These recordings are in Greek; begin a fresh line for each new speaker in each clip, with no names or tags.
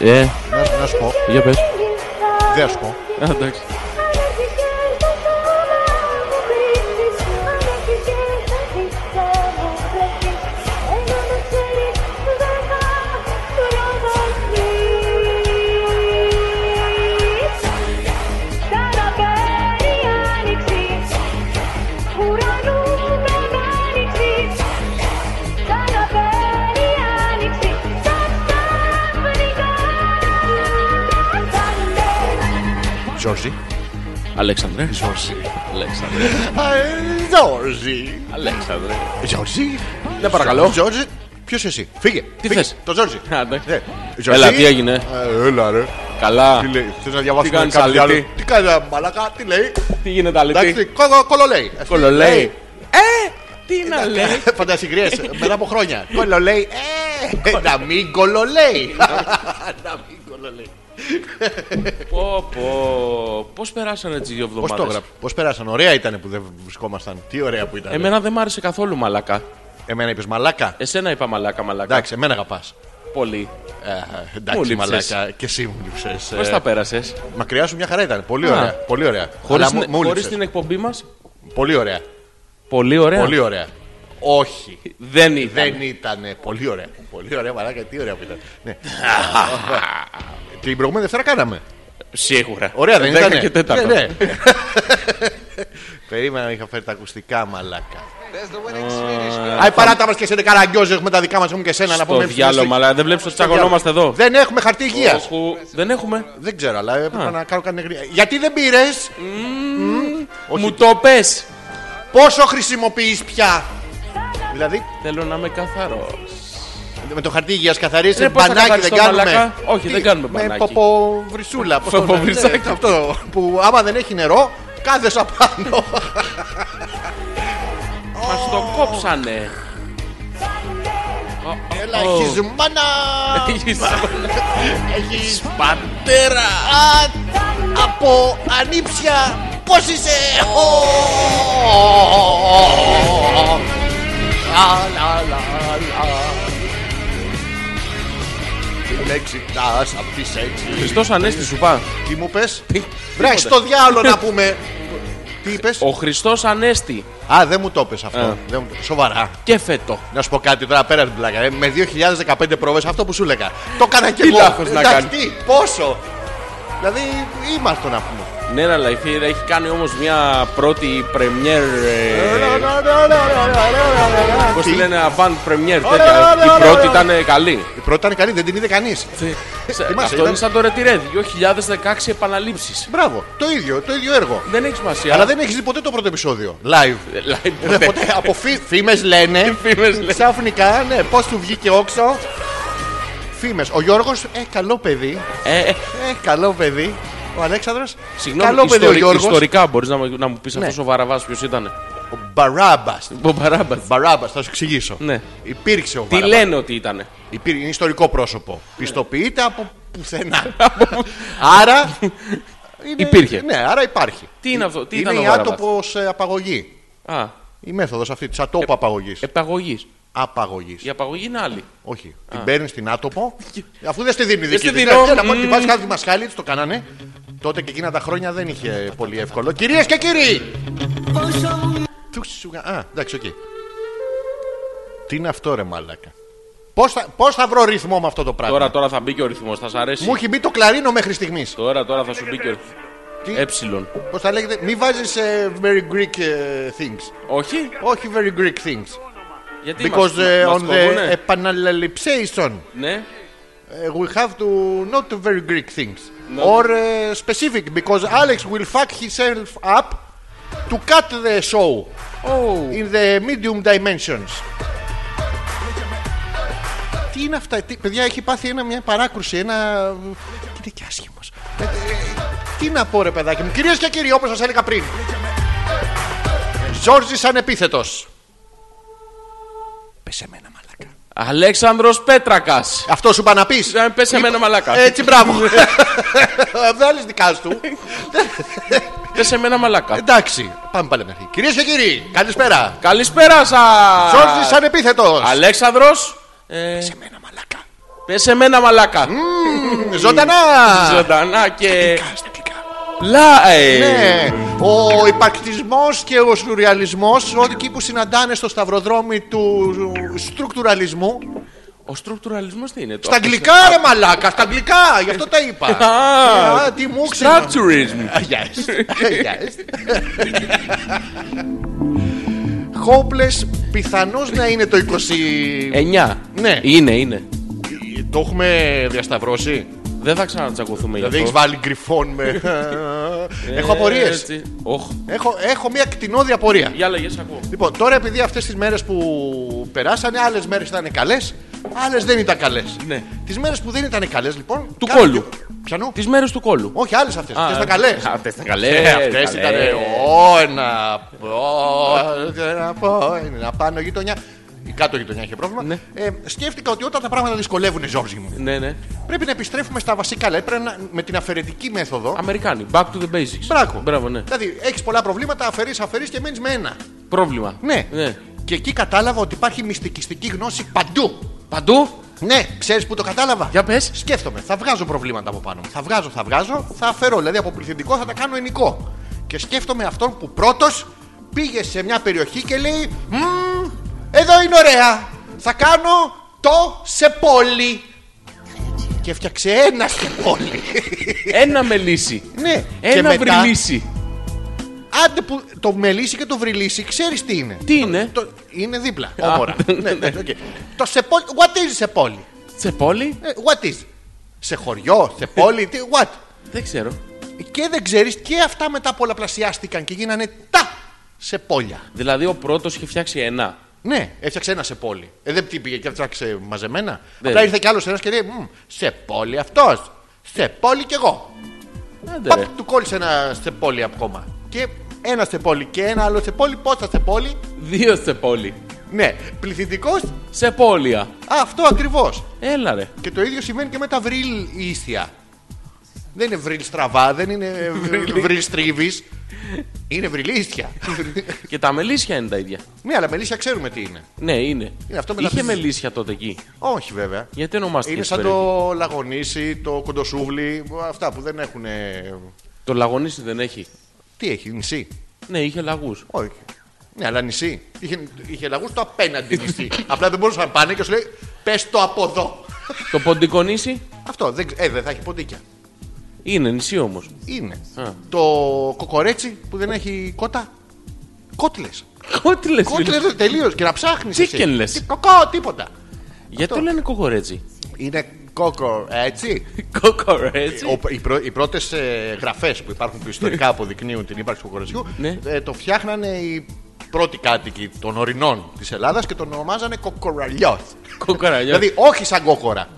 Ε,
Ε,
να, να σου πω,
για πες.
δεν θα σου πω.
Α, εντάξει.
Σαραπέρι άνοιξη, ουρανού μεγάλη Καλοκαίρι άνοιξη, σαν ξαφνικά. Sunday.
Τζόρζι.
Αλέξανδρε.
Τζόρζι.
Αλέξανδρε.
Α, ε, Τζόρζι.
Αλέξανδρε.
Τζόρζι.
Ναι, παρακαλώ.
Τζόρζι. Ποιος εσύ. Φύγε. Φύγε.
θες?
Το Τζόρζι.
Α, εντάξει.
Ναι. Τζόρζι.
Έλα, τι έγινε?
Ε, Έλα ρε.
Καλά.
Τι λέει, θες να διαβάσουμε
κάνεις,
κάτι
αλήτη?
άλλο. Τι κάνεις, ρε, μαλάκα, τι λέει.
Τι γίνεται,
Εντάξει,
Αλέτη.
κόλο- κολολέει. Αυτή
Κολολέει.
λέει.
Ε, τι να λέει.
Φαντασυγκρίες μετά από χρόνια. Κολολέει. Ε, να μην
Ε,
κολολέει. Να μην κολολέει.
Πω, πω. Πώς περάσαν έτσι οι δύο
Πώς
εβδομάδες.
το έγραψε, πώ πέρασαν. Ωραία ήταν που δεν βρισκόμασταν. Τι ωραία που ήταν.
Εμένα Ε, δεν μ' άρεσε καθόλου μαλάκα.
Εμένα είπες μαλάκα.
Εσένα είπα μαλάκα, μαλάκα.
Εντάξει, εμένα αγαπάς.
Πολύ.
Ε,
Μου
εντάξει,
λείψες.
μαλάκα. Και εσύ μου λείψες.
Πώς τα πέρασες.
Μακριά σου μια χαρά ήταν. Πολύ
ε. Α.
ωραία. Πολύ ωραία.
Χωρίς,
Αλλά μου-
την-
μου
χωρίς
λείψες.
την Ναι. εκπομπή μας.
Πολύ ωραία.
Πολύ ωραία.
Πολύ ωραία. Όχι.
Δεν Ε, ήταν.
Δεν ήταν. Πολύ ωραία. Πολύ ωραία, μαλάκα. Τι ωραία που ήταν. Ναι. Την προηγούμενη Δευτέρα κάναμε.
Σίγουρα.
Ωραία, δεν
Δέκα
ήταν.
και τέταρτο.
Ναι, ναι. Περίμενα είχα φέρει τα ακουστικά, μαλάκα. Άι, παράτα μας και σε καραγκιόζες με τα δικά μας, έχουμε και σένα να πούμε.
Το
ψηλή
διάλογο,
στη-
μαλάκα. Δεν βλέπεις ότι τσακωνόμαστε εδώ.
Δεν έχουμε χαρτί υγείας.
Όχου, Δεν έχουμε.
Δεν ξέρω, αλλά έπρεπε να κάνω κάτι νεκρή. Γιατί δεν πήρες.
Μου
Όχι,
το πες.
πόσο χρησιμοποιείς πια. Δηλαδή,
Θέλω να είμαι καθαρός.
με το χαρτί υγείας καθαρίζεις.
Ρε, Ε, πώς θα
Μπανάκι δεν
καθαρίσω,
κάνουμε.
μαλάκα. Όχι,
Τι,
δεν κάνουμε
Με
μπανάκι.
ποποβρισούλα. πώς το λένε,
Ποποβρισάκι.
ναι, Αυτό που άμα δεν έχει νερό, κάθεσαι απάνω.
Μας το κόψανε.
Έλα, έχεις μάνα.
Έχεις όλα.
Έχεις πατέρα. Από ανήψια. Πώς είσαι. Ω, λα, λα, λα, λα. Την εξητάς απ' τις έξι.
Χριστός Ανέστη σου πά.
Τι μου πες.
τίποτα.
Βράχει στο διάλογο να πούμε. Τι είπες.
Ο Χριστός Ανέστη.
Α, δεν μου το είπες αυτό.
Ε.
Δεν μου το- Σοβαρά.
Και φέτο.
Να σου πω κάτι τώρα πέρα από την πλάκα. ε. Με 2015 πρόβες αυτό που σου έλεγα. Το έκανα και
Τι
εγώ.
λάθος να
Εντάξει,
κάνει.
τι, πόσο. Δηλαδή είμαστε να πούμε.
Ναι, αλλά η Φίρα έχει κάνει όμως μια πρώτη πρεμιέρ. ε, Πώς τη
Τι?
λένε, avant πρεμιέρ.
Ωραία,
τέτοια.
ωραία,
Η πρώτη
ωραία.
ήταν καλή.
Η πρώτη ήταν καλή, δεν την είδε κανείς.
Σε-
Θυμάσαι,
Αυτό
ήταν-
είναι σαν το ρετυρέ. 2016 επαναλήψεις.
Μπράβο, το ίδιο, το ίδιο έργο.
Δεν έχει σημασία.
Αλλά δεν έχεις δει ποτέ το πρώτο επεισόδιο. Live.
Ε, λάει
Δεν
ποτέ.
ποτέ, από φή, φήμες λένε.
Φήμες λένε.
Ξαφνικά, ναι, πώς του βγήκε όξο. Φήμες. Ο Γιώργος, ε, καλό παιδί.
Ε, ε,
Ε, καλό παιδί. Ο Αλέξανδρος,
Συγγνώμη,
καλό παιδί ο
ιστορι-
Γιώργος.
ιστορικά μπορείς να, μου- να μου πεις
Ναι.
αυτός ο Βαραβάς ποιος ήταν.
Ο Μπαράμπας.
Ο Μπαράμπας.
Μπαράμπας, θα σου εξηγήσω.
Ναι.
Υπήρξε ο
Τι
Μπαράμπας.
λένε ότι ήταν.
Υπήρ- Είναι ιστορικό πρόσωπο. Πιστοποιείται από πουθενά. άρα. είναι-
Υπήρχε.
Ναι, άρα υπάρχει.
Τι είναι αυτό, τι
είναι
ήταν ο
η
Βαραβάς?
άτοπος απαγωγή.
Α,
Η μέθοδος αυτή της ατόπου
Ε,
απαγωγής.
επαγωγής.
Απαγωγής.
Η απαγωγή είναι άλλη.
Όχι. Την παίρνεις την άτοπο, αφού δεν στη δίνει δική
στη
τη.
δίνω.
Να
Μμμ.
την πα κάτι μασχάλι, της το κάνανε. Τότε και εκείνα τα χρόνια δεν είχε πολύ εύκολο. Κυρίες και κύριοι! Του σουγα- Α, εντάξει, οκ. Τι είναι αυτό, ρε Μαλάκα. Πώς θα, πώς θα βρω ρυθμό με αυτό το πράγμα.
Τώρα, τώρα θα μπει και ο ρυθμός, θα σ' αρέσει.
Μου έχει μπει το κλαρίνο μέχρι στιγμής.
Τώρα, τώρα θα σου μπει και ο ρυθμός. Ε,
Τι?
Έψιλον.
Πώ θα λέγεται, μη βάζεις very Greek ε, things.
Όχι,
Όχι very Greek things.
γιατί
Because
μας,
ε,
μας
on the
κόβουνε.
επαναληψation
Ναι,
ε, we have to not very Greek things. Or ε, specific because Alex will fuck himself up to cut the show
oh.
in the medium dimensions. Τι είναι αυτά, τι, παιδιά έχει πάθει ένα, μια παράκρουση, ένα... Είναι και άσχημος. Ε, ε, τι να πω ρε παιδάκι μου, κυρίες και κύριοι όπως σας έλεγα πριν. Ζόρζης ανεπίθετος. Πες εμένα μαλάκα.
Αλέξανδρος Πέτρακας.
Αυτό σου είπα να πεις.
Ε, Πες εμένα μαλάκα.
Έτσι μπράβο. Δεν άλλες δικά σου.
Και σε μένα
ε,
μαλακά.
Εντάξει, πάμε πάλι από την αρχή. Κυρίες και κύριοι, καλησπέρα.
Καλησπέρα σας!
Σόρτζη ανεπίθετος.
Αλέξανδρος. Ε,
Σε μένα, μαλακά.
πες σε μένα μαλακά.
Μμμ, Ζωντανά.
Ζωντανά και. ε,
Γλυκά, στα αγγλικά.
Live.
Ναι, ο υπαρκτισμός και ο σουρεαλισμός, ό,τι εκεί που συναντάνε στο σταυροδρόμι του στρουκτουραλισμού.
Ο στρουκτουραλισμός τι είναι το.
Στα αγγλικά, ρε μαλάκα, στα αγγλικά, γι' αυτό τα είπα.
Α,
Α, τι μου ξένα.
Structurism.
Yes. Yes. Hopeless πιθανώς να είναι το 20...
Εννιά.
Ναι.
Είναι, είναι.
Το έχουμε διασταυρώσει.
Δεν θα ξανατσακωθούμε για
Δηλαδή έχεις
αυτό. Ε,
βάλει γκριφόν με... Ε, Έχω απορίες.
Έτσι. Όχ.
Έχω, έχω μια κτηνόδη απορία.
Για λέγες, σ' ακούω.
Λοιπόν, τώρα επειδή αυτές τις μέρες που περάσανε, άλλες μέρες ήταν καλές, άλλες δεν ήταν καλές.
Ναι.
Τις μέρες που δεν ήταν καλές, λοιπόν.
Του
κάνουν
κόλλου.
και- Πιανού.
Τις μέρες του κόλου.
Όχι, άλλες αυτές. Αυτές ήταν Ε, καλές.
Αυτές ήταν καλές.
Αυτέ ήταν. Ω, ένα. ω, ένα, πω, Ένα πάνω γειτονιά. Η κάτω γειτονιά είχε πρόβλημα.
Ναι.
Ε, σκέφτηκα ότι όταν τα πράγματα δυσκολεύουν, Ζόρζι μου,
Ναι, ναι.
πρέπει να επιστρέφουμε στα βασικά. Δηλαδή πρέπει να- με την αφαιρετική μέθοδο.
Αμερικάνοι. Back to the basics.
Μπράβο.
Μπράβο, ναι.
Δηλαδή έχεις πολλά προβλήματα, αφαιρείς, αφαιρείς και μένεις με ένα.
Πρόβλημα.
Ναι. Και εκεί κατάλαβα ότι υπάρχει μυστικιστική γνώση παντού.
Παντού.
Ναι, ξέρεις που το κατάλαβα.
Για πες.
Σκέφτομαι, θα βγάζω προβλήματα από πάνω μου. Θα βγάζω, θα βγάζω, θα αφαιρώ. Δηλαδή από πληθυντικό θα τα κάνω ενικό. Και σκέφτομαι αυτόν που πρώτος πήγε σε μια περιοχή και λέει «Μμμ, εδώ είναι ωραία. Θα κάνω το σε πόλη. Και έφτιαξε ένα σε πόλη.
Ένα με λύση.
ναι, και
Ένα
μετά,
βρυλίσι.
Άντε που το μελίσει και το βρυλίσει, ξέρεις τι είναι.
Τι είναι.
Το- είναι δίπλα.
Α,
Όμορα. ναι, ναι,
ναι.
οκ. Το σε πόλη. What is σε πόλη.
Σε πόλη.
Ε, What is. Σε χωριό, σε πόλη, τι, what.
Δεν ξέρω.
Και δεν ξέρεις και αυτά μετά πολλαπλασιάστηκαν και γίνανε τα σε πόλια.
Δηλαδή ο πρώτος είχε φτιάξει ένα.
Ναι, έφτιαξε ένα σε πόλη. Ε, δεν τι πήγε και έφτιαξε μαζεμένα.
Δεν.
Απλά ήρθε κι άλλος ένας και λέει «Μμ, σε πόλη αυτός. Σε πόλη κι εγώ.
Άντε, ρε.
Παπ, του κόλλησε ένα σε πόλη ακόμα. Και ένα σε πόλη και ένα άλλο σε πόλη. Πόσα σε πόλη.
Δύο σε πόλη.
Ναι, πληθυντικός
Σε πόλια.
αυτό ακριβώς.
Έλα ρε.
Και το ίδιο συμβαίνει και με τα βρύλ ίσια. Δεν είναι βρύλ στραβά, δεν είναι ε, βρύλ στρίβης. Είναι βρυλίστια.
Και τα μελίσια είναι τα ίδια.
ναι, αλλά μελίσια ξέρουμε τι είναι.
Ναι, είναι.
Είναι αυτό με τα
Είχε
φυσ-
μελίσια τότε εκεί.
Όχι βέβαια.
Γιατί ονομάστηκε
Είναι
έτσι
σαν
περίεργα?
το λαγονίσι, το κοντοσούβλι, αυτά που δεν έχουν. ε,
Το λαγονίσι δεν έχει.
Τι έχει, νησί.
Ναι, είχε λαγούς.
Όχι. Ναι, αλλά νησί. Είχε, είχε λαγούς το απέναντι νησί. Απλά δεν μπορούσαν να πάνε και σου λέει πες το από εδώ.
Το ποντικονίσι
Αυτό δεν, ξε- ε, δεν θα έχει ποντίκια.
είναι νησί όμως.
Είναι.
Α.
Το κοκορέτσι που δεν έχει κότα. Κότλες.
Ό,τι λε.
Κότλες τελείως και να ψάχνεις.
Chicken λες.
Κοκό, τίποτα.
Γιατί το
αυτό.
λένε κοκορέτσι.
Είναι κόκο, έτσι.
Κοκορέτσι.
Ο- οι πρω, οι πρώτες γραφές που υπάρχουν που ιστορικά αποδεικνύουν την ύπαρξη του κοκορετσιού
Ναι.
ε, το φτιάχνανε οι πρώτοι κάτοικοι των ορεινών της Ελλάδας και τον ονομάζανε κοκοραλιό.
Ε. Κοκοραλιό.
Δηλαδή, όχι σαν κόκορα.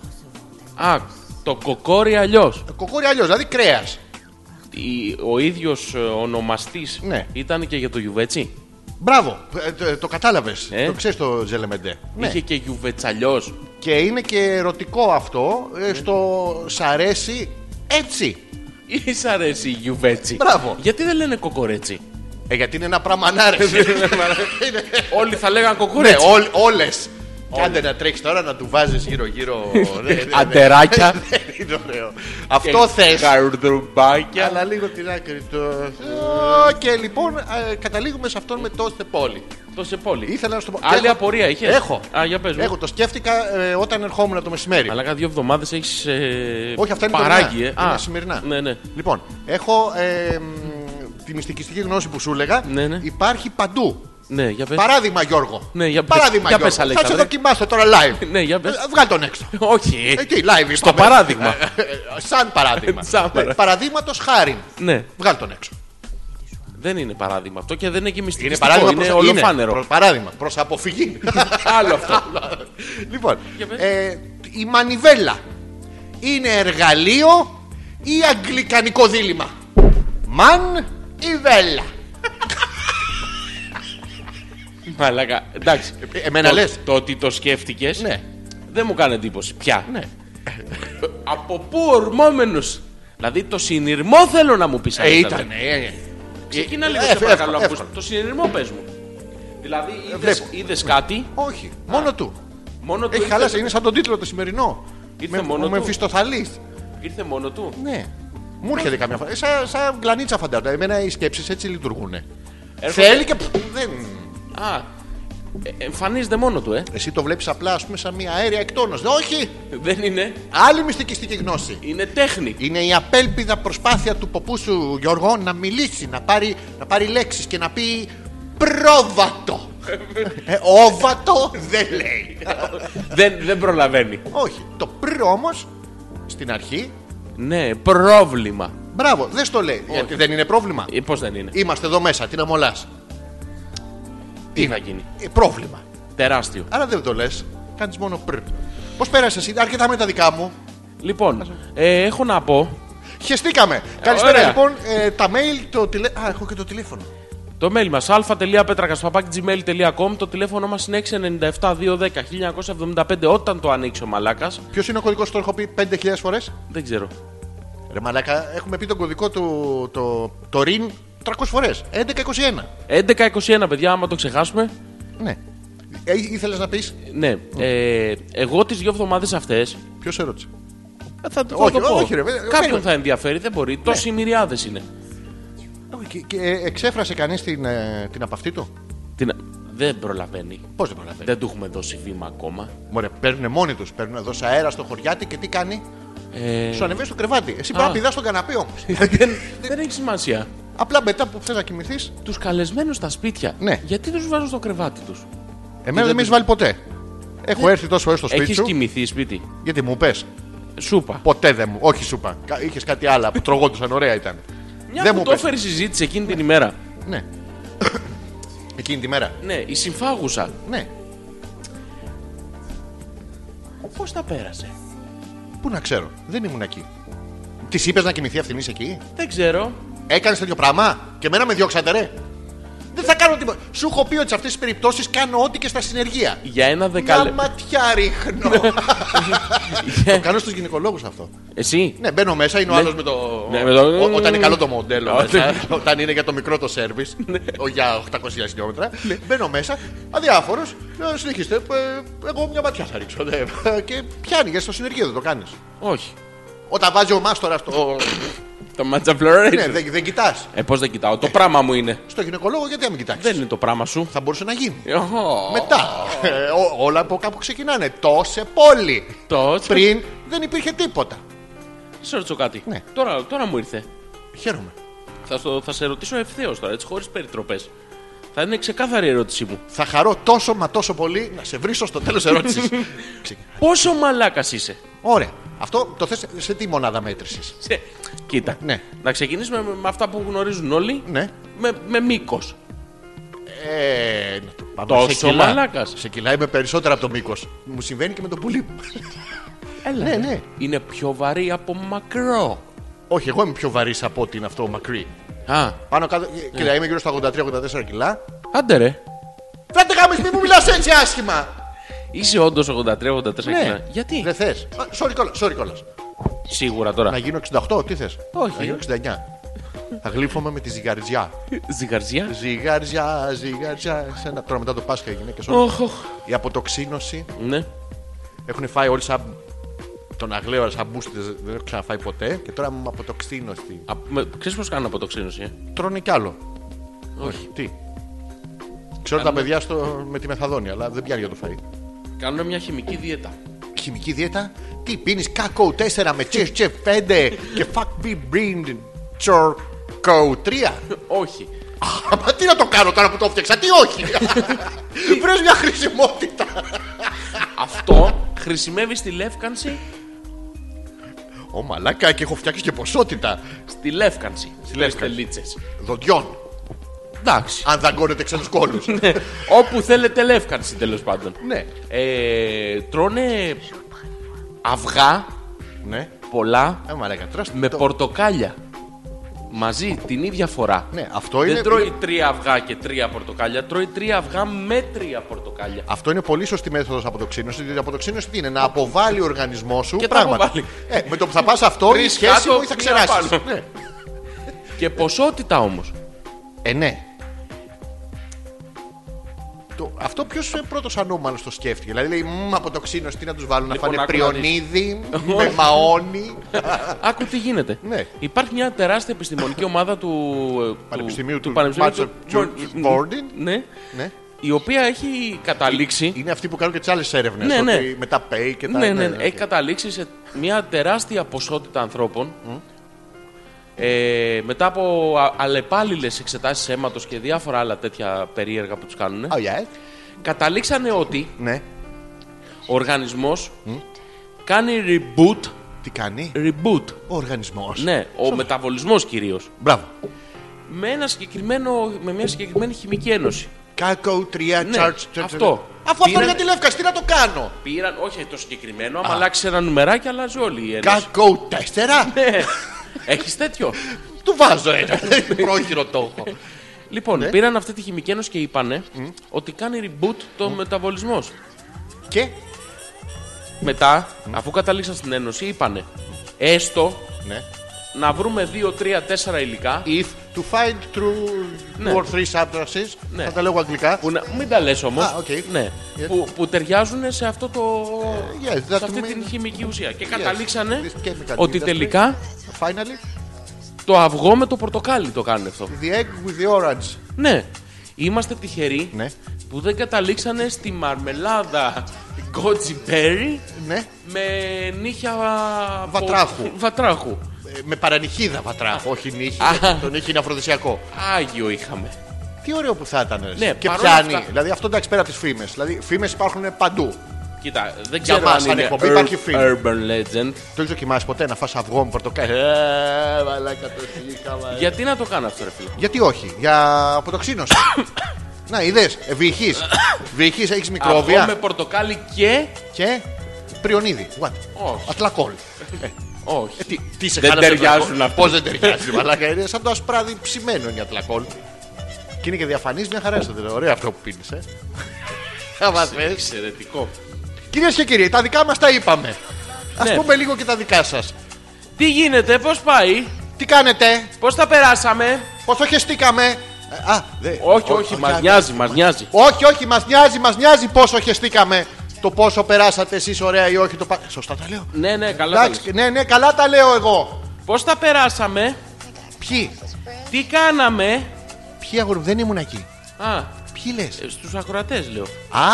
Α, το κοκόρι αλλιώς.
Κοκόρι αλλιώς, δηλαδή κρέας.
Ο ίδιος ονομαστής
Ναι.
ήταν και για το γιουβέτσι.
Μπράβο, ε, το, το κατάλαβες.
Ε.
Το ξέρεις το Ζελεμεντέ. Ναι.
Είχε και γιουβετσαλιό.
Και είναι και ερωτικό αυτό
Ναι.
ε, στο σ' αρέσει έτσι.
Ή σ' αρέσει η γιουβέτσι.
Μπράβο.
Γιατί δεν λένε κοκορέτσι.
Ε, γιατί είναι ένα πράγμα να
Ναι,
αρέσει. Είναι-
Όλοι θα λέγανε
Ναι,
κοκορέτσι.
όλε. Κάντε να τρέχει τώρα να του βάζεις γύρω-γύρω. Ναι, ναι, ναι.
Αντεράκια.
Δεν είναι ωραίο. Αυτό θε.
Καρδουμπάκια.
Αλλά λίγο την άκρη του. Και λοιπόν, ε, καταλήγουμε σε αυτόν με το σε πόλη.
Το σε πόλη.
Ήθελα να σου το πω.
Άλλη
Έχω-
απορία είχες.
Έχω.
Α, για πες μου.
Έχω, το σκέφτηκα ε, όταν ερχόμουν το μεσημέρι.
Αλλά κάθε δύο εβδομάδες έχεις. Ε,
Όχι, αυτά είναι
παράγει,
τωρινά.
ε.
Είναι
Α,
σημερινά.
Ναι, ναι.
Λοιπόν, έχω ε, μ, τη μυστικιστική γνώση που σου έλεγα.
Ναι, ναι.
Υπάρχει παντού.
Ναι, για πες.
Παράδειγμα, Γιώργο.
Ναι, για πες.
Παράδειγμα,
Για
Γιώργο.
πες,
Θα σε
Αλέξανδρε.
δοκιμάσω τώρα live.
Ναι, για πες.
Ε, Βγάλ τον έξω.
Όχι.
Ε, τι, live
Στο
είπαμε.
παράδειγμα.
Ε, Σαν παράδειγμα.
Σαν παράδειγμα.
Παραδείγματο χάρη.
ναι,
Βγάλ τον έξω.
δεν είναι παράδειγμα αυτό και δεν είναι και μυστικό.
Είναι παράδειγμα.
είναι
προς-
ολοφάνερο.
προς- παράδειγμα. Προς αποφυγή.
Άλλο αυτό.
λοιπόν,
Για πες.
ε, η μανιβέλα είναι εργαλείο ή αγγλικανικό δίλημα. Μαν ή βέλα.
Μαλάκα. Εντάξει.
Ε, εμένα
το,
λες.
Το ότι το σκέφτηκες.
Ναι.
Δεν μου κάνει εντύπωση. Πια.
Ναι.
Από πού ορμόμενος. Δηλαδή το συνειρμό θέλω να μου πεις.
Ε, ήταν.
Ξεκινά
Ε,
λίγο,
ε,
σε
εύκολα,
παρακαλώ. ακούς.
εύκολα.
Το συνειρμό πες μου. Δηλαδή, είδες,
βλέπω.
είδες κάτι,
Όχι, μόνο του.
μόνο του
Έχει
ήρθες,
χαλάσει, είναι σαν τον τίτλο το σημερινό.
Ήρθε μόνο
ο
του.
Μεμφιστοθαλής.
ήρθε μόνο του.
Ναι. Μου έρχεται καμιά φορά. Ε, Σαν, σαν γκλανίτσα φαντάζομαι. Εμένα οι σκέψεις έτσι λειτουργούν.
Έρχονται-
Θέλει και. πφ, Δεν...
Α, ε, εμφανίζεται μόνο του, ε.
Εσύ το βλέπεις απλά, ας πούμε, σαν μια αέρια εκτόνωση. Ναι, Όχι!
Δεν είναι,
Άλλη μυστικιστική γνώση.
είναι τέχνη.
Είναι η απέλπιδα προσπάθεια του ποπού σου Γιώργο να μιλήσει, να πάρει, να πάρει λέξεις και να πει πρόβατο. ε, όβατο δεν λέει.
δεν, δεν προλαβαίνει.
Όχι. Το πρ όμως στην αρχή,
Ναι, πρόβλημα.
μπράβο, δεν στο λέει. Γιατί δεν είναι πρόβλημα.
Ε, Πώς δεν είναι.
Είμαστε εδώ μέσα, τι να μολάς.
Τι θα γίνει.
Ε, πρόβλημα.
Τεράστιο.
Άρα δεν το λες, κάνεις μόνο πρ. Πώς πέρασες εσύ, αρκετά με τα δικά μου.
Λοιπόν, ε, έχω να πω
Χεστήκαμε. Καλησπέρα
ωραία.
λοιπόν. ε, τα mail, το τηλε... Α, έχω και το τηλέφωνο.
το mail μας α.πέτρακα.gmail.com Το τηλέφωνο μας είναι 697-210-1975 όταν το ανοίξει ο Μαλάκας.
Ποιος είναι ο κωδικός που το έχω πει 5.000 φορές.
Δεν ξέρω.
Ρε μαλάκα, έχουμε πει τον κωδικό του το, το RIN 300 φορές. 11-21.
11-21 παιδιά, άμα το ξεχάσουμε.
Ναι. Ε, ήθελες να πεις,
Ναι, ε, εγώ τις δύο εβδομάδες αυτές
ποιος ερώτησε.
ε, θα, το-
Όχι,
θα το πω.
όχι, ρε, βέβαια, Ναι.
Κάποιον
βέβαια.
θα ενδιαφέρει, δεν μπορεί. Τόσοι μοιριάδες είναι.
Και, και ε, εξέφρασε κανείς την, ε, την απαυτή του.
Τι να- Δεν προλαβαίνει.
Πώς δεν προλαβαίνει.
Δεν του έχουμε δώσει βήμα ακόμα.
Μωρέ, παίρνουν μόνοι τους, παίρνουν εδώ σε αέρα στο χωριάτι και τι κάνει.
Ε,
Σου ανεβαίνει στο κρεβάτι. Εσύ πρέπει
Α.
να πηδάς στον καναπέ όμως.
δεν, δεν έχει σημασία.
Απλά μετά που θες να κοιμηθείς,
Τους καλεσμένους στα σπίτια.
Ναι.
Γιατί δεν του βάζουν στο κρεβάτι τους.
εμένα δεν με έχεις βάλει ποτέ. Έχω έρθει τόσες φορές στο σπίτι
Έχεις
σου,
κοιμηθεί σπίτι.
γιατί μου πες.
Σούπα.
Ποτέ δεν μου. Όχι σούπα. Κα- Είχες κάτι άλλο που τρογόντουσαν, ωραία ήταν.
Μια
δεν
που
μου
το
πες.
έφερες η συζήτηση εκείνη την ημέρα.
Ναι. Εκείνη τη μέρα.
Ναι, η συμφάγουσα.
Ναι.
Πώς τα πέρασε.
Πού να ξέρω. Δεν ήμουν εκεί. Της είπες να κοιμηθεί αυτήν είσαι εκεί.
Δεν ξέρω.
Έκανες τέτοιο πράγμα. Και εμένα με διώξατε, ρε. Δεν θα κάνω τίποτα. Σου έχω πει ότι σε αυτές τις περιπτώσεις κάνω ό,τι και στα συνεργεία.
Για ένα
Μια
δεκάλεπτο.
ματιά ρίχνω. το κάνω στους γυναικολόγους αυτό.
Εσύ.
Ναι, μπαίνω μέσα, είναι ο
Ναι.
άλλος με το.
Ναι, με το-
Ό- όταν είναι καλό το μοντέλο.
Ναι.
μέσα, όταν είναι για το μικρό το σερβις, ο- για 800 χιλιόμετρα.
Ναι.
Μπαίνω μέσα, αδιάφορος, συνεχίστε. ε, Εγώ μια ματιά θα ρίξω. ναι. Και πιάνει, γιατί στο συνεργείο δεν το κάνεις.
Όχι.
Όταν βάζει ο μάστορα το.
Το ματσαφλωρέι.
ναι, δεν, δεν κοιτάς.
Ε, πώς δεν κοιτάω. Το πράγμα μου είναι.
Στο γυναικολόγο γιατί να μην κοιτάξεις.
Δεν είναι το πράγμα σου.
Θα μπορούσε να γίνει.
Οχο.
Μετά. Ε, ό- όλα από κάπου ξεκινάνε. Τόσε πόλη.
Το
Πριν δεν υπήρχε τίποτα.
Σε ρωτήσω κάτι.
Ναι.
Τώρα, τώρα μου ήρθε.
Χαίρομαι.
Θα, στο- θα σε ρωτήσω ευθέως τώρα, έτσι, χωρίς περιτροπές. Θα είναι ξεκάθαρη η ερώτησή μου.
Θα χαρώ τόσο μα τόσο πολύ να σε βρίσω στο τέλος ερώτησης.
Πόσο μαλάκας είσαι.
Ωραία. Αυτό το θες σε τι μονάδα μέτρηση.
Σε- Κοίτα.
Ναι.
Να ξεκινήσουμε με, με αυτά που γνωρίζουν όλοι.
Ναι.
Με, με μήκος.
Ε, να το πάμε
Τόσο
σε κιλά.
μαλάκας.
Σε κιλά είμαι περισσότερα από το μήκος. Μου συμβαίνει και με το πουλί μου.
Έλα.
ναι, ναι.
Είναι πιο βαρύ από μακρό.
Όχι, εγώ είμαι πιο βαρύς από ότι είναι αυτό ο μακρύ.
Α,
Πάνω κάτω.
Ναι.
Κοίτα, είμαι γύρω στα 83-84 κιλά.
άντε ρε.
Θα τη γάμεις, μη μου μιλάς έτσι άσχημα.
Είσαι όντως 83-84
Ναι.
κιλά. Γιατί.
Δεν θες. Sorry κιόλα. Sorry κιόλας.
Σίγουρα τώρα.
Να γίνω 68, τι θες.
Όχι.
Να γίνω 69. Θα γλύφομαι με τη ζυγαριζιά.
Ζυγαρζιά.
Ζυγαριζιά, ζυγαριζιά. Σένα τώρα μετά το Πάσχα οι γυναίκες.
Οχ, οχ.
Η αποτοξίνωση.
Ναι.
Έχουν φάει όλοι σαν τον αγλαίο σαν μπούστες, δεν έχω ξαναφάει ποτέ και τώρα μου αποτοξίνωση.
Α, με- Ξέρεις πώς κάνω αποτοξίνωση, ε?
Τρώνε κι άλλο. Όχι. Τι. Ξέρω τα παιδιά στο, με τη μεθαδόνια, αλλά δεν πιάνει για το φαΐ.
Κάνω μια χημική δίαιτα.
Χημική δίαιτα. Τι πίνεις κάκο 4 με τσεφ τσεφ 5 και fuck me brain τσορκο 3.
Όχι.
Μα τι να το κάνω τώρα που το φτιάξα, τι όχι. Βρες μια χρησιμότητα.
Αυτό χρησιμεύει στη λεύκανση.
Ω μαλάκα και έχω φτιάξει και ποσότητα
Στη λεύκανση. Στη
λεύκανση. δοντιών.
Εντάξει.
Αν δαγκώνετε ξένους κόλους.
Ναι. Όπου θέλετε λεύκανση τέλος πάντων.
Ναι.
Ε, τρώνε αυγά
Ναι.
πολλά
Ε, μαλάκα, τρως
με
το-
πορτοκάλια. Μαζί την ίδια φορά.
Ναι, αυτό
Δεν
είναι,
τρώει τρία αυγά και τρία πορτοκάλια. Τρώει τρία αυγά με τρία πορτοκάλια.
αυτό είναι πολύ σωστή μέθοδος αποτοξίνωση. Διότι η αποτοξίνωση τι είναι, να αποβάλει ο οργανισμός σου
Και τα
πράγματα.
αποβάλλει.
Ε, με το που θα πας αυτό, η
Τρεις
σχέση
κάτω,
μου θα
μία
ξεράσει.
πάνω. Και ποσότητα όμως.
Ε, ναι. Το, αυτό ποιος πρώτος ανώμαλος το σκέφτηκε. Δηλαδή λέει «Μμμ, από το ξύνο τι να τους βάλουν
Λοιπόν,
να φάνε
άκου να δεις.
πριονίδι, με μαόνι.
Άκου τι γίνεται.
Ναι.
Υπάρχει μια τεράστια επιστημονική ομάδα του, ε, του
Πανεπιστημίου του
Πανεπιστημίου
Massachusetts Boarding.
Ναι,
ναι.
η οποία έχει καταλήξει.
Είναι αυτοί που κάνουν και τις άλλες έρευνες.
Ναι, ναι.
Με τα pay και τα.
Ναι, ναι,
οκ.
έχει καταλήξει σε μια τεράστια ποσότητα ανθρώπων. Ε, μετά από α- αλλεπάλληλες εξετάσεις αίματος και διάφορα άλλα τέτοια περίεργα που τους κάνουν
Oh, yeah.
καταλήξανε ότι
Ναι.
ο οργανισμός κάνει reboot
Τι κάνει
reboot
ο οργανισμός.
ναι, ο μεταβολισμός κυρίως
Μπράβο.
με, ένα συγκεκριμένο, με μια συγκεκριμένη χημική ένωση
Κάκο 3
Ναι,
charge charge-
αυτό.
Αφού αυτό
Πήραν-
είναι για τη Λεύκας, τι να το κάνω.
πήραν, όχι το συγκεκριμένο άμα αλλάξει ένα νουμεράκι αλλάζει όλη η ένωση
Κάκο 4.
ναι. έχεις τέτοιο
Του βάζω ένα. Πρόχειρο το έχω.
λοιπόν πήραν αυτή τη χημική ένωση και είπανε ότι κάνει reboot το μεταβολισμός
Και.
μετά αφού καταλήξαν στην ένωση είπανε έστω
Ναι.
να βρούμε 2, 3, 4 υλικά
If to find true
Ναι.
two or three substances.
Ναι.
Θα τα λέω αγγλικά.
Που να, μην τα λες όμως,
Α, οκ.
ναι,
Yeah.
που, που ταιριάζουν σε, αυτό το,
yes, that
σε αυτή
means-
την χημική ουσία. Και
Yes.
καταλήξανε
This chemical
ότι
industry.
τελικά
Finally,
το αυγό με το πορτοκάλι το κάνει αυτό.
the egg with the orange.
Ναι, είμαστε τυχεροί
Ναι.
που δεν καταλήξανε στη μαρμελάδα goji berry
Ναι.
με νύχια
Βατράχου.
πο- βατράχου.
Ε, Με παρανυχίδα βατράχο, όχι νύχι.
Α.
Το νύχι είναι αφροδισιακό.
Άγιο είχαμε.
Τι ωραίο που θα ήταν. ρε.
Ναι,
και
παρόλα
πιάνει.
αυτά-
Δηλαδή αυτό εντάξει πέρα από τις φήμες. Δηλαδή φήμες υπάρχουν παντού.
Κοίτα, δεν ξέρω
μας,
αν
σαν
είναι
εκπομπή, υπάρχει
Earth-
film.
urban legend.
Το έχει δοκιμάσει ποτέ να φας αυγό με πορτοκάλι. Ε, μαλάκα το σύγχαμα. ε.
Γιατί να το κάνω αυτό, ρε φίλε.
Γιατί όχι, για αποτοξίνωση. να είδες, βυχή. βυχή έχει
Αυγό με
μικρόβια
πορτοκάλι και.
και πριονίδι. What?
Όχι.
Ατλακόλ.
Όχι.
Ε, τι, τι σε
Δεν
κάνανε
ταιριάζουν
ατλακόλ?
αυτά.
Πώς δεν ταιριάζει, μαλάκα. Είναι σαν το ασπράδι ψημένο είναι η ατλακόλ. Και είναι και διαφανής, μια χαρά είστε. Ωραίο αυτό που πίνεις, ε. Θα μας πες.
Εξαιρετικό.
Κυρίες και κύριοι, τα δικά μας τα είπαμε. Ας
Ναι.
πούμε λίγο και τα δικά σας.
Τι γίνεται, πώς πάει,
Τι κάνετε,
πώς τα περάσαμε.
πόσο χεστήκαμε. Ε, Α, δε-
Όχι, όχι, μας νοιάζει, μας νοιάζει.
Όχι, όχι, μας νοιάζει, μας νοιάζει πόσο χεστήκαμε. Το πόσο περάσατε εσείς ωραία ή όχι. Το... πα- Σωστά τα λέω.
Ναι, ναι, καλά. τα λες.
Εντάξει, ναι, ναι, καλά τα λέω εγώ.
Πώς τα περάσαμε,
Ποιοι,
τι κάναμε.
ποιοι αγόρι μου, δεν ήμουν εκεί.
Α,
Ποιοι λες.
ε, στους ακροατές λέω.
Α,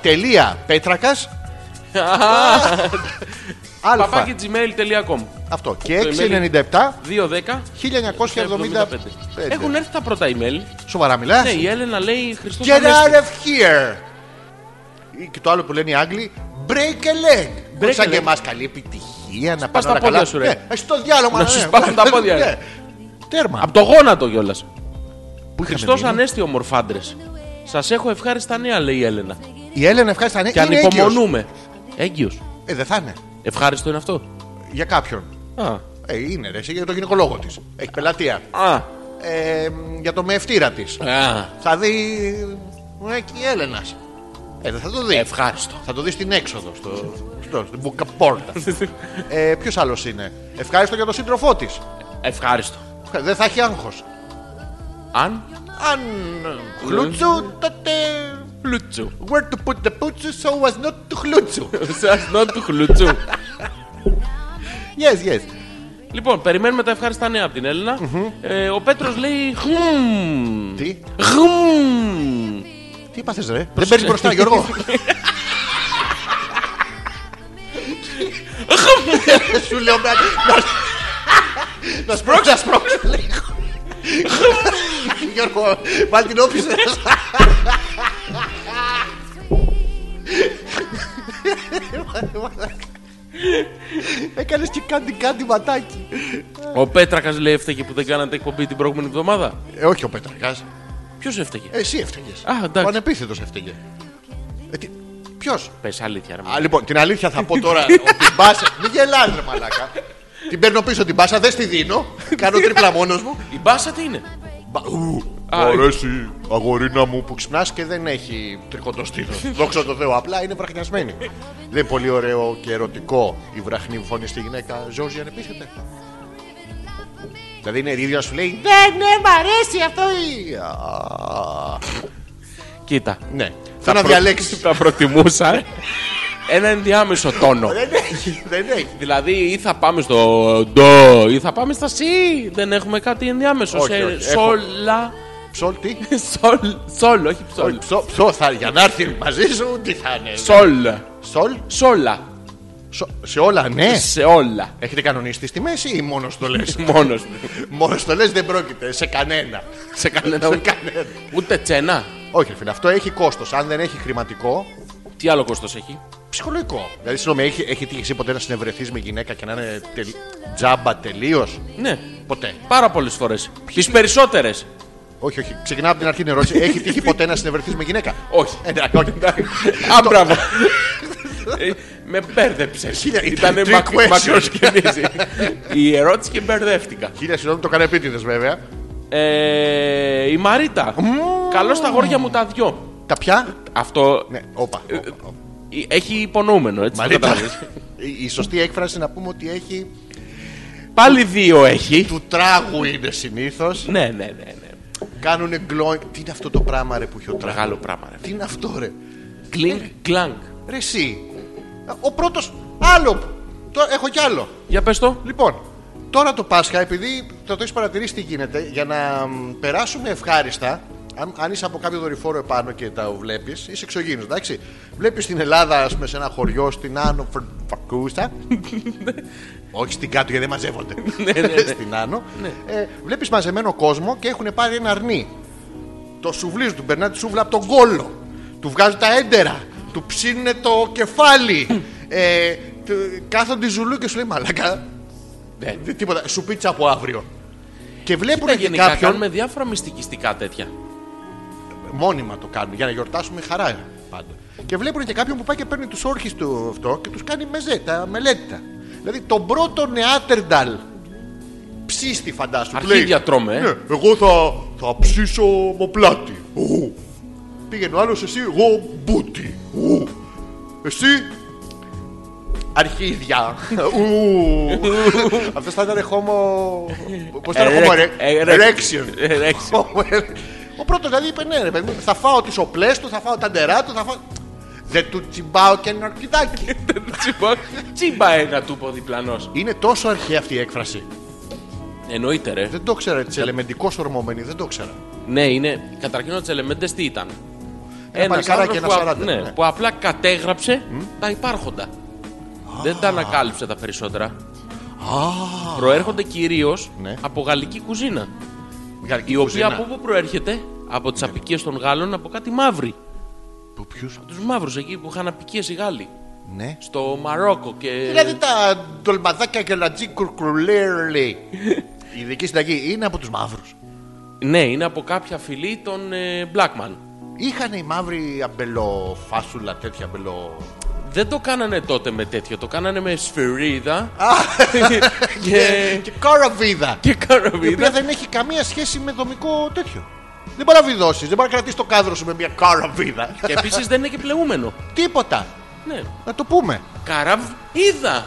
τελεία. Πέτρακας. Αλφα.
Παπάκι gmail.com
Αυτό. Και
Το email
697.
210
1975.
Έχουν έρθει τα πρώτα email.
Σοβαρά μιλάς.
Ναι, η Έλενα λέει Χριστός
Get
Ανέστη.
out of here. Ή Και το άλλο που λένε οι Άγγλοι. Break a leg.
Break
Σαν
a
και
leg.
εμάς καλή επιτυχία να πάνε
τα
όλα
πόδια
καλά.
σου, ρε.
Ναι, ε, στο διάλογο.
Να
ναι.
σου σπάσουν τα πόδια, ρε.
Ναι. Τέρμα.
Απ' το γόνατο κιόλας.
Πού είχαμε
Χριστός
μείνει?
Ανέστη ομορφάντρες. Σας έχω ευχάριστα νέα λέει η Έλενα.
Η Έλενα ευχάριστα ναι.
Και
είναι έγκυος.
ανυπομονούμε. Έγκυος.
Ε, δεν θα είναι.
Ευχάριστο είναι αυτό.
Για κάποιον.
Α,
Ε, είναι ρε, εσύ, για τον γυναικολόγο της. Έχει πελατεία.
α,
Ε, για το μεευτήρα της.
α.
Θα δει... Ε, και η Έλενας. Ε, δεν θα το δει.
Ευχάριστο.
Θα το δει στην έξοδο, στο, στο, στην μπουκαπόρτα. ε, Ποιος άλλος είναι. Ευχάριστο για τον σύντροφό της.
Ευχάριστο.
Δεν θα έχει άγχος.
Αν
Αν χλούτσου, τότε.
χλούτσου.
Where to put the putsu so as not to χλούτσου.
Σας νό του χλούτσου.
yes, yes.
Λοιπόν, περιμένουμε τα ευχάριστα νέα από την Έλληνα. Ε, ο Πέτρος λέει χμ.
Τι,
Χμ.
τι είπατε, ρε. Δεν παίρνεις μπροστά, Γιώργο. Σου λέω να. να- Να σπρώξω, να σπρώξω λίγο. Γιώργο, βάλει την όπιση. Έκανες και κάτι κάτι ματάκι.
Ο Πέτρακας λέει έφταιγε που δεν κάνατε εκπομπή την προηγούμενη εβδομάδα.
Ε, όχι ο Πέτρακας. Ε,
Ποιος έφταιγε.
Εσύ έφταιγες.
Α, εντάξει.
Ο ανεπίθετος έφταιγε. Ε, τι- Ποιος.
Πες αλήθεια ρε
Α, λοιπόν, την αλήθεια θα πω τώρα. ότι την μπάσα. Μην γελάς, ρε μαλάκα. Την παίρνω πίσω την μπάσα, δεν στη δίνω. Κάνω τρίπλα μόνος μου.
Η μπάσα τι είναι.
Μπα- ου,
Α, ε.
μ' αρέσει, αγορίνα μου που ξυπνάς και δεν έχει τριχωτό στήθος. Δόξα τω Θεώ, απλά είναι βραχνιασμένη. Δεν είναι πολύ ωραίο και ερωτικό η βραχνή φωνή στη γυναίκα. Ζόρζι, ανεπίθετε. Δηλαδή είναι η ίδια σου λέει Ναι, ναι, μ' αρέσει αυτό. η- Α,
Κοίτα.
Ναι.
θα
Θα να
προ-
διαλέξεις.
Θα προτιμούσα ένα ενδιάμεσο τόνο.
Δεν έχει, δεν έχει.
Δηλαδή ή θα πάμε στο ντο ή θα πάμε στα σι. Δεν έχουμε κάτι ενδιάμεσο.
Όχι,
σε
όχι, έχω.
σόλα.
Ψόλ, τι.
Σόλ, σόλ, όχι
Όχι,
ψόλ.
ψω- Ψω θα για να έρθει μαζί σου, τι θα είναι.
Σόλ.
Σολ.
Σόλα.
Σο- Σε όλα, ναι.
Σε όλα.
Έχετε κανονιστεί στη μέση ή μόνος το λες.
Μόνος μου.
μόνος το λες δεν πρόκειται. Σε κανένα.
Σε κανένα
Σε
ούτε.
κανένα.
Ούτε τσένα.
Όχι, ρε φίλε, αυτό έχει κόστος. Αν δεν έχει χρηματικό,
Τι άλλο κόστος έχει.
ψυχολογικό. Δηλαδή, συγγνώμη, έχει, έχει τύχει εσύ ποτέ να συνευρεθείς με γυναίκα και να είναι τελ... τζάμπα τελείως.
Ναι.
Ποτέ.
Πάρα πολλές φορές. Τι περισσότερες.
Όχι, όχι. Ξεκινάω από την αρχή την ερώτηση. Έχει τύχει ποτέ να συνευρεθείς με γυναίκα.
Όχι.
Ε, Εντάξει, όχι.
Α, μπράβο. Ε, Με μπέρδεψες.
Χίλια-
Ήταν
trick question.
μακροσκελήση. Η ερώτηση και μπερδεύτηκα.
Χίλια συγγνώμη, το κάνει επίτηδες βέβαια.
Ε, η Μαρίτα. Καλώς τα γόρια μου τα δυο.
Τα πια.
Αυτό
Ναι, όπα. όπα, όπα.
ε, έχει υπονοούμενο, έτσι. το
Μαρίτα.
καταλαβαίνεις.
Η η σωστή έκφραση να πούμε ότι έχει.
Πάλι δύο έχει.
του τράγου είναι συνήθως.
Ναι, ναι, ναι. ναι.
Κάνουν γκλόινγκ. Τι είναι αυτό το πράγμα ρε που έχει ο τράγου.
Μεγάλο πράγμα. ρε.
Τι είναι αυτό ρε.
Κλινκ, κλανκ.
Ρε εσύ. Ο πρώτος. Άλλο. Το, έχω κι άλλο.
Για πες το.
Λοιπόν, τώρα το Πάσχα, επειδή θα το έχεις παρατηρήσει τι γίνεται, για να μ, περάσουμε ευχάριστα, αν, αν είσαι από κάποιο δορυφόρο επάνω και τα βλέπεις, είσαι εξωγήινος, εντάξει. Βλέπεις την Ελλάδα, ας πούμε, σε ένα χωριό στην Άνω Φρ- Φακούστα. Όχι στην κάτω, γιατί δεν μαζεύονται. στην Άνω. Ε, βλέπεις μαζεμένο κόσμο και έχουν πάρει ένα αρνί. Το σουβλίζουν, του περνάει τη σούβλα από τον κόλο. Του βγάζουν τα έντερα. Του ψήνουν το κεφάλι. ε, του- κάθονται ζουλού και σου λέει Μαλάκα,
Ναι.
Δε- Ε, Τίποτα. Σου πίτσα από αύριο. Και βλέπουν
Κοίτα,
και
γενικά
κάποιον.
κάνουμε διάφορα μυστικιστικά τέτοια.
Μόνιμα το κάνουν για να γιορτάσουμε χαρά πάντα. Και βλέπουν και κάποιον που πάει και παίρνει τους όρχες του αυτό και τους κάνει μεζέ, τα μελέτητα. Δηλαδή τον πρώτο νεάτερνταλ ψήστη φαντάσου.
Αρχίδια τρώμε, ε.
Ναι, εγώ θα, θα ψήσω μοπλάτι. Ου. Πήγαινε ο άλλος, εσύ, εγώ μπούτι. Ου. Εσύ. Αρχίδια. Αυτός θα ήταν χώμο. Πώς
Ε,
ήταν χώμο,
Ερεκ- ερεκ-
Ερέξιον.
ερέξιον.
ε, Ο πρώτος δηλαδή είπε ναι, ρε παιδί μου, θα φάω τις οπλές του, θα φάω τα νερά του, θα φάω. Δεν του τσιμπάω και ένα αρκιδάκι.
Τσιμπά- Τσιμπά ένα του είπε ο διπλανός.
Είναι τόσο αρχαία αυτή η έκφραση.
Εννοείται, ρε.
Δεν το ξέρα, τη ελεμεντικό ορμόμενη, δεν το ξέρα.
Ναι, είναι. Καταρχήν ο Τσελεμέντες τι ήταν.
παλικάράκι, Ε,
άνθρωπος
ένα
που, α-
σαράντα,
ναι,
ναι.
που απλά κατέγραψε τα υπάρχοντα. Δεν τα ανακάλυψε τα περισσότερα. Προέρχονται κυρίως
Ναι.
από γαλλική κουζίνα.
Γαλλική
Η οποία
κουζίνα. Ναι.
από πού προέρχεται, από τις απικίες των Γάλλων, από κάτι μαύροι.
Που ποιους-
Τους μαύρους εκεί που είχαν απικίες οι Γάλλοι.
Ναι.
Στο Μαρόκο και.
Δηλαδή τα ντολμαδάκια και λατζί κουρκουλέρλι. Η ειδική συνταγή είναι από τους μαύρους.
Ναι, είναι από κάποια φυλή των ε, Blackman.
Είχαν οι μαύροι αμπελοφάσουλα, τέτοια αμπελο.
Δεν το κάνανε τότε με τέτοιο, το κάνανε με σφυρίδα.
Και,
και.
και καραβίδα.
και
Η οποία
καραβίδα.
δεν έχει καμία σχέση με δομικό τέτοιο. Δεν μπορεί να βιδώσεις, δεν μπορεί να κρατήσεις το κάδρο σου με μια καραβίδα.
και επίσης δεν είναι και πλεούμενο.
Τίποτα.
Ναι.
Να το πούμε.
Καραβίδα.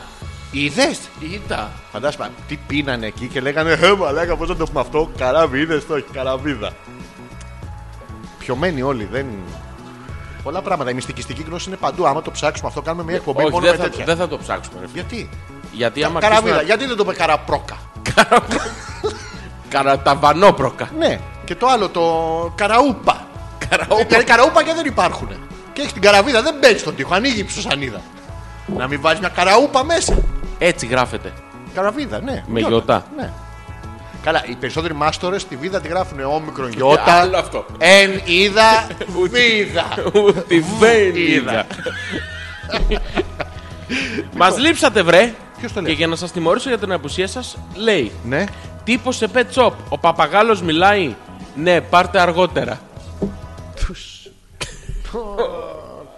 Είδες.
Είδα.
Φαντάσμα, τι πίνανε εκεί και λέγανε Ε, μαλάκα, πώς να το πούμε αυτό. Καραβίδες, το όχι, καραβίδα. Πιωμένοι όλοι, δεν. Πολλά πράγματα. Η μυστικιστική γνώση είναι παντού. Άμα το ψάξουμε αυτό, κάνουμε μια εκπομπή
Ε, Όχι,
μόνο
δεν
με
θα,
τέτοια.
δεν θα το ψάξουμε. Ρε. φίλε.
Γιατί.
Γιατί άμα
Καραβίδα,
αρχίσουμε
γιατί δεν το είπε καραπρόκα.
να- Καραταβανόπροκα.
Ναι, και το άλλο, το καραούπα. Καραούπα. Δηλαδή καραούπακια δεν υπάρχουν. Και έχεις την καραβίδα, δεν μπαίνεις στον τοίχο, ανοίγει η ψουσανίδα. Να μην βάζεις μια καραούπα μέσα.
Έτσι γράφεται.
Καραβίδα, ναι.
Με γιώτα.
Ναι. Καλά, οι περισσότεροι μάστορες τη βίδα τη γράφουν όμικρον
άλλο
γιώτα.
αυτό.
Εν είδα βίδα.
Ε, Τη δεν είδα. Μα λείψατε, βρε.
Ποιος το λέει αυτό?
Και για να σας τιμωρήσω για την απουσία σας, λέει.
ναι.
Τύπος σε pet shop. Ο παπαγάλος μιλάει. Ναι, πάρτε αργότερα.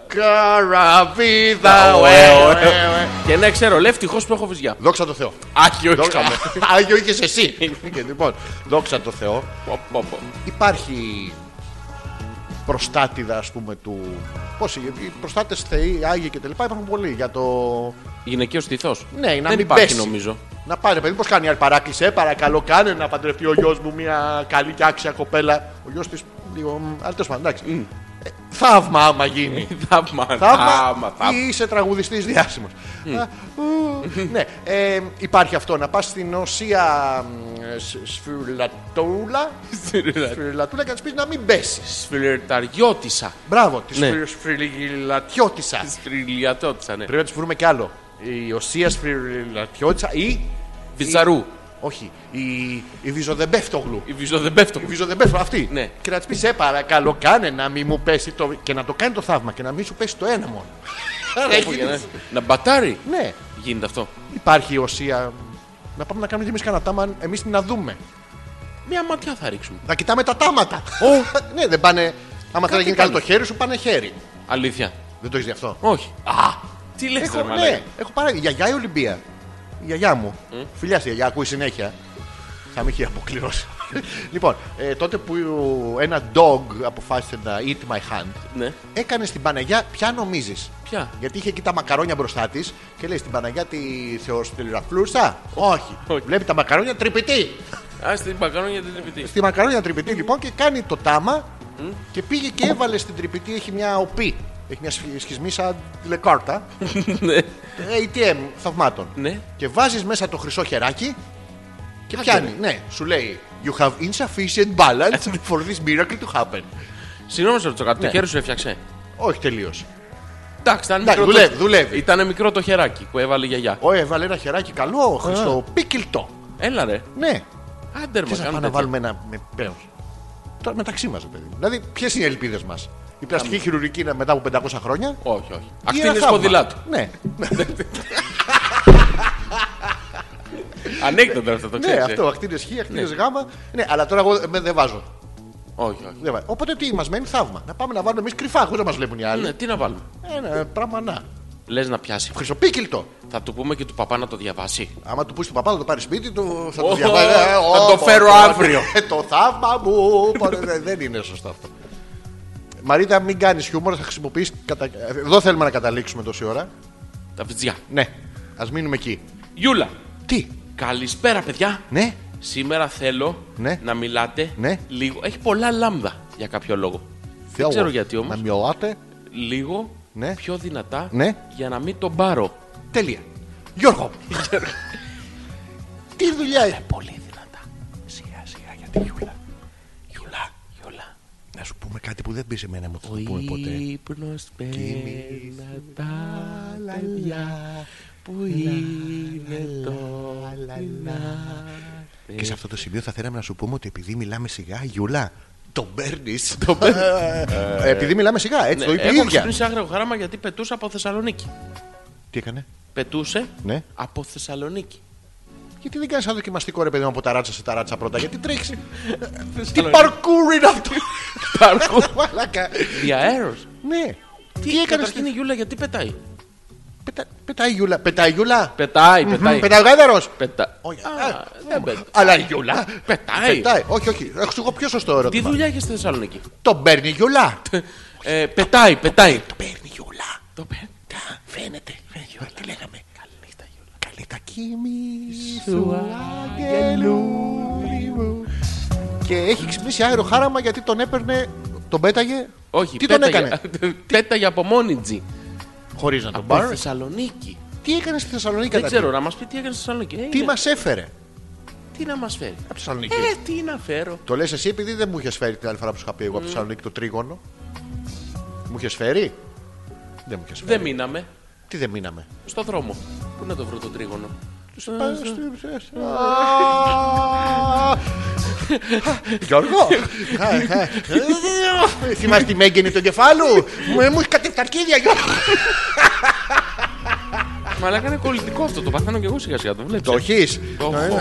Καραβίδα, ωε, ωε, ωε.
Και ναι, ξέρω, λέει ευτυχώς που έχω βυζιά.
Δόξα τω Θεώ.
Άχιο,
Δόξα-
είχαμε.
Άγιο είχε εσύ. Και λοιπόν, δόξα τω Θεώ.
Πω, πω, πω.
υπάρχει προστάτηδα ας πούμε του πώς οι οι προστάτες θεοί, άγιοι και τα λοιπά υπάρχουν πολλοί για το
Γυναικείος τυθό.
ναι, να
δεν
μην
υπάρχει
πέσει.
νομίζω.
Να πάρει, παιδί, πώς κάνει η άλλη παράκληση. Ε, παρακαλώ, κάνε να παντρευτεί ο γιος μου μια καλή και άξια κοπέλα. Ο γιος της λίγο. μ, Αλλά τέλος πάντων, εντάξει. Ε, Θαύμα άμα γίνει.
Ε, Θαύμα, θαύμα,
Θαύμα
θαύμα.
ή είσαι τραγουδιστής διάσημος. Ναι, ε, υπάρχει αυτό. Να πας στην Οσία μ, σ- Σφυρλατούλα Σφυρλατούλα και να της πεις να μην πέσεις.
Σφιλερταριώτησα.
Μπράβο, τη
Ναι.
Σφυρλατιώτησα.
Σφιλιατώτησα, ναι.
Πρέπει να της βρούμε κι άλλο. Η Οσία Σφυρλατιώτησα ή.
Βυζαρού.
Όχι, η, η Βυζοδεμπέφτογλου.
Η βυζό δεν πέφτω.
Η Βυζοδεμπέφτογλου, αυτή.
Ναι.
Και να της πεις, σε παρακαλώ, κάνε να μην μου πέσει το. και να το κάνει το θαύμα και να μην σου πέσει το ένα μόνο. Άρα
Όπου
έχει-
για να- Να μπατάρει.
Ναι,
Γίνεται αυτό.
υπάρχει η Οσία. Να πάμε να κάνουμε κι εμεί κανένα τάμα, εμείς να δούμε.
Μια ματιά θα ρίξουμε.
Να κοιτάμε τα τάματα. Ω, ναι, δεν πάνε. Άμα θέλει να γίνει
πάνε.
καλό το χέρι σου, πάνε χέρι.
Αλήθεια.
Δεν το έχεις δει αυτό.
Όχι. Α, τι λες
Έχω,
ρε
ναι,
μαλάκα.
έχω παράδειγμα. Η Γιαγιά η Ολυμπία. Η γιαγιά μου. Φιλιά στη γιαγιά, ακούει συνέχεια. Θα με είχε αποκλειώσει. λοιπόν, ε, τότε που ένα dog αποφάσισε να eat my hand,
Ναι.
έκανε στην Παναγιά ποια νομίζεις.
Ποια?
Γιατί είχε εκεί τα μακαρόνια μπροστά της και λέει στην Παναγιά τη Θεοστελαφλούσα. Όχι.
Όχι.
Βλέπει τα μακαρόνια τρυπητή.
Α την παγκαρόνια την επιτύχει.
Στη μακαρόνια τρυπητή λοιπόν και κάνει το τάμα και πήγε και έβαλε στην τρυπητή. Έχει μια οπή. Έχει μια σχι- σχισμή σαν τηλεκάρτα.
Ναι.
ATM θαυμάτων.
Ναι.
Και βάζεις μέσα το χρυσό χεράκι και
Άντε,
πιάνει. Ναι, σου λέει You have insufficient balance for this miracle to happen.
Συγγνώμη, σε ρωτήσω κάτι. Το
Ναι.
χέρι σου έφτιαξε.
Όχι τελείως.
Εντάξει, ήταν
Εντάξει,
μικρό.
Ναι, δουλεύει,
το...
δουλεύει.
Ήταν μικρό το χεράκι που έβαλε η γιαγιά.
Ω, έβαλε ένα χεράκι καλό, χρυσό, πίκυλτο.
Έλα ρε.
Ναι,
Άντε ρε,
τι να
κάνουμε
πάμε να
τέτοια.
βάλουμε ένα με πέος. Τώρα μεταξύ μας, παιδί. μου. Δηλαδή, ποιες είναι οι ελπίδες μας. Η πλαστική χειρουργική είναι μετά από 500 χρόνια.
Όχι, όχι.
ή
Αυτή
ένα
είναι η
θαύμα.
σπονδυλά του.
Ναι,
Ανέκδοτα αυτό το ε.
ναι
ξέρεις.
αυτό. Ακτίνες χ, ακτίνε γάμα. Ναι, αλλά τώρα εγώ ε, δεν βάζω.
Όχι, όχι.
Δεν βάζω. Οπότε τι μας μένει θαύμα. Να πάμε να βάλουμε εμείς κρυφά, χωρίς να μας βλέπουν οι άλλοι.
Ναι, τι να βάλουμε.
Ένα πράγμα να.
Λες να πιάσει.
Χρυσοπίκυλτο.
Θα του πούμε και του παπά να το διαβάσει.
Άμα του πούσει τον παπά, θα το πάρει σπίτι του. Θα το
Ω,
διαβάζει.
θα
Ε,
το
ω,
φέρω
πω, πω,
αύριο.
ε, Το θαύμα μου. Πω, δε- Δεν είναι σωστό αυτό. Μαρίτα, μην κάνεις χιούμορ, θα χρησιμοποιήσει. Κατα... Εδώ θέλουμε να καταλήξουμε τόση ώρα.
Τα βυζιά.
Ναι, ας μείνουμε εκεί.
Γιούλα.
Τι,
Καλησπέρα, παιδιά.
ναι,
Σήμερα θέλω
Ναι.
να μιλάτε
Ναι.
λίγο. Έχει πολλά λάμδα για κάποιο λόγο.
θέλω
ξέρω γιατί όμως.
Να μειωάτε.
Λίγο
Ναι.
πιο δυνατά
Ναι.
για να μην τον πάρω.
Τέλεια. Γιώργο. Τι δουλειά είναι. Πολύ δυνατά. Σιγά σιγά για τη Γιούλα.
Γιούλα, Γιούλα.
Να σου πούμε κάτι που δεν πεις εμένα μου το
Ο
πούμε ποτέ.
ύπνος παίρνα τα παιδιά που είναι τώρα.
Και σε αυτό το σημείο θα θέλαμε να σου πούμε ότι επειδή μιλάμε σιγά, Γιούλα, τον παίρνεις. Επειδή μιλάμε σιγά, έτσι το είπε η
Ε, ναι, έχω
ίδια.
ξυπνήσει άγριο χάραμα γιατί πετούσα από Θεσσαλονίκη.
Τι έκανε.
Πετούσε
Ναι.
από Θεσσαλονίκη.
Γιατί δεν κάνεις ένα δοκιμαστικό ρε παιδί μου από τα ράτσα σε τα ράτσα πρώτα, γιατί τρέχεις. Τι παρκούρ είναι αυτό.
Παρκούρ.
Μαλάκα.
Διαέρο.
Ναι.
Τι
Τι έκανες.
έκανε. η Γιούλα γιατί πετάει.
Πετάει η Γιούλα. Πετάει η Γιούλα.
Πετάει,
Μμμ,
πετάει.
Πετάει ο γάιδαρος.
Πετά...
Όχι,
Α,
α,
δεν πετάει.
Αλλά η Γιούλα.
Πετάει.
Πετάει. Όχι, όχι. Έχω σου εγώ πιο σωστό
Τι
ερώτημα.
ε. δουλειά έχεις στη Θεσσαλονίκη.
Τον παίρνει η Γιούλα.
Ε, πετάει, πετάει.
Παίρνει η Γιούλα.
Το πε-
Τα φαίνεται. Τι λέγαμε. Καλή Καλή τα κοιμή
Σου,
σου, αγγελούλη μου. Και έχει ξυπνήσει αέρο χάραμα γιατί τον έπαιρνε, τον πέταγε.
Όχι,
Τι τον
πέταγε-
έκανε.
πέταγε από μόνη τζι.
Χωρίς να τον
Από
πάρει.
Θεσσαλονίκη.
Τι έκανε στη Θεσσαλονίκη
Δεν
κατά
ξέρω, να μας πει τι έκανε στη Θεσσαλονίκη. Ε,
τι. Τι
είναι-
μας έφερε
τι να μας φέρει.
από τη Θεσσαλονίκη.
Ε, τι να φέρω.
Το λες εσύ επειδή δεν μου είχες φέρει την άλλη φορά που σου είχα πει εγώ από τη Θεσσαλονίκη το τρίγωνο. Μου είχες φέρει. Δεν μου είχες φέρει.
Δεν μείναμε.
Τι δεν μείναμε.
Στο δρόμο. Πού να το βρω το τρίγωνο.
Α, Γιώργο! Ε, Θυμάσαι τη μέγενη του εγκεφάλου! Μου μου έχει κατέβει τα αρκίδια, Γιώργο!
Μαλάκα είναι κολλητικό αυτό. Το παθαίνω και εγώ σιγά σιγά. Το βλέπεις. ε?
Το έχεις!
Το έχω.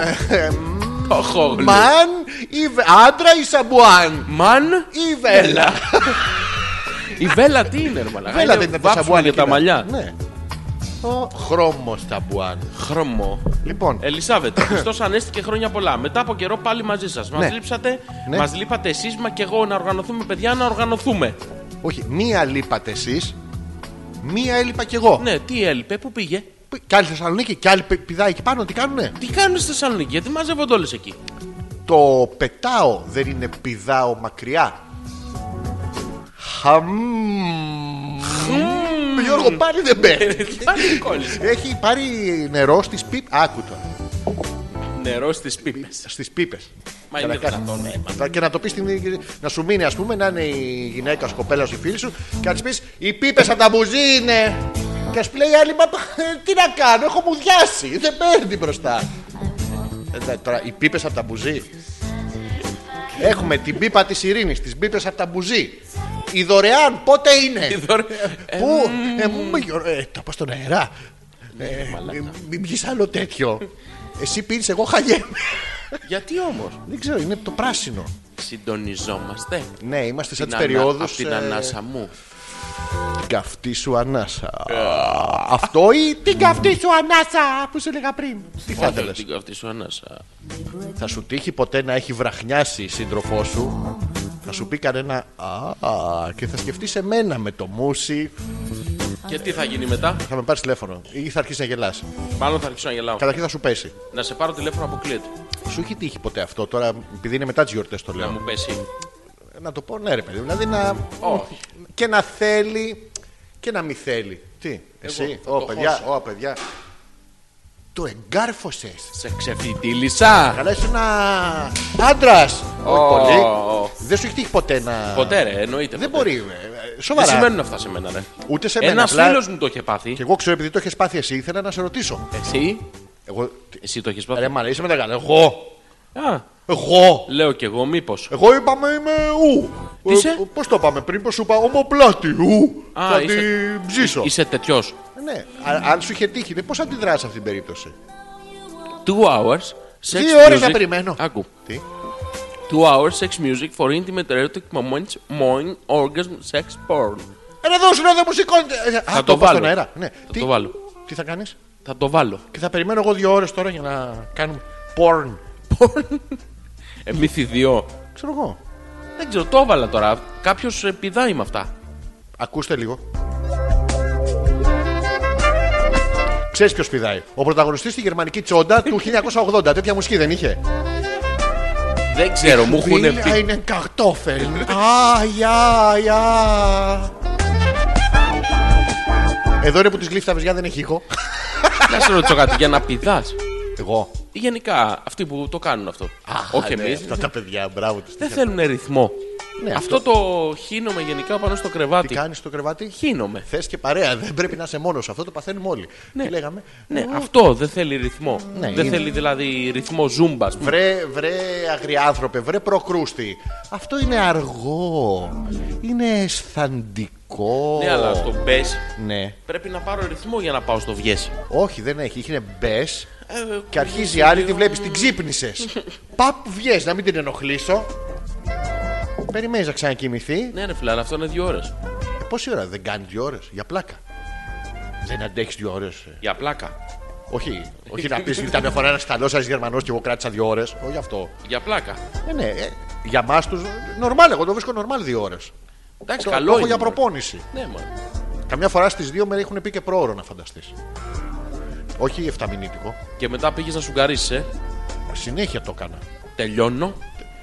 Το έχω.
Μαν ή βε- άντρα ή σαμπουάν!
Μαν.
Ή βέλα!
Η βέλα τι είναι, ρε μαλάκα.
Βέλα
Είναι
δεν ήταν το
βάψιμο
σαμπουάν
για τα
εκείνο.
μαλλιά.
Ναι. Ο χρώμο σαμπουάν.
Χρώμο.
Λοιπόν,
Ε- Ελισάβετ, Χριστός ανέστηκε χρόνια πολλά. Μετά από καιρό πάλι μαζί σας. Μα
Ναι.
λείψατε,
Ναι.
μας λείπατε εσείς, μα και εγώ να οργανωθούμε, παιδιά, να οργανωθούμε.
όχι, μία λείπατε εσείς, μία έλειπα κι εγώ.
Ναι, τι Ναι, έλειπε, πού πήγε.
Κι άλλοι στη Θεσσαλονίκη, κι άλλοι πη- πηδάει εκεί πάνω, τι κάνουνε.
Τι κάνουν στη Θεσσαλονίκη, γιατί μαζεύονται όλες εκεί.
Το πετάω δεν είναι πηδάω μακριά. Χαμ. Γιώργο πάλι δεν μπαίνει.
Πάλι κόλλησε.
Έχει πάρει νερό στις πίπες. Άκου τώρα.
Νερό στις πίπες.
Στις πίπες.
Μα είναι
Καταρχάς.
δυνατόν. ε, μα.
Να- Και να το πεις να σου μείνει, ας πούμε, να είναι η γυναίκα σου, η κοπέλα σου, η φίλη σου και να της πεις Οι πίπες από τα μπουζί είναι. Και ας σου λέει η άλλη, Μα τι να κάνω, έχω μουδιάσει. Δεν παίρνει μπροστά. Ε, τώρα, οι πίπες από τα μπουζί. Έχουμε την πίπα της Ειρήνης, τις πίπες από τα μπουζί. Η δωρεάν πότε
Τι
είναι.
δωρε-
Πού, ε, μου με γιορ- ε, τα πάω στον αέρα. Ε, Μην βγεις άλλο τέτοιο. Εσύ πίνεις, εγώ χαγέμαι.
ε, Γιατί όμως.
Δεν ξέρω, είναι το πράσινο.
Συντονιζόμαστε.
Ναι, είμαστε σαν
Την
τις
ανα-
περιόδους.
απ' την ανάσα μου.
Την καυτή σου ανάσα. Αυτό ή την καυτή σου ανάσα που σου έλεγα πριν. Τι θα
Όχι,
ήθελες.
την καυτή σου ανάσα.
Θα σου τύχει ποτέ να έχει βραχνιάσει η σύντροφό σου. Θα σου πει κανένα «Α» και θα σκεφτείς εμένα με το μουσι.
Και τι θα γίνει μετά.
Θα με πάρεις τηλέφωνο ή θα αρχίσεις να γελάς.
Μάλλον θα αρχίσω να γελάω.
Καταρχήν θα σου πέσει.
Να σε πάρω τηλέφωνο αποκλείεται.
Σου έχει τύχει ποτέ αυτό τώρα, επειδή είναι μετά τις γιορτές το
Να
λέω.
μου πέσει.
Να το πω ναι, ρε παιδί. Δηλαδή να.
Όχι.
και να θέλει και να μην θέλει. Τι, εσύ,
θα
ω
το
παιδιά,
χώσω.
ω παιδιά. Το εγκάρφωσες.
Σε ξεφυτίλησα.
Καλά, είσαι ένα άντρας. Όχι
Ω.
πολύ. Δεν σου έχει τύχει ποτέ να.
Ποτέ ρε, εννοείται.
Δεν
ποτέ.
μπορεί. ε, ε,
Δεν
Σοβαρά.
σημαίνουν αυτά σε μένα, ρε.
Ούτε σε μένα.
Ένα
απλά-
φίλος μου το είχε πάθει.
Και εγώ ξέρω επειδή το έχεις πάθει εσύ, ήθελα να σε ρωτήσω.
Εσύ,
Εγώ. τι-
εσύ το έχεις
Ρε
πάθει.
μάνα, είσαι μεγάλο. Εγώ.
Α,
Εγώ.
λέω κι εγώ, μήπως.
Εγώ είπαμε είμαι ου.
Τι είσαι?
Πώς το είπαμε πριν, πώ σου είπα, ομοπλάτη ου.
Α,
θα
είσαι-
την ψήσω.
Είσαι τέτοιος.
Ναι, α- αν σου είχε τύχει, πώς αντιδράσεις αυτή την περίπτωση.
Two hours. Sex
Δύο ώρες
music-
να περιμένω.
Άκου.
Τι?
Two hours sex music for intimate erotic moments, moin, orgasm, sex porn.
Ε, Ρε δώσου ρε, δεν μου σηκώνεται. Ε, Α,
το
το βάλω.
βάλω.
Στον αέρα. Ναι.
Θα το βάλω.
Τι θα κάνεις
Θα το βάλω.
Και θα περιμένω εγώ δύο ώρες τώρα για να κάνουμε porn.
Porn. Ε, Εμείς οι δύο.
Ξέρω εγώ.
Δεν ξέρω, το έβαλα τώρα. Κάποιος πηδάει με αυτά.
Ακούστε λίγο. Ξέρεις ποιος πηδάει. Ο πρωταγωνιστής στη γερμανική τσόντα του 1980. Τέτοια μουσική δεν είχε.
Δεν ξέρω, μου έχουν
Will
πει.
einen Kartoffeln. Α, ja, ja. Εδώ είναι που τις γλύφταβες, για δεν έχει ήχο.
Να σε ρωτήσω κάτι για να πηδάς.
Εγώ.
Γενικά, αυτοί που το κάνουν αυτό. Όχι
ναι,
εμείς.
Αυτά τα παιδιά, μπράβο τους.
Δεν θέλουν ρυθμό.
Ναι,
αυτό, το χύνομαι γενικά πάνω στο
Τι
κρεβάτι.
κάνεις στο κρεβάτι.
Χύνομαι.
Θες και παρέα, δεν πρέπει να είσαι μόνος. Αυτό το παθαίνουμε όλοι. Τι λέγαμε.
Ναι, αυτό δεν θέλει ρυθμό.
Ναι,
δεν
είναι.
θέλει δηλαδή ρυθμό ζούμπας.
Βρε, βρε αγριάνθρωπε, βρε προκρούστη. Αυτό είναι αργό. Είναι αισθαντικό.
Ναι, αλλά στο μπες
Ναι.
πρέπει να πάρω ρυθμό για να πάω στο βιέσι.
Όχι, δεν έχει. Είναι μπες.
Ε,
Και αρχίζει η άλλη, τη βλέπεις, την ξύπνησες. Παπ, βγες, να μην την ενοχλήσω. Περιμένεις να ξανακοιμηθεί.
Ναι, ρε φίλε, αλλά αυτό είναι δύο ώρες.
Ε, πόση ώρα, δεν κάνει δύο ώρες. Για πλάκα. Δεν αντέχεις δύο ώρες.
Για πλάκα.
Όχι, όχι να πεις ήταν μια φορά ένας Ιταλός, ένας Γερμανός και εγώ κράτησα δύο ώρες. Όχι αυτό.
Για πλάκα.
Ε, ναι, ε, για εμά τους. Νορμάλ, εγώ το βρίσκω νορμάλ δύο ώρες.
Εντάξει,
Το
καλό
το έχω
είναι,
για
ρε.
προπόνηση.
Ναι, μα.
Καμιά φορά στις δύο με έχουν πει και πρόωρο να φανταστείς. Όχι εφταμινίτικο.
Και μετά πήγες να σουγκαρίσει, ε.
Συνέχεια το έκανα.
Τελειώνω.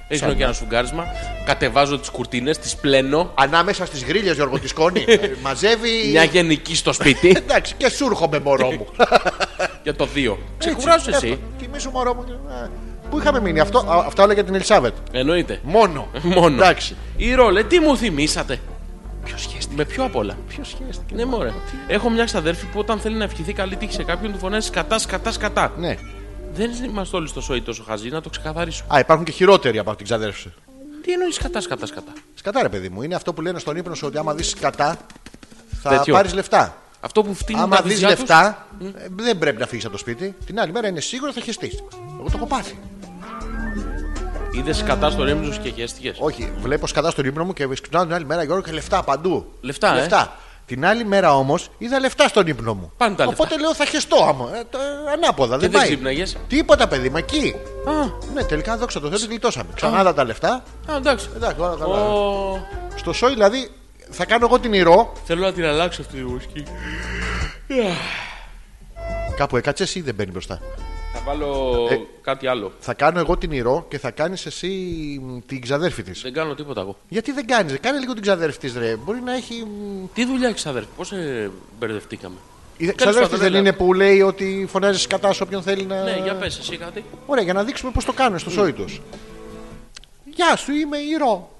Ρίχνω
Σαν-
και ένα σουγκάρισμα. Κατεβάζω τις κουρτίνες, τις πλένω.
Ανάμεσα στις γρίλες, Γιώργο Τισκόνη. ε, Μαζεύει.
Μια γενική στο σπίτι
Εντάξει, και σου έρχομαι μωρό μου.
για το δύο. Ξεκουράζω
Έτσι,
εσύ.
εύκολα. Κοιμήσου μωρό μου. Ε, Πού είχαμε μείνει αυτό, α, αυτά όλα για την Ελισάβετ.
Εννοείται.
Μόνο.
Μόνο.
Εντάξει.
Η ρόλε, τι μου θυμήσατε. Ποιο σχέστηκε. Με ποιο απ' όλα.
Ποιο σχέστηκε.
Ναι, μωρέ. Έχω μια ξαδέρφη που όταν θέλει να ευχηθεί καλή τύχη σε κάποιον του φωνάζει σκατά, σκατά, σκατά.
Ναι.
Δεν είμαστε όλοι στο σόι τόσο χαζοί, να το ξεκαθαρίσω.
Α, υπάρχουν και χειρότεροι από την ξαδέρφη.
Τι εννοείς κατά, κατά, κατά.
Σκατά, ρε παιδί μου. Είναι αυτό που λένε στον ύπνο σου ότι άμα δεις σκατά θα
Τέτοιο.
πάρεις λεφτά.
Αυτό που φτύνει
Άμα
τα
δεις
βυζιά τους-
λεφτά, ε, δεν πρέπει να φύγεις από το σπίτι. Την άλλη μέρα είναι σίγουρο θα χεστείς. Εγώ το έχω πάθει.
Είδες σκατά στον έμνο σου και χαίστηκες.
Όχι, βλέπω σκατά στον ύπνο μου και ξυπνάω την άλλη μέρα Γιώργο και λεφτά παντού.
Λεφτά, ε.
λεφτά. Την άλλη μέρα όμως είδα λεφτά στον ύπνο μου.
Πάνε τα λεφτά.
Οπότε λέω θα χεστώ άμα. Ε, το- ε, ανάποδα, δεν
δεν
πάει.
ξύπναγες.
Τίποτα, παιδί, μα εκεί.
Α,
Ναι, τελικά δόξα τω Θεώ την γλιτώσαμε. Ξανά είδα τα λεφτά.
α, εντάξει.
Εντάξει, όλα καλά.
Ω,
Στο σόι δηλαδή θα κάνω εγώ την ηρώ.
Θέλω να την αλλάξω αυτή τη μουσική.
Κάπου έκατσες ή δεν μπαίνει μπροστά.
Θα βάλω
Ε.
κάτι άλλο.
Θα κάνω εγώ την ηρώ και θα κάνεις εσύ μ, την ξαδέρφη της.
Δεν κάνω τίποτα εγώ.
Γιατί δεν κάνεις, κάνε λίγο την ξαδέρφη της, ρε. Μπορεί να έχει. μ,
Τι δουλειά έχει, αδερφέ, πώς ε, μπερδευτήκαμε.
Η
Τέλος
ξαδέρφη
πάντων,
δεν
έλα.
είναι που λέει ότι φωνάζεις κατά σε όποιον θέλει να.
Ναι, για πες εσύ κάτι.
Ωραία, για να δείξουμε πώς το κάνουν στο σόι τους. Γεια σου, είμαι ηρώ.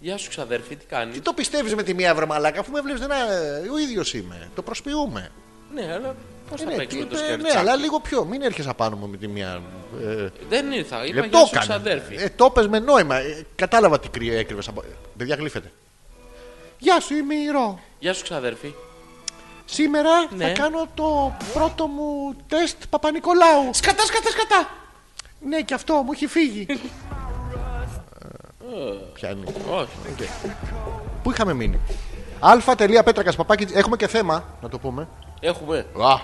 Γεια σου, ξαδέρφη, τι κάνεις.
Τι το πιστεύεις με τη μία βρε μαλάκα, αφού με βλέπεις ένα. ε, Ο ίδιος είμαι. Το προσποιούμε.
Ναι, αλλά πώς
Ε,
θα
ναι,
παίξουμε
τι-
το
ε,
σκερτσάκι.
ναι, αλλά λίγο πιο. Μην έρχεσαι απάνω μου με τη μία. Ε,
Δεν ήρθα, είπα
ε,
γεια
το
σου,
έκανε.
ξαδέρφη.
Ε, το πες με νόημα. Ε, κατάλαβα τι κρύο έκρυβες. Από... Ε, Παιδιά, γλύφεται. Γεια σου, είμαι ηρώ.
Γεια σου, ξαδέρφη.
Σήμερα θα
Ναι.
κάνω το πρώτο μου τεστ Παπα-Νικολάου.
Σκατά, σκατά, σκατά.
Ναι, και αυτό μου έχει φύγει. Ε, Πιάνει.
Όχι.
Πού είχαμε μείνει. αλφα.πέτρακα παπάκι. Έχουμε και θέμα, να το πούμε.
Έχουμε.
Α,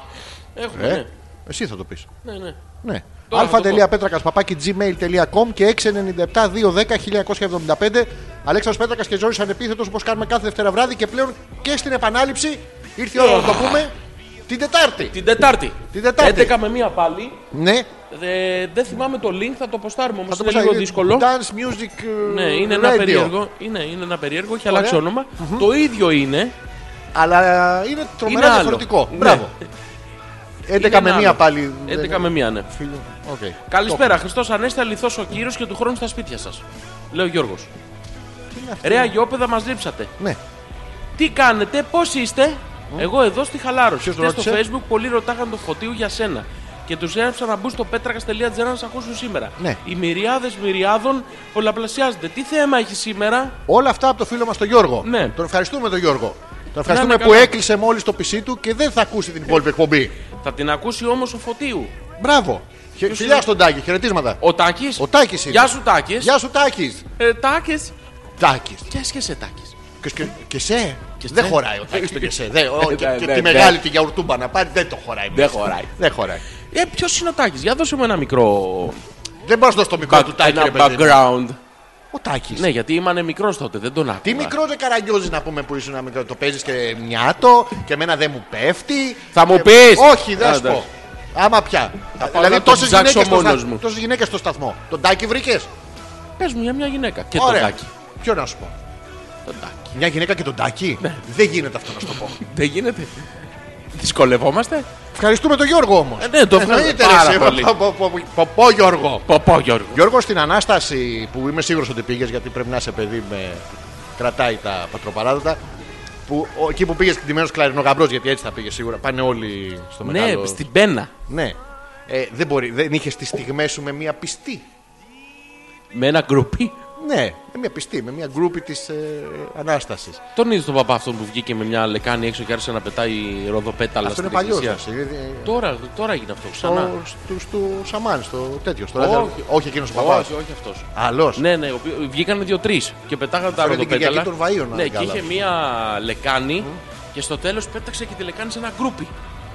Έχουμε.
ε,
ναι.
εσύ θα το πεις.
Ναι, ναι.
Ναι.
Τώρα θα το πω.
αλφα.πέτρακα παπάκι gmail.com και 697-210-1975. Αλέξανδρος Πέτρακας και Ζόρι Ανεπίθετος όπως κάνουμε κάθε Δευτέρα βράδυ και πλέον και στην επανάληψη ήρθε η ώρα να το πούμε την Τετάρτη.
Την Τετάρτη.
Την Τετάρτη.
11 με μία πάλι.
Ναι,
Δε- Δεν θυμάμαι το link, θα το αποστάρουμε όμω.
το
Είναι
πω,
λίγο
ε,
δύσκολο.
Dance music. ε,
Ναι, είναι ένα
radio.
περίεργο. Είναι, είναι ένα περίεργο, έχει αλλάξει
Ωραία.
όνομα. Το ίδιο είναι.
Αλλά είναι τρομερά
Είναι άλλο.
διαφορετικό.
Ναι.
Μπράβο. 11
Είναι
με
ένα
1
άλλο.
πάλι.
11 με μία, ναι.
Φίλο. Okay.
Καλησπέρα, Χριστός Ανέστη, αληθό ο κύριος και του χρόνου στα σπίτια σας. Λέω Γιώργος. Ρε Αγιόπεδα, μας λείψατε.
Ναι.
Τι κάνετε, πώς είστε. Εγώ εδώ στη χαλάρωση.
Ποιος
Χθες στο
ρώτησε?
facebook πολλοί ρωτάγαν το φωτίου για σένα. Και τους έγραψα να μπουν στο πέτρακα.gr να σας ακούσουν σήμερα.
Ναι.
Οι μυριάδες μυριάδων πολλαπλασιάζονται. Τι θέμα έχει σήμερα,
Όλα αυτά από το φίλο μας τον Γιώργο.
Ναι.
Τον ευχαριστούμε τον Γιώργο. Τον ευχαριστούμε
είναι
που
καλά.
έκλεισε μόλις το πισί του και δεν θα ακούσει την υπόλοιπη εκπομπή.
Θα την ακούσει όμως ο φωτίου.
Μπράβο. Χε-
Ποιος
Φιλιά
είναι?
στον Τάκη, χαιρετίσματα.
Ο Τάκης.
Ο Τάκης είναι.
Γεια σου, Τάκης.
Γεια σου Τάκης.
Ε, Τάκης.
Τάκης.
Και έσκεσαι, Τάκης.
Και, και, και σε.
Και
δεν
σε.
χωράει ο Τάκης το και σε. Δεν, ο,
Ναι,
και, και
ναι,
τη
ναι.
μεγάλη τη γιαουρτούμπα να πάρει δεν το χωράει.
Δεν χωράει.
Δεν χωράει.
Ε, ποιος είναι ο Τάκης, για δώσε μου ένα μικρό.
Δεν μπορώ να σου δώσω το μικρό του Τάκη.
ένα
ρε παιδί μου.
background.
Ο Τάκης.
Ναι, γιατί ήμανε μικρός τότε, δεν τον άκουγα.
Τι μικρό ρε καραγκιόζη να πούμε που ήσουν μικρό. Το παίζεις και μοιάτο και εμένα δεν μου πέφτει.
Θα μου
Ε,
πεις.
Όχι, δεν
Α,
θα σου πω.
εντάξει.
Άμα πια.
πάω
Δηλαδή
να το
τόσες
ψάξω
γυναίκες
μόνος
στο,
μου.
τόσες γυναίκες στο σταθμό. Τον τάκι βρήκες.
Πες μου για μια γυναίκα. Και τον
Ωραία.
Τάκη.
Ποιο να σου πω.
Τον Τάκη.
Μια γυναίκα και τον τάκι.
Ναι.
Δεν γίνεται αυτό να σου το πω.
Δεν γίνεται. Δυσκολευόμαστε.
Ευχαριστούμε τον Γιώργο όμως.
Ε, ναι, το ευχαριστώ πάρα πολύ.
Ποπό Γιώργο.
Ποπό, Γιώργο.
Γιώργο στην Ανάσταση που είμαι σίγουρος ότι πήγες γιατί πρέπει να είσαι παιδί με κρατάει τα πατροπαράδοτα που, ο, εκεί που πήγες κτημένος κλαρινογαμπρός γιατί έτσι θα πήγες σίγουρα πάνε όλοι στο μεγάλο
Ναι, στην πένα.
ναι. Ε, δεν μπορεί, δεν είχες τις στιγμές σου με μια πιστή
Με ένα γκρουπί.
ναι, με μια πιστή, με μια γκρούπη της ε, Ανάστασης
Τον είδε τον παπά αυτόν που βγήκε με μια λεκάνη έξω και άρχισε να πετάει ροδοπέταλα
αυτό είναι
στην
παλιός
εκκλησία. Τώρα, τώρα έγινε αυτό ξανά.
ε, στο, στο Σαμάν, στο τέτοιο στο
Όχι.
Λάζαρο. όχι εκείνος ο παπάς
Όχι, όχι αυτός.
Άλλος.
Ναι, ναι, ο οποίος- βγήκανε δύο-τρει και πετάγανε τα
Φέρε την Κυριακή
ροδοπέταλα.
των Βαΐων, αν
ναι,
δεν
και είχε
κάνω
μία λεκάνη και στο τέλος πέταξε και τη λεκάνη σε ένα γκρούπι.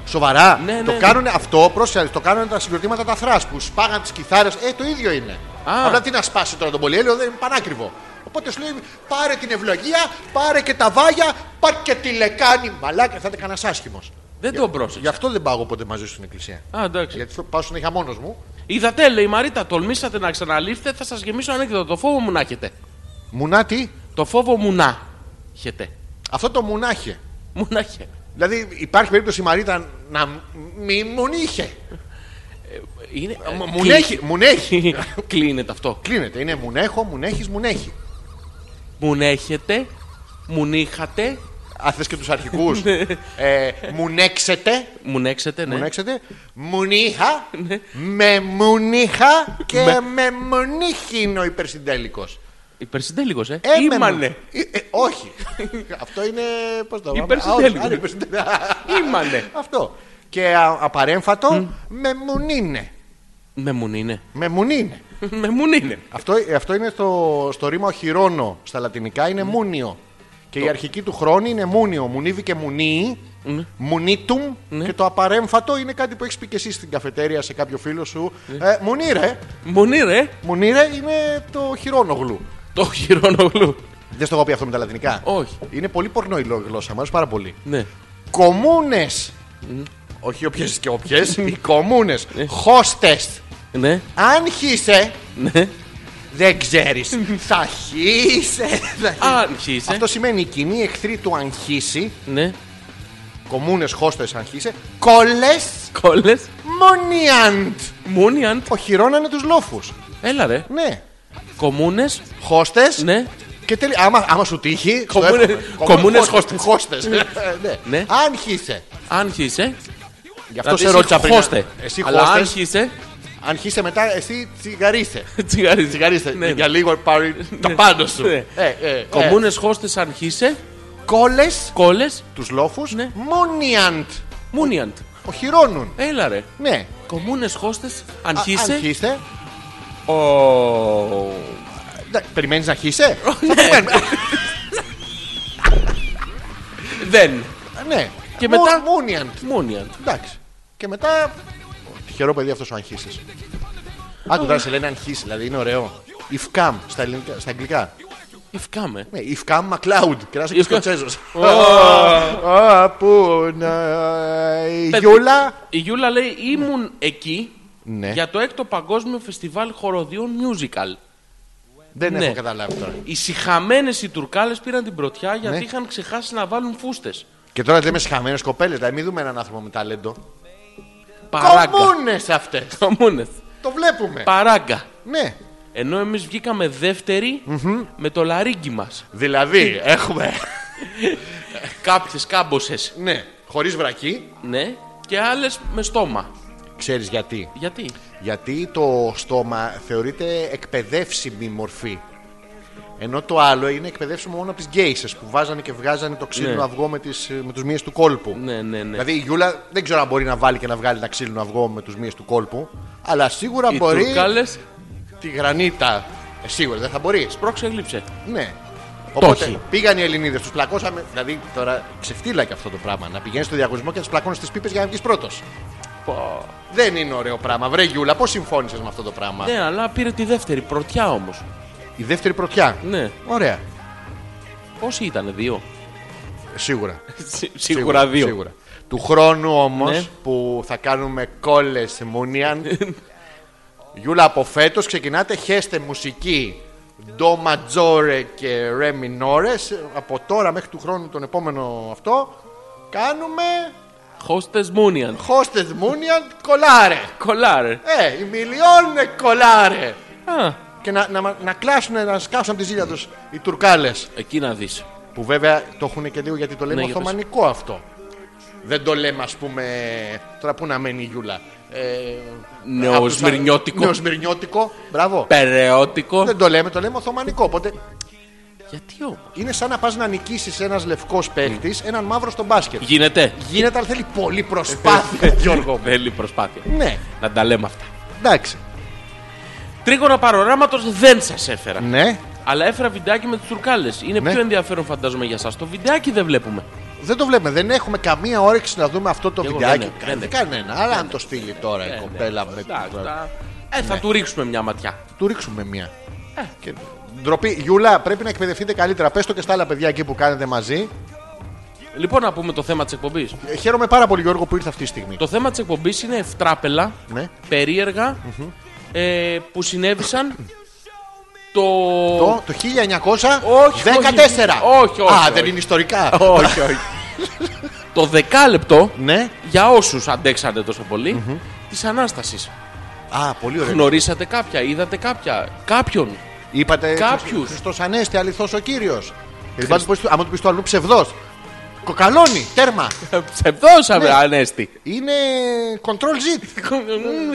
Σοβαρά.
Ναι,
το
ναι,
κάνουν αυτό, πρόσεχε, το κάνουν τα συγκροτήματα τα θράσ που σπάγαν τις κιθάρες Ε, το ίδιο είναι.
Α.
Απλά τι να σπάσει τώρα τον πολυέλαιο, δεν είναι πανάκριβο. Οπότε σου λέει πάρε την ευλογία, πάρε και τα βάγια, πάρε και τη λεκάνη. Μαλάκα, θα ήταν κανένας άσχημος.
Δεν τον πρόσεξα.
Γι' αυτό δεν πάω εγώ ποτέ μαζί σου στην εκκλησία.
Α, εντάξει.
Γιατί πάω συνέχεια μόνος μου.
Είδατε, λέει η Μαρίτα, τολμήσατε να ξαναλήφτε, θα σας γεμίσω ανέκδοτο. Το φόβο μου να έχετε.
Μουνά τι,
Το φόβο μου να έχετε.
αυτό το μουνάχε.
Μου να έχετε.
Δηλαδή υπάρχει περίπτωση η Μαρίτα να μη μουνίχε.
Είναι.
Μ- Μουνέχει, μουνέχει.
Κλείνεται αυτό.
Κλείνεται, είναι μουνέχο, μουνέχει, μουνέχει.
Μου έχετε, μου είχατε,
Α, θες και τους αρχικούς.
Ναι.
ε, μουνέξετε.
μου νέξετε, ναι.
Μουνέξετε. Μουνίχα. με μουνίχα και με, μουνίχι είναι ο υπερσυντέλικος.
Υπερσυντέλικο, ε.
Ε, με
Ήμανε.
μου- Ε, ε, όχι. Αυτό είναι... Πώς το
Υπερσυντέλικος.
Α, όχι, α, υπερσυντέλικος.
Ήμανε.
Αυτό. Και α, απαρέμφατο με μουνίνε.
Με μουν είναι.
Με μουνίνε.
Με μουν είναι.
Αυτό, ε, αυτό είναι στο, στο ρήμα οχυρώνο στα λατινικά είναι μούνιο. Και η αρχική του χρόνου είναι μούνιο. Μουνίβι και μουνί. Μουνίτουμ. Και το απαρέμφατο είναι κάτι που έχεις πει και εσύ στην καφετέρια σε κάποιο φίλο σου. Ε, μουνίρε.
Μουνί, ρε.
Μουνίρε είναι το χειρόνογλου.
Το χειρόνογλου.
Δεν στο έχω πει αυτό με τα λατινικά.
Όχι.
Είναι πολύ πορνό η γλώσσα μας, πάρα πολύ.
Ναι.
Κομούνε. Όχι όποιες και όποιες, οι κομμούνες. Χώστες.
Ναι,
Αν χύσε,
ναι.
δεν ξέρεις. Θα χύσε. θα χύ-
Αν χύσε.
Αυτό σημαίνει οι κοινοί εχθροί του αν χύσει,
Ναι,
κομμούνες χώστες αν χύσε, κόλε
κόλλες.
μονιάντ.
Μούνι, αν.
Οχυρώνανε τους λόφους.
Έλα ρε.
Ναι.
Κομμούνε.
Χώστες.
Ναι.
Και τελει... άμα, άμα σου τύχει. στο
Κομμούνε-
εύχομαι.
κομμούνες
Κομμούνες χώστες. Ε, ναι.
Ναι.
Αν χύσε.
Αν χύσε.
Γι' αυτό
δηλαδή
σε
εσύ
ρώτησα πριν.
χώστε.
Εσύ
Αλλά αν
χώστες.
χύσε.
Αν χύσε μετά, εσύ τσιγαρίσε.
Τσιγαρίζε.
Τσιγαρίσε.
Ναι,
Για
ναι.
λίγο πάρει τα
Ναι.
πάνω σου.
Ναι.
Ε, ε, ε.
Κομμούνε χώστες αν χύσε.
Κόλες
Κόλλε.
τους λόφους.
Ναι.
Μόνιαντ.
Μούνιαντ.
Οχυρώνουν.
Έλα ρε.
Ναι.
Κομμούνε χώστες αν
Α, Αν
χύσε.
χύσε.
Ο.
Περιμένεις να χύσε.
Ναι. Δεν.
Ναι.
Και μετά-
Μόνιαντ.
Μούνιαντ.
Εντάξει. Και μετά. Τυχερό παιδί αυτός ο αγχίσει. Άκου τώρα σε λένε αγχίσει, δηλαδή είναι ωραίο. If come στα, ελληνικά, στα αγγλικά.
Ευκάμε.
Ναι, if come McLeod. Και να είσαι και
If-
σκοτσέζο. Πού να. η Γιούλα.
Η Γιούλα λέει ήμουν εκεί
Ναι.
για το έκτο παγκόσμιο φεστιβάλ χοροδιών musical.
Δεν
Ναι.
έχω καταλάβει τώρα.
Οι συχαμένες οι Τουρκάλες πήραν την πρωτιά γιατί
Ναι.
είχαν ξεχάσει να βάλουν φούστες.
Και τώρα λέμε σχαμένε κοπέλες, δηλαδή μην δούμε έναν άνθρωπο με ταλέντο.
Παράγκα.
Κομμούνες αυτές.
Κομμούνες.
Το βλέπουμε.
Παράγκα.
Ναι.
Ενώ εμείς βγήκαμε δεύτεροι με το λαρίγκι μας.
Δηλαδή έχουμε.
Κάποιες κάμποσες.
Ναι. Χωρίς βρακή.
Ναι. Και άλλες με στόμα.
Ξέρεις γιατί.
Γιατί.
Γιατί το στόμα θεωρείται εκπαιδεύσιμη μορφή. Ενώ το άλλο είναι εκπαιδεύσιμο μόνο από τις γκέισες που βάζανε και βγάζανε το ξύλινο
Ναι.
αυγό με, τις, με τους μύες του κόλπου.
Ναι, ναι, ναι.
Δηλαδή η Γιούλα δεν ξέρω αν μπορεί να βάλει και να βγάλει ένα ξύλινο αυγό με τους μύες του κόλπου, αλλά σίγουρα
Οι
μπορεί
Τουρκάλες
τη γρανίτα. Ε, σίγουρα δεν θα μπορεί.
πρόξε γλύψε.
Ναι.
έχει.
πήγαν οι Ελληνίδες, τους πλακώσαμε. Δηλαδή τώρα ξεφτύλα και αυτό το πράγμα. Να πηγαίνεις στο διαγωνισμό και να τους πλακώνεις τις πίπες για να βγεις πρώτος. Δεν είναι ωραίο πράγμα. Βρε Γιούλα, πώς συμφώνησες με αυτό το πράγμα.
Ναι, αλλά πήρε τη δεύτερη πρωτιά όμως.
Η δεύτερη πρωτιά.
Ναι.
Ωραία.
Πόσοι ήταν, δύο.
Σίγουρα.
Σί- Σίγουρα δύο.
Σίγουρα. Του χρόνου όμως
Ναι.
που θα κάνουμε κόλλες Μούνιαν. Γιούλα, από φέτος ξεκινάτε χέστε μουσική. Ντο ματζόρε και ρε μινόρε. Από τώρα μέχρι του χρόνου τον επόμενο αυτό. Κάνουμε
Χώστε Μούνιαν.
χώστε Μούνιαν κολάρε.
Κολάρε.
Ε, η μιλιώνε κολάρε.
Α,
Και να, να, μα- να κλάσουν, να σκάσουν από τη ζήλια του οι Τουρκάλε.
εκεί να δει.
Που βέβαια το έχουν και λίγο γιατί το λέμε
Ναι, για πες.
Οθωμανικό αυτό. Δεν το λέμε, ας πούμε. Τώρα πού να μένει η Γιούλα. Ε,
Ναι, Νεοσμυρνιώτικο.
Νεοσμυρνιώτικο. Ναι, Μπράβο.
Περαιότικο.
Δεν το λέμε, το λέμε Οθωμανικό. Οπότε
Γιατί όμως.
είναι σαν να πας να νικήσεις ένας λευκός παίχτη
Mm.
έναν μαύρο στο μπάσκετ.
Γίνεται.
Γίνεται, αλλά θέλει πολλή προσπάθεια, Γιώργο. μου.
Θέλει προσπάθεια.
ναι,
Να τα λέμε αυτά.
εντάξει.
Τρίγωνα παροράματος δεν σας έφερα.
Ναι,
Αλλά έφερα βιντεάκι με τις τουρκάλες. Είναι
Ναι.
πιο ενδιαφέρον φαντάζομαι για εσά. Το βιντεάκι δεν βλέπουμε.
δεν το βλέπουμε. Δεν έχουμε καμία όρεξη να δούμε αυτό το
Εγώ
βιντεάκι.
δεν έχω, δεν
Κα-
έχω.
Κανένα. Αλλά αν το στείλει τώρα η κοπέλα με.
Εντάξει, τα- Ε,
Ναι.
θα του ρίξουμε μια ματιά.
του ρίξουμε μία. Και... Ντροπή. Γιούλα, πρέπει να εκπαιδευτείτε καλύτερα. Πες το και στα άλλα παιδιά εκεί που κάνετε μαζί.
Λοιπόν, να πούμε το θέμα της εκπομπής.
Ε, Χαίρομαι πάρα πολύ, Γιώργο, που ήρθε αυτή τη στιγμή.
Το θέμα της εκπομπής είναι ευτράπελα,
Ναι.
περίεργα, ε, που συνέβησαν το.
Το, το 1914.
Όχι, όχι, όχι,
Α,
όχι.
δεν είναι ιστορικά.
όχι, όχι. το δεκάλεπτο
ναι.
για όσους αντέξατε τόσο πολύ, της Ανάστασης.
Α, πολύ ωραία.
Γνωρίσατε κάποια, είδατε κάποια, κάποιον.
Ναι. Είπατε.
Κάποιους.
Χριστός Ανέστη, αληθό ο Ε, κύριο. Αν του πεις το άλλο, ψευδός. Κοκαλώνει, τέρμα.
Ψευδόσαμε,
Ναι.
Ανέστη.
Είναι control Z.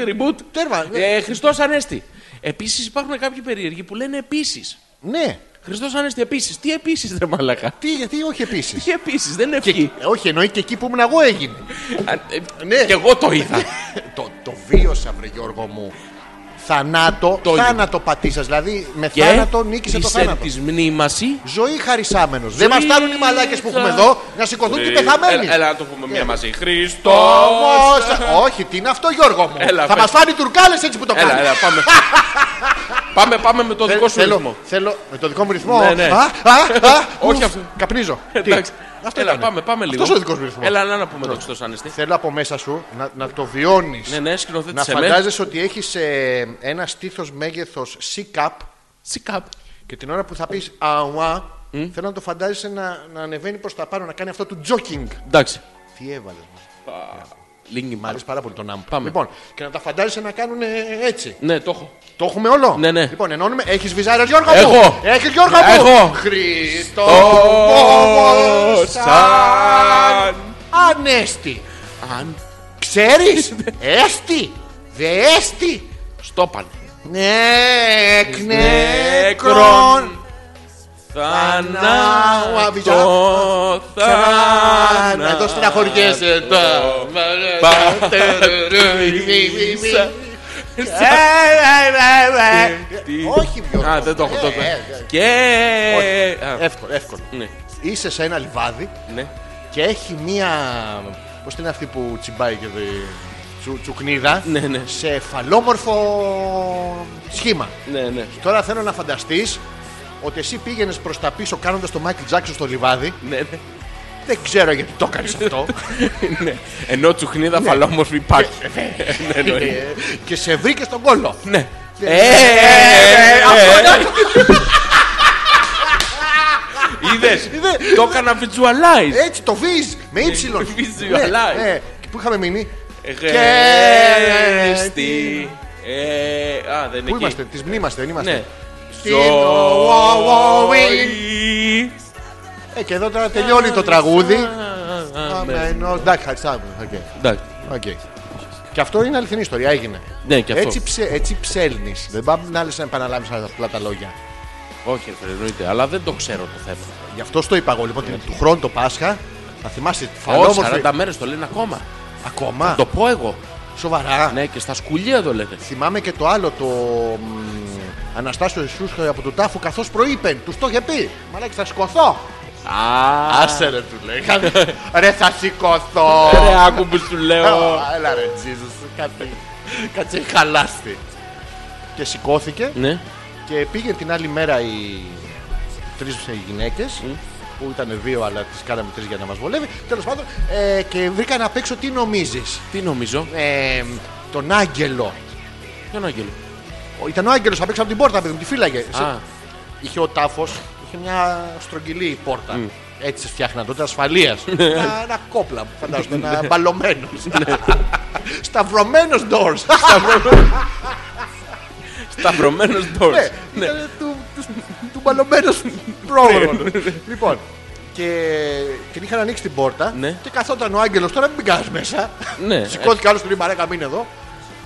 Reboot.
Τέρμα.
Ε, Χριστός Ανέστη. Επίσης υπάρχουν κάποιοι περίεργοι που λένε επίσης.
Ναι.
Χριστός Ανέστη επίσης. Τι επίσης δεν μαλακά.
Τι, γιατί όχι επίσης.
Τι επίσης, δεν είναι ευχή.
όχι, εννοεί και εκεί που ήμουν εγώ έγινε.
Α, ε,
Ναι.
Κι εγώ το είδα.
το, το βίωσα, βρε Γιώργο μου. Θανάτο,
Το-
θάνατο πατήσα. Δηλαδή με θάνατο νίκησε το
της
θάνατο.
Της μνήμασης.
Ζωή χαρισάμενος. Δεν
Ζωή
μας φτάνουν οι μαλάκες που
θα-
έχουμε εδώ να σηκωθούν και Ε. οι πεθαμένοι.
Ε, Έλα, έλα να το πούμε μια μαζί. Χριστός.
Όμως- Όχι, τι είναι αυτό, Γιώργο μου.
Έλα,
Θα
πες.
μας φάνε οι τουρκάλες έτσι που το
Έλα,
κάνουν.
έλα, πάμε. Πάμε, πάμε με το
Θε-
δικό σου
θέλω,
ρυθμό.
θέλω με το δικό μου ρυθμό.
Ναι, ναι.
Α, α, α,
Όχι
ουφ,
αυτό.
Καπνίζω. Τι,
Εντάξει.
Αυτό
Έλα,
ήτανε.
πάμε, πάμε λίγο.
Αυτός ο δικός μου ρυθμός.
Έλα, να, να πούμε το ξητό ανεστή.
Θέλω από μέσα σου να, να το βιώνεις.
Ναι, ναι,
να
σκηνοθέτησε με.
φαντάζεσαι ότι έχεις ένα στήθος μέγεθος C-cup
Σικάπ.
και την ώρα που θα πεις αουά, θέλω να το φαντάζεσαι να, να ανεβαίνει προς τα πάνω, να κάνει αυτό του τζόκινγκ.
Εντάξει.
Τι έβαλες.
Λίγκιν
Μ' αρέσει πάρα πολύ το να
Πάμε.
Λοιπόν, και να τα φαντάζεσαι να κάνουν έτσι.
Ναι, το έχω.
Το έχουμε όλο.
Ναι, ναι.
Λοιπόν, ενώνουμε. Έχεις βυζάρε Γιώργο μου.
Έχω.
Έχεις Γιώργο μου.
Έχω.
Χριστό.
Ω,
σαν
σαν
Ανέστη.
Αν
Ξέρεις. Έστη. Δε έστη.
στόπαν.
Νεκ νεκρόν.
Νεκρόν.
Θανάτο,
Θανάτο,
Ξανά. Εδώ στεναχωριέσαι. Τα- Ε, Όχι, Γιώργο.
Α, δεν το έχω
Ε,
τότε.
ε, ε,
Και. Α,
Εύκολο, εύκολο.
Ναι,
Είσαι σε ένα λιβάδι
ναι.
και έχει μία. Πώς την αυτή που τσιμπάει και δεν. Τσου, τσουκνίδα.
Ναι, ναι.
Σε φαλόμορφο σχήμα.
Ναι, ναι.
Τώρα θέλω να φανταστείς ότι εσύ πήγαινες προς τα πίσω κάνοντας το Μάικλ Τζάξον στο λιβάδι.
Ναι, ναι.
Δεν ξέρω γιατί το έκανες αυτό.
Ναι. Ενώ τσουχνίδα φαλόμορφη υπάρχει. Ναι, εννοεί.
Ε, και σε βρήκες στον κόλλο.
Ναι.
Ε,
Ε, ε, ε, ε. Είδες, το έκανα visualize.
Έτσι το βίζ με
Ε,
ύψιλον.
Visualize.
Ναι, ναι. Και Πού είχαμε μείνει.
Γέστη. Ε, Α, δεν είναι
Πού
εκεί.
είμαστε, τη μνήμαστε, δεν
Ναι.
είμαστε. Στην Ουαουαουή.
Ζωή.
Ε, και εδώ τώρα τελειώνει το τραγούδι. Αμένος. Εντάξει, χατσάμε. Οκ.
Εντάξει.
Οκ. Και αυτό είναι αληθινή ιστορία, έγινε.
Ναι, και αυτό.
Έτσι, ψε, έτσι ψέλνει. Δεν πάμε να λες να επαναλάβει απλά τα λόγια.
Όχι, ρε, εννοείται, αλλά δεν το ξέρω το θέμα.
Γι' αυτό στο είπα εγώ λοιπόν την- του χρόνου το Πάσχα. Θα θυμάσαι τη
Όχι,
φαλόμορφη.
40 μέρε το λένε ακόμα.
Ακόμα.
Το πω εγώ.
Σοβαρά.
Ναι, και στα σκουλιά το λένε.
Θυμάμαι και το άλλο το. μ, Αναστάσιο Ιησούς ε, από τον τάφο καθώς προείπεν. Τους το είχε πει. Μαλάκι, θα σηκωθώ.
Α,
Άσε ρε, του λέει. Ρε, θα σηκωθώ.
ρε, άκου που σου λέω.
Α, Έλα ρε Jesus, κάτι, κάτι έχει χαλάσει. Και σηκώθηκε
Ναι,
και πήγε την άλλη μέρα οι τρεις γυναίκες που ήταν δύο αλλά τις κάναμε τρεις για να μας βολεύει τέλος πάντων ε, και βρήκα να παίξω τι νομίζεις
τι νομίζω.
ε, τον Άγγελο
Ποιον Άγγελο.
Ο- ήταν ο Άγγελος απ' έξω από την πόρτα παιδί μου τη φύλαγε
Α,
είχε ο τάφος είχε μια στρογγυλή πόρτα έτσι φτιάχναν τότε ασφαλείας ένα, ένα κόπλα φαντάζομαι ένα μπαλωμένος σταυρωμένος doors
σταυρωμένος doors.
Ναι, ήταν του, τους, του μπαλωμένου πρόβλημα.
Ναι.
λοιπόν, και την είχαν ανοίξει την πόρτα
Ναι.
και καθόταν ο Άγγελος. Τώρα μην κάνει μέσα.
Ναι.
Σηκώθηκε άλλος του λέει Μαρέκα, μείνε εδώ.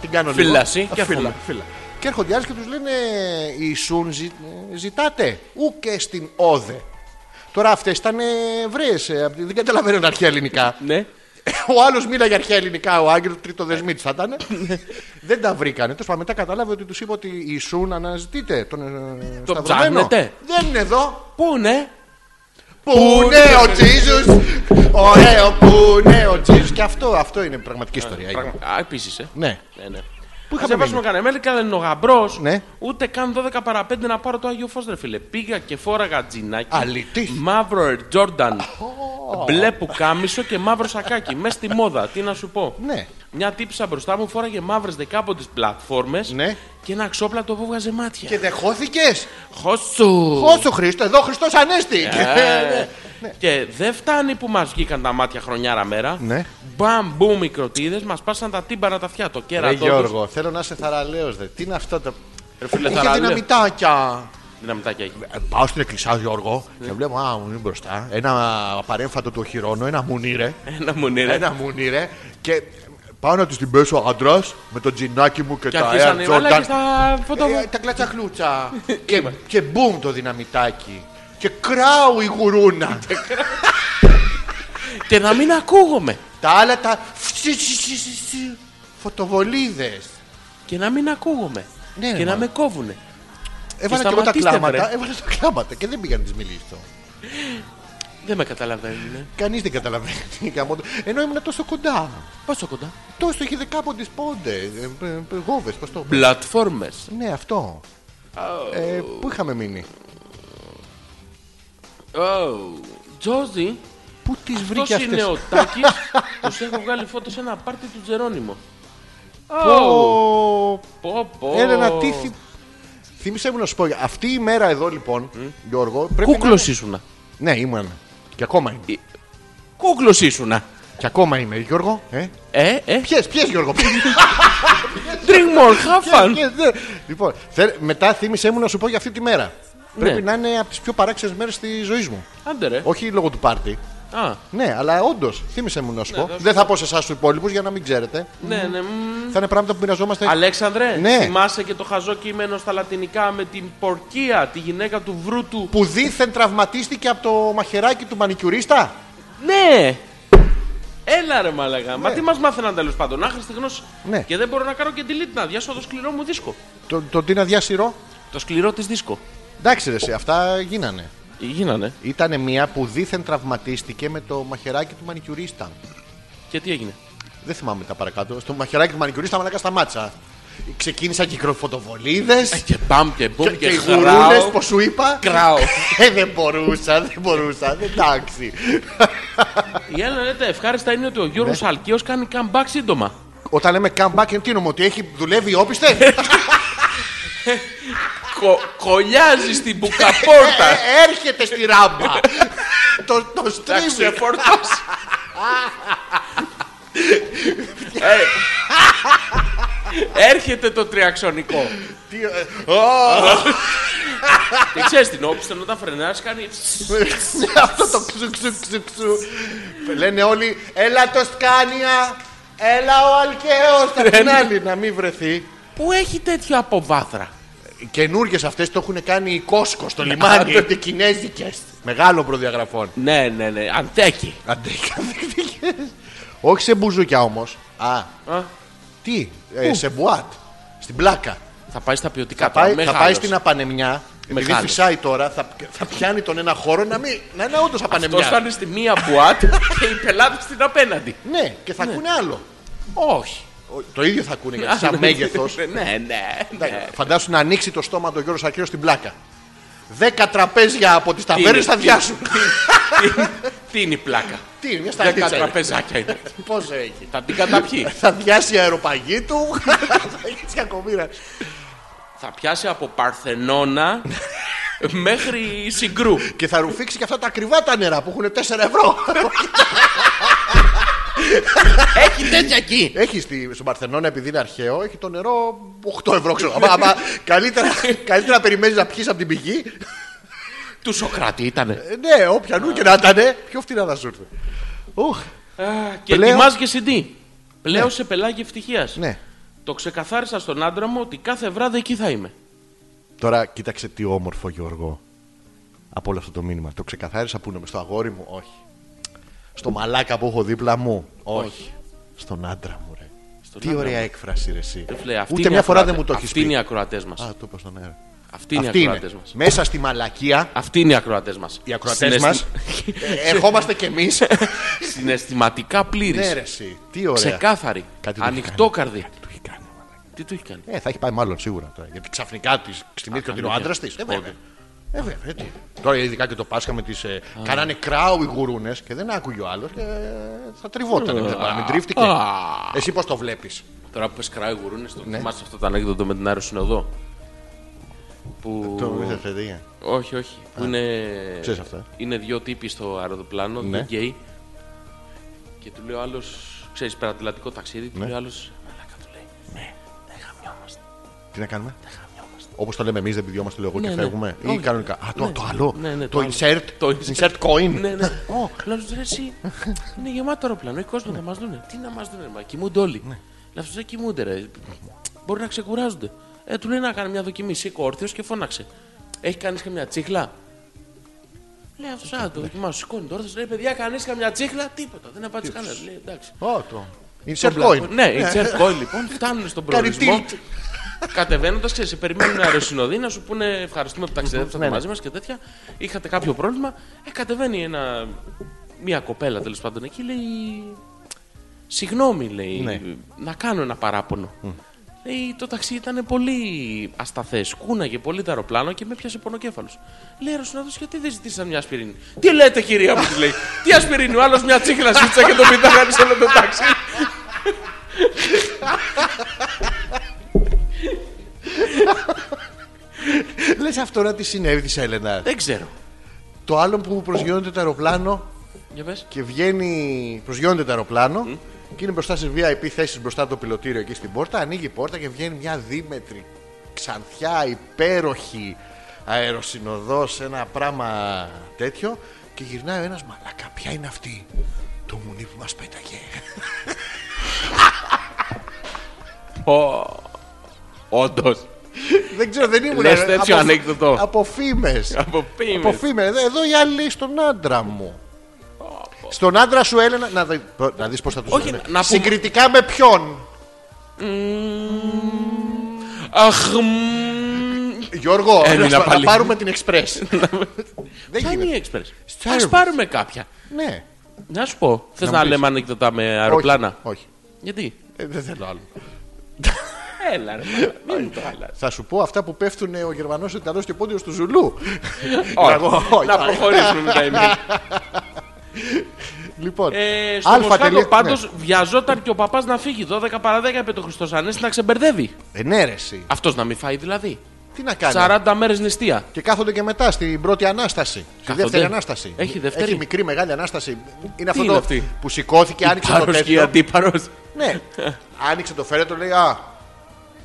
Την κάνω λίγο.
Φύλαση
Α,
και
φύλα,
αφού.
φύλα. Και έρχονται οι άλλοι και τους λένε Ισούν, ζη, ζητάτε. Ου και στην Όδε. Τώρα αυτές ήταν Εβραίε. Δεν καταλαβαίνουν αρχαία ελληνικά.
Ναι,
Ο άλλος μίλαγε αρχαία ελληνικά, ο Άγγελος τρίτο δεσμή θα ήταν. δεν τα βρήκανε. Τέλος πάντων, μετά κατάλαβε ότι τους είπε ότι η Σουν αναζητείτε. Τον, ε, σταυρωμένο.
ψάχνετε.
Δεν είναι εδώ.
πού ναι.
Πού είναι ο Τζίζους. Ωραίο, πού είναι ο Τζίζους. Και αυτό, αυτό είναι πραγματική ιστορία.
Α, επίσης, ε.
Ναι.
Ναι, ναι.
Πού
Σε
είχαμε
βάζουμε
μείνει.
κανένα δεν είναι ο γαμπρός.
Ναι.
Ούτε καν 12 παρα 5 να πάρω το Άγιο Φως, ρε φίλε. Πήγα και φόραγα τζινάκι.
Αλητής.
Μαύρο Air Jordan. Μπλε πουκάμισο και μαύρο σακάκι. Μες στη μόδα, τι να σου πω.
Ναι.
Μια τύψα μπροστά μου φόραγε μαύρες δεκάπο τι πλατφόρμες
Ναι.
και ένα ξόπλατο που βγάζε μάτια.
Και δεχόθηκε.
Χωσού!
Πόσο Χρήστο, εδώ Χριστός Ανέστη.
Ε, Και δεν φτάνει που μας βγήκαν τα μάτια χρονιάρα μέρα.
Ναι.
Μπαμ, μπου μικροτίδε, μας πάσαν τα τύμπανα τα αυτιά. Το
Ρε
κέρατο. τους.
Γιώργο, θέλω να είσαι θαραλέος δε. Τι είναι αυτό το.
Ρε φίλε,
Είχε
θαραλέο.
δυναμητάκια.
Δυναμητάκια έχει.
Ε, Πάω στην εκκλησιά, Γιώργο, και βλέπω α, μου είναι μπροστά. Ένα παρέμφατο του χειρόνο, ένα μουνίρε.
Ένα μονίρε.
ένα μουνίρε. Και πάω να τους την πέσω άντρας με το τζινάκι μου και,
Και
τα
αρχίσαν
Air
οι
Jordan.
μαλάκες στα
Ε,
φωτοβολταϊκά.
τα κλατσαχλούτσα. και, και μπούμ το δυναμητάκι. Και κράου η γουρούνα. Ε,
Και να μην ακούγομαι.
τα άλλα τα. φσι, σι, σι, σι, σι, Φωτοβολίδες.
Και να μην ακούγομαι.
Ναι, ρε,
και να
μάνα.
με κόβουνε.
Έβαλα και εγώ τα
σταματήστε,
κλάματα.
βρε.
Έβαλα τα κλάματα και δεν πήγα να τη μιλήσω.
Δεν με καταλαβαίνουν.
Κανείς δεν καταλαβαίνει. γαμώτο. Ενώ ήμουν τόσο κοντά.
Πόσο κοντά.
Τόσο είχε δεκάποντες πόντες, ε, ε, ε, γόβες, πώς το
Πλατφόρμες.
Ναι, αυτό. Ε, πού είχαμε μείνει.
Oh. Τζόζι,
Πού τις βρήκε
αυτό είναι
αυτές.
ο Τάκης. Τους έχω βγάλει φώτο σε ένα πάρτι του Τζερόνιμο. Ω,
Πω,
πω, πω.
Έλενα, τι θυ... Θύμησε μου να σου πω, αυτή η μέρα εδώ λοιπόν, Γιώργο, πρέπει
Κούκλο ήσουνα.
να... Ναι, ήμουν. Και ακόμα είμαι.
Κούκλο ήσουνα.
Και ακόμα είμαι, Γιώργο. Ε?
Ε, ε.
Ποιες, ποιες Γιώργο, ποιες,
Drink more, have fun.
ποιες, ναι. Λοιπόν, θε- μετά θύμισε μου να σου πω για αυτή τη μέρα. Πρέπει να είναι από τις πιο παράξενες μέρες της ζωής μου.
Άντε ρε.
Όχι λόγω του πάρτι.
Α,
Ναι, αλλά όντως, θύμισε μου να σου πω.
θα σου
Δεν θα πω σε εσάς τους υπόλοιπους για να μην ξέρετε.
ναι, ναι. μμμ.
Θα είναι πράγματα που μοιραζόμαστε.
Αλέξανδρε,
Ναι.
θυμάσαι και το χαζό κείμενο στα λατινικά με την πορκία, τη γυναίκα του Βρούτου.
Που δήθεν τραυματίστηκε από το μαχεράκι του μανικιουρίστα.
Ναι! Έλα ρε μαλακά. Μα τι μας μάθαιναν τέλος πάντων. Άχρηστη γνώση.
Ναι.
Και δεν μπορώ να κάνω και delete να διάσω το σκληρό μου δίσκο.
Το, το τι να διασυρώ.
Το σκληρό της δίσκο.
Εντάξει, ρε, σε, αυτά γίνανε.
Γίνανε.
Ήταν μια που δήθεν τραυματίστηκε με το μαχεράκι του μανικιουρίστα.
Και τι έγινε.
Δεν θυμάμαι τα παρακάτω. Στο μαχεράκι του μανικιουρίστα, μαλάκα σταμάτησα. Ξεκίνησαν και φωτοβολίδε.
Και μπαμ και μπούμ
Και,
Ε, και,
και οι γουρούλε,
χράω.
που σου είπα.
Κράω.
Ε, δεν μπορούσα, δεν μπορούσα. Εντάξει.
Η Έλληνα λέτε ευχάριστα είναι ότι ο Γιώργος Αλκαίος κάνει comeback σύντομα.
Όταν λέμε comeback, τι εννοούμε, ότι έχει δουλεύει όπιστε.
Κο- κολλιάζει στην μπουκαπόρτα.
Ε, έρχεται στη ράμπα. το, το
Τα
στρίβει.
ξεφορτώσει. Ε. Έρχεται το τριαξονικό.
Τι, ε,
Και ξέρεις την όπισθεν όταν φρενάρεις κάνει...
Αυτό το ξου ξου ξου ξου. Λένε όλοι, έλα το Σκάνια, έλα ο Αλκαίος. Θα την άλλη να μην βρεθεί.
Πού έχει τέτοιο αποβάθρα.
Καινούργιες αυτές το έχουν κάνει η Κόσκο στο λιμάνι. Είναι κινέζικες. Μεγάλο προδιαγραφών.
Ναι, ναι, ναι. Αντέκει.
Αντέχα δεκτικές. Όχι σε μπουζούκια όμως. Α,
Α,
τι, ε, σε μπουάτ. Στην πλάκα.
Θα πάει στα ποιοτικά
Πάει-
τώρα.
θα πάει στην απανεμιά. Επειδή
Μεγάλος.
φυσάει τώρα, θα, θα πιάνει τον ένα χώρο να, μην, να είναι όντως
Το
απανεμιά.
στάνε στη μία μπουάτ και οι πελάτες στην απέναντι.
Ναι, και θα ακούνε άλλο.
Όχι.
Ο- Το ίδιο θα ακούνε γιατί σαν μέγεθος.
Ναι, ναι. ναι.
Φαντάσου να ανοίξει το στόμα του Γιώργου Σακύρου στην πλάκα. Δέκα τραπέζια από τις ταβέρνε
είναι,
θα
τι-
διάσουν.
Τι είναι η πλάκα.
Τι είναι, μια
Δέκα
σταγνίτσα.
τραπεζάκια είναι.
Πώ έχει.
Θα την καταπιεί.
Θα διάσει η αεροπαγή του. Θα έχει κακομοίρα.
Θα πιάσει από Παρθενώνα μέχρι Συγκρού.
Και θα ρουφήξει και αυτά τα ακριβά τα νερά που έχουν 4 ευρώ.
Έχει τέτοια εκεί.
Έχει στη, στον Παρθενώνα, επειδή είναι αρχαίο, έχει το νερό 8 ευρώ. Ξέρω. Αμα- αμα- καλύτερα, καλύτερα να περιμένεις να πιεις από την πηγή.
Του Σοκράτη ήτανε.
Ε, ναι, όποια νου και να ήταν, πιο φτηνά θα σου έρθει. Ουχ,
Και
Ε, Πλέον-
ετοιμάζει και CD. Πλέον σε πελάγι ευτυχίας.
ναι.
Το ξεκαθάρισα στον άντρα μου ότι κάθε βράδυ εκεί θα είμαι.
Τώρα κοίταξε τι όμορφο Γιώργο από όλο αυτό το μήνυμα. Το ξεκαθάρισα που είναι στο αγόρι μου, όχι. Στο μαλάκα που έχω δίπλα μου, όχι. Στον άντρα μου, ρε.
Στον
τι
άντρα
ωραία έκφραση, ρε, εσύ.
Δεν λέει, αυτή
Ούτε
είναι
μια
η
φορά
ακροάτε-
δεν μου το έχεις
Αυτοί είναι οι
πει.
ακροατές μας.
Α, το είπα στον αέρα.
Αυτοί είναι οι
Αυτή
ακροατέ
είναι.
μας.
Μέσα στη μαλακία,
Αυτοί είναι οι ακροατές μας.
οι ακροατές μα, ερχόμαστε κι εμείς.
Ναι, Συναισθηματικά
ναι,
πλήρη.
ρε, εσύ. Τι ωραία.
Ξεκάθαρη.
Κάτι του έχει
Ανοιχτό καρδί.
Κάτι του έχει κάνει, μαλάκα.
Τι του έχει κάνει.
Ε, θα έχει πάει μάλλον σίγουρα τώρα. Γιατί ξαφνικά της ξυπνήθηκε ότι είναι ο άντρα της. Ε, βέβαια. Ε, βέβαια. τι. Τώρα ειδικά και το Πάσχα με τις. Ε, κάνανε κράου οι γουρούνες και δεν άκουγε ο άλλος και ε, θα τριβόταν. Δεν ξέρω, να μην τρίφτηκε.
Α.
Εσύ πώς το βλέπεις.
Τώρα που πες κράει γουρούνες, το
Ναι.
θυμάσαι αυτό το ανέκδοτο με την Άρα Συνοδό. Που... Όχι, όχι. Που είναι...
Ξέρεις αυτά.
Είναι δύο τύποι στο αεροπλάνο,
Ναι.
ναι. γκέι. Και του λέει ο άλλος, ξέρεις, περατλαντικό ταξίδι,
Ναι.
του λέει ο άλλος. Μαλάκα του λέει. Ναι, δεν χαμιόμαστε.
Τι να κάνουμε. Όπως το λέμε εμείς, δεν πηδιόμαστε λέω εγώ και
Ναι, ναι.
φεύγουμε. Ή
Όχι.
κανονικά. Α, το,
Ναι.
το άλλο.
Ναι, ναι,
το,
το άλλο.
insert.
Το
insert coin.
Ναι, ναι. Ω, Λέω του ρε, εσύ. Είναι γεμάτο αεροπλάνο. Έχει
Ναι.
κόσμο να μας δούνε. Τι να μας δούνε, μα κοιμούνται όλοι. Λέω του δεν κοιμούνται, ρε. Μπορεί να ξεκουράζονται. Ε, του λέει να κάνει μια δοκιμή. Σήκω όρθιος και φώναξε. Έχει κάνει καμιά τσίχλα. Λέει αυτός, α το
ναι.
δοκιμάσω. Σηκώνει το όρθιος. Λέει παιδιά, κανείς καμιά τσίχλα. Τίποτα. Δεν απάντησε κανένας. Λέει εντάξει.
Ω, το. Insert
Τον
coin.
πλακώνει. Ναι, η Insert Coin λοιπόν φτάνουν στον
Ε, Κάνει
προορισμό.
tilt.
Κατεβαίνοντας, ξέρεις, σε περιμένουν αεροσυνοδοί να σου πούνε ευχαριστούμε που ταξιδέψατε μαζί μας και τέτοια. Είχατε κάποιο πρόβλημα. Ε, κατεβαίνει ένα, μια κοπέλα τέλος πάντων εκεί, λέει. Συγγνώμη, λέει.
Ναι.
Να κάνω ένα παράπονο. ε, το ταξί ήταν πολύ ασταθές. Κούναγε πολύ το αεροπλάνο και με πιάσε πονοκέφαλος. Λέει αεροσυνάδο, γιατί δεν ζητήσαν μια ασπιρίνη. Τι λέτε, κυρία μου, της λέει. Τι ασπιρίνη, ο άλλος μια τσίχλα σούτσα και το πιτάγανε σε όλο το ταξί.
Λες αυτό να τη συνέβη τη Έλενα.
Δεν ξέρω.
Το άλλο που προσγειώνεται το αεροπλάνο
Για πες.
και βγαίνει. Προσγειώνεται το αεροπλάνο και είναι μπροστά σε VIP θέσεις μπροστά από το πιλωτήριο εκεί στην πόρτα. Ανοίγει η πόρτα και βγαίνει μια δίμετρη, ξανθιά, υπέροχη αεροσυνοδό, ένα πράγμα τέτοιο. Και γυρνάει ο ένας μαλακά. Ποια είναι αυτή το μουνί που μας πέταγε.
Όντως.
δεν ξέρω, δεν ήμουν.
Λες τέτοιο
από-
ανέκδοτο.
Από φήμες.
Από
Από
πείμε.
φήμες. Δε- Εδώ οι άλλοι στον άντρα μου. Στον άντρα σου Έλενα Να, δει- να δεις πως θα τους
Όχι,
λένε.
να πούμε-
Συγκριτικά με ποιον
Αχ. μ.
Γιώργο
Έμεινα
να, σπα- να
πάλι.
πάρουμε την Express Δεν
Ποια είναι
γίνεται
η Express.
Starbucks.
Ας πάρουμε κάποια.
Ναι
Να σου πω. Θες
Να
να
μου πεις.
λέμε ανέκδοτα με αεροπλάνα.
Όχι, όχι.
Γιατί.
Ε, δεν θέλω άλλο.
Έλα, ρε. μαλάκα, Μην το άλλα.
Θα σου πω αυτά που πέφτουν ε, ο Γερμανός, ο Ιταλός και ο Πόντιος του Ζουλού.
Όχι.
όχι.
Να προχωρήσουμε μετά εμείς.
Λοιπόν,
Ε, στο
ναι.
Μοσχάτο πάντως βιαζόταν και ο παπάς να φύγει. 12 παρά 10 είπε το Χριστός Ανέστη να ξεμπερδεύει.
Ναι. Ε, Ενέρεση.
Αυτός να μην φάει δηλαδή.
Τι να κάνει.
40 μέρες νηστεία.
Και κάθονται και μετά στην πρώτη ανάσταση. Στη
Κάθονται.
δεύτερη ανάσταση.
Έχει δεύτερη?
Έχει μικρή μεγάλη ανάσταση. Είναι αυτό
είναι
το
αυτή?
που σηκώθηκε, άνοιξε το
Πάρος και η
τέτοιο.
αντίπαρος.
Ναι. Άνοιξε το φέρετρο, λέει Α,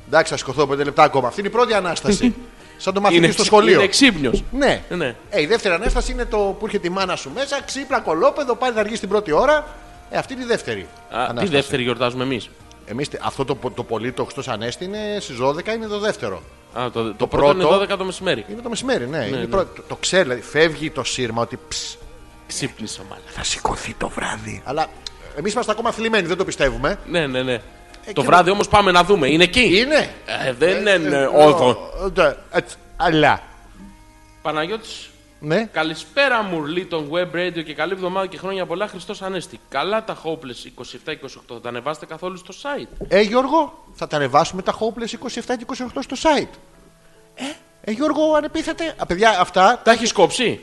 εντάξει, θα σηκωθώ πέντε λεπτά ακόμα. Αυτή είναι η πρώτη ανάσταση. Σαν το μαθητή στο σχολείο.
Είναι ξύπνιος.
Ναι.
Ναι.
Ε, η δεύτερη ανάσταση είναι το που έρχεται η μάνα σου μέσα, ξύπνα κολόπεδο, πάλι θα αργεί την πρώτη ώρα. Ε, αυτή είναι η δεύτερη.
Α, Τι δεύτερη γιορτάζουμε εμείς.
Εμείς, τε- αυτό το, το πολύ το Χριστός Ανέστη είναι στις 12 είναι το δεύτερο.
Α, το,
πρώτο-
το, πρώτο είναι 12 το μεσημέρι.
Είναι το μεσημέρι, ναι. Είναι η πρώτη. το, το ξέρει, δηλαδή φεύγει το σύρμα ότι ψ,
Ξύπνησα μάλλον.
θα σηκωθεί το βράδυ. Αλλά εμείς είμαστε ακόμα θλιμμένοι, δεν το πιστεύουμε.
Ναι, ναι, ναι.
Ε, και-
το βράδυ όμως πάμε να δούμε. Είναι εκεί.
Είναι.
Ε, δεν είναι
Ε,
όδο.
ναι, έτσι, Αλλά.
Παναγιώτης,
Ναι.
Καλησπέρα μουρλί των Web Radio και καλή εβδομάδα και χρόνια πολλά. Χριστός Ανέστη. Καλά τα Hopeless 27-28. Θα τα ανεβάσετε καθόλου στο site.
Ε, Γιώργο, θα τα ανεβάσουμε τα Hopeless 27 και 28 στο site. Ε, Γιώργο, ανεπίθετε. Α, παιδιά, αυτά τα,
Τα έχει κόψει.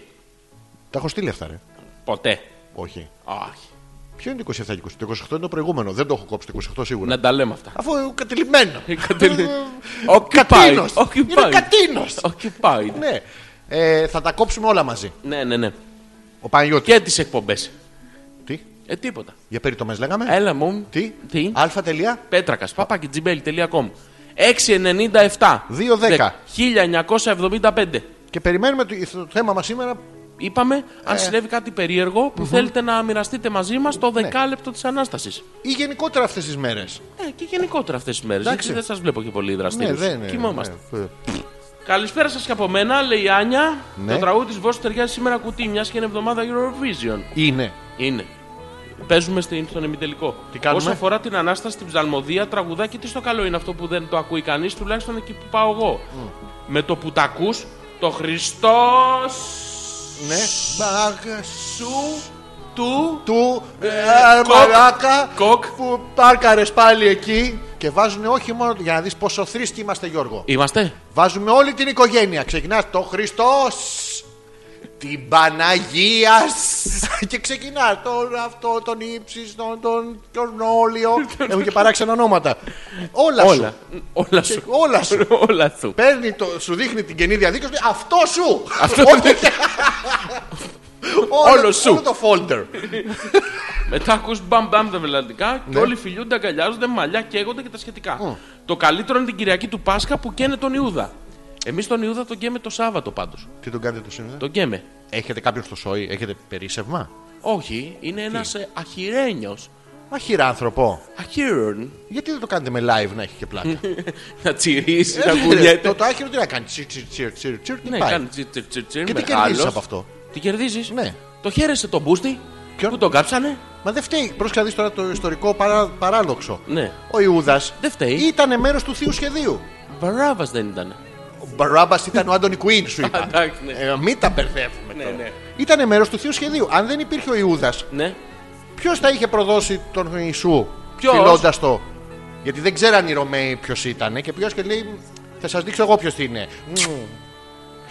τα έχω στείλει αυτά, ρε.
Ποτέ.
Όχι.
Όχι.
Ποιο είναι το 27 και 28. Το 28 είναι το προηγούμενο. Δεν το έχω κόψει το 28 σίγουρα.
Να τα λέμε αυτά.
Αφού ε, κατελημμένο.
Ε, κατελη-
Ε,
Occupied.
Κατίνος.
Occupied.
Είναι κατίνος.
Όχι πάει.
Ναι. Ε, θα τα κόψουμε όλα μαζί.
Ναι, ναι, ναι.
Ο Παναγιώτης.
Και τις εκπομπές.
Τι.
Ε, τίποτα.
Για περιτομέ λέγαμε.
Έλα μου.
Τι.
Ε, Τι.
Αλφα τελεία.
Πέτρακας. Παπακιτζιμπέλ.com 697
210.
1975.
Και περιμένουμε το, το θέμα μας σήμερα.
Είπαμε,
Ε.
αν συνέβη κάτι περίεργο που θέλετε να μοιραστείτε μαζί μας το
Ναι.
δεκάλεπτο της Ανάστασης.
ή γενικότερα αυτές τις μέρες.
Ε, και γενικότερα αυτές τις μέρες.
Ναι. Εντάξει.
Γιατί δεν σας βλέπω και πολύ
Ναι,
δραστήριου.
δεν είναι.
Κοιμόμαστε.
ναι.
Καλησπέρα σας και από μένα, λέει η Άνια.
Ναι.
Το τραγούδι της Βόσου ταιριάζει σήμερα κουτί, μιας και είναι εβδομάδα Eurovision.
Είναι.
Είναι. Παίζουμε στην, στον ημιτελικό.
Τι κάνουμε?
Όσον αφορά την ανάσταση στην ψαλμοδία, τραγουδάκι τι στο καλό είναι αυτό που δεν το ακούει κανείς, τουλάχιστον εκεί που πάω εγώ. Με το που τα ακούς, το Χριστός.
Ναι. Μπαγ σου
Του. ε,
του
κοκ.
μαράκα
Κοκ.
που πάρκαρες πάλι εκεί. Και βάζουν όχι μόνο για να δεις πόσο θρήσκοι είμαστε, Γιώργο.
Είμαστε.
Βάζουμε όλη την οικογένεια. Ξεκινάς το Χριστός. Την Παναγία σ- και ξεκινάς τον αυτό, τον ύψιστο, τον, τον όλιο. Έχουν και παράξενα ονόματα. Όλα,
Όλα.
σου.
Όλα
Και-
σου.
όλα σου.
Όλα σου.
Παίρνει το, σου δείχνει την καινή διαδίκτυο. Αυτό σου!
Αυτό
Ό,τι-
Όλο σου.
Όλο το folder.
Μετά ακούς μπαμ μπαμ τα βελαντικά
Ναι.
και όλοι φιλιούνται, αγκαλιάζονται, μαλλιά καίγονται και τα σχετικά. Το καλύτερο είναι την Κυριακή του Πάσχα που καίνε τον Ιούδα. Εμείς τον Ιούδα τον καίμε το Σάββατο πάντως.
Τι τον κάνετε το σήμερα.
Τον καίμε.
Έχετε κάποιον στο σόι, έχετε περίσευμα.
Όχι, είναι ένας
ε,
αχυρένιος.
Αχυρά άνθρωπο.
Αχύρον.
Γιατί δεν το κάνετε με live να έχει και πλάκα.
Να τσιρίζει, να
Ε,
κουνιέται.
Το, το άχυρο τι να κάνει. Τσιρ, τσιρ, τσιρ, τσιρ, τσιρ, τι
Ναι,
πάει.
κάνει τσιρ τσιρ τσιρ τσιρ.
Και τι
μεγάλος.
κερδίζει από αυτό.
Τι κερδίζεις.
Ναι.
Το χαίρεσαι τον μπούστι.
Ποιον?
Που τον κάψανε.
Μα δεν φταίει. Πρόσεχε να δεις τώρα το ιστορικό παρά- παράδοξο.
Ναι.
Ο Ιούδας
Δεν φταίει.
ήταν μέρος του θείου σχεδίου.
Μπαράβα δεν ήταν.
Ο Μπαράμπας ήταν ο Άντωνι Κουίν, σου είπα.
Εντάξει, ναι.
Ε, μην τα μπερδεύουμε
Ναι,
τώρα.
ναι.
Ήταν μέρος του θείου σχεδίου. Αν δεν υπήρχε ο Ιούδας,
Ναι.
ποιος θα είχε προδώσει τον Ιησού
Ποιος?
φιλώντας το. Γιατί δεν ξέραν οι Ρωμαίοι ποιος ήταν και ποιος και λέει θα σας δείξω εγώ ποιος είναι. Μμμ.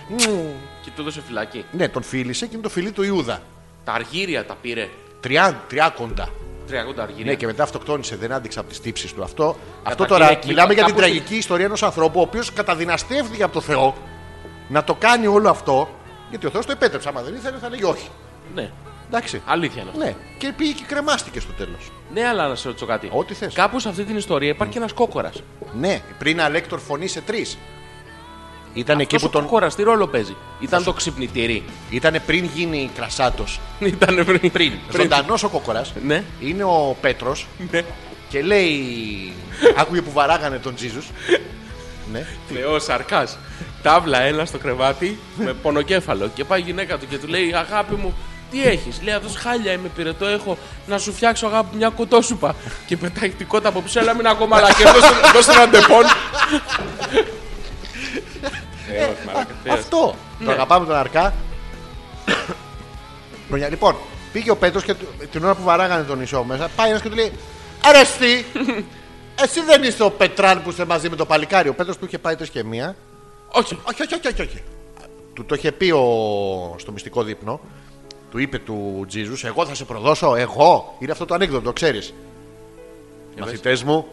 Μμμ.
Και του έδωσε φυλακή.
Ναι, τον φίλησε και είναι το φιλί του Ιούδα.
Τα αργύρια τα πήρε.
Τριά, τριάκοντα.
30 αργύρια.
Ναι, και μετά αυτοκτόνησε, δεν άντεξε από τις τύψεις του αυτό. αυτό
κύριε,
τώρα
εκεί,
μιλάμε για την
κάπου-
τραγική ιστορία ενός ανθρώπου ο οποίος καταδυναστεύτηκε από το Θεό να το κάνει όλο αυτό. Γιατί ο Θεός το επέτρεψε. Άμα δεν ήθελε, θα έλεγε όχι.
Ναι.
Εντάξει.
Αλήθεια είναι. αυτό.
Ναι, και πήγε και κρεμάστηκε στο τέλος.
Ναι, αλλά να σε ρωτήσω κάτι.
Ό,τι θες.
Κάπου σε αυτή την ιστορία υπάρχει και ένας κόκορας.
Ναι, πριν αλέκτορ φωνή σε τρεις. Ήταν εκεί που
Ο
τον.
κόκορα τι ρόλο παίζει. Ήταν το ξυπνητήρι.
Ήταν πριν γίνει κρασάτος.
Ήταν πριν. πριν.
Ζωντανός ο κόκορας.
Ναι.
Είναι ο Πέτρος.
Ναι.
Και λέει. Άκουγε που βαράγανε τον Τζίζους. ναι.
Θεό, αρκά. Τάβλα ένα στο κρεβάτι με πονοκέφαλο. Και πάει η γυναίκα του και του λέει: Αγάπη μου, τι έχεις. Λέει αυτός χάλια είμαι πυρετό. Έχω να σου φτιάξω αγάπη μια κοτόσουπα. Και πετάει την κότα από πίσω. Έλα μην ακόμα αλλά και δώσε τον αντεπών. Θεός, μαλάκα, θεός.
Αυτό. Το αγαπάμε τον Αρκά. Χρόνια. λοιπόν, πήγε ο Πέτρος και του- την ώρα που βαράγανε τον Ισό μέσα, πάει ένας και του λέει: Ρε εσύ, εσύ δεν είσαι ο Πετράν που είσαι μαζί με το παλικάρι. Ο Πέτρος που είχε πάει τρεις και μία.
Όχι.
Όχι, όχι, όχι, όχι, όχι. Του το είχε πει ο... στο μυστικό δείπνο. Του είπε του Τζίζους, Εγώ θα σε προδώσω, εγώ. Είναι αυτό το ανέκδοτο, το ξέρει. Μαθητές μου,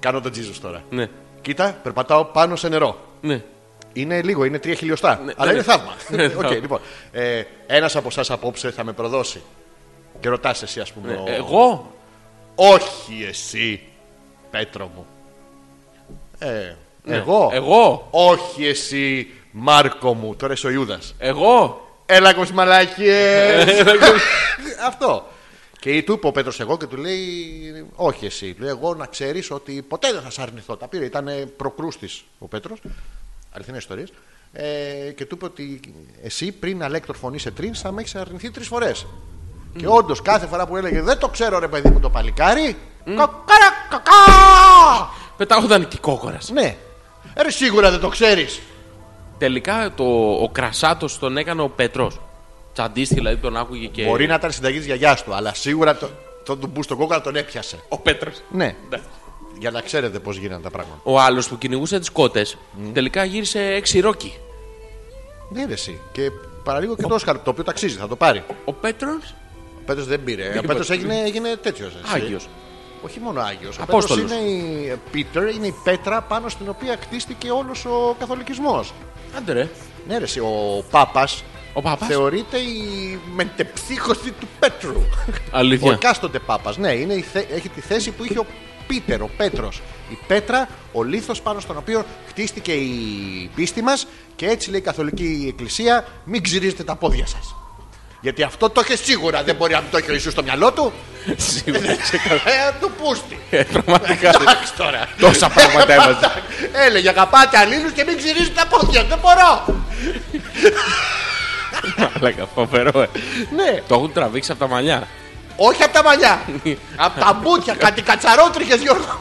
κάνω τον Τζίζους τώρα.
Ναι,
Κοίτα, περπατάω πάνω σε νερό.
ναι.
Είναι λίγο, είναι τρία χιλιοστά.
Ναι,
αλλά
ναι,
είναι
ναι.
θαύμα.
Ναι,
Οκ,
θαύμα.
λοιπόν. Ε, Ένας από εσάς απόψε θα με προδώσει. Και ρωτάς εσύ, ας πούμε.
Ε,
ο-
Εγώ.
Όχι εσύ, Πέτρο μου. Ε,
Ναι.
εγώ.
Εγώ.
Όχι εσύ, Μάρκο μου. Τώρα είσαι ο Ιούδας.
Εγώ.
Έλα κοσμαλάκιε. Αυτό. Και του είπε ο Πέτρος εγώ και του λέει: Όχι εσύ. Του λέει: Εγώ να ξέρεις ότι ποτέ δεν θα σ' αρνηθώ. Τα πήρε. Ήταν προκρούστης ο Πέτρος. Αληθινές ιστορίες. Ε, και του είπε ότι εσύ πριν αλέκτορ φωνή σε τρει θα με έχεις αρνηθεί τρεις φορές. Και όντως κάθε φορά που έλεγε Δεν το ξέρω ρε παιδί μου το παλικάρι. Κοκάρα, κακά!
Πετάγονταν και κόκορα.
Ναι. Ε, Ρε σίγουρα δεν το ξέρεις.
Τελικά το, ο κρασάτος τον έκανε ο Πέτρος. Τσαντίστηκε δηλαδή τον άκουγε και.
Μπορεί να ήταν συνταγής τη γιαγιάς του, αλλά σίγουρα το, το, τον μπουστο κόκκαρα τον έπιασε.
Ο Πέτρος.
Ναι. Για να ξέρετε πώς γίνανε τα πράγματα.
Ο άλλος που κυνηγούσε τις κότες τελικά γύρισε έξι ρόκι.
Ναι, ρε, εσύ. Και παραλίγο και το Όσκαρ, το οποίο ταξίζει, θα το πάρει.
Ο Πέτρος.
Ο Πέτρος δεν πήρε. Ο Πέτρος έγινε, έγινε τέτοιος.
Άγιος.
Όχι μόνο Άγιος. Ο Πέτρος
Απόστολος.
είναι η Πίτερ, είναι η πέτρα πάνω στην οποία χτίστηκε όλος ο καθολικισμός.
Άντε ρε.
Ναι, ρε, εσύ, ο Πάπας.
Ο Πάπας.
Θεωρείται η μετεψύχωση του Πέτρου. Ο
Αλήθεια.
εκάστοτε Πάπας. Ναι, είναι η θε- έχει τη θέση που είχε ο Πίτερ, ο Πέτρος. Η πέτρα, ο λίθος πάνω στον οποίο χτίστηκε η πίστη μας και έτσι λέει η Καθολική Εκκλησία: Μην ξυρίζετε τα πόδια σας. Γιατί αυτό το είχε σίγουρα. Δεν μπορεί να μην το έχει ο Ιησούς στο μυαλό του.
Σίγουρα.
Ε, του πούστη.
Ε, ναι, Πραγματικά.
Εντάξει τώρα.
Τόσα πράγματα έβαζε.
Έλεγε αγαπάτε αλλήλους και μην ξυρίζετε τα πόδια. Δεν μπορώ.
Μαλάκα, φοβερό. ε.
Ναι,
Το έχουν τραβήξει από τα μαλλιά.
όχι από τα μαλλιά. από τα μπουτια, κάτι κατσαρότριχες Γιώργο.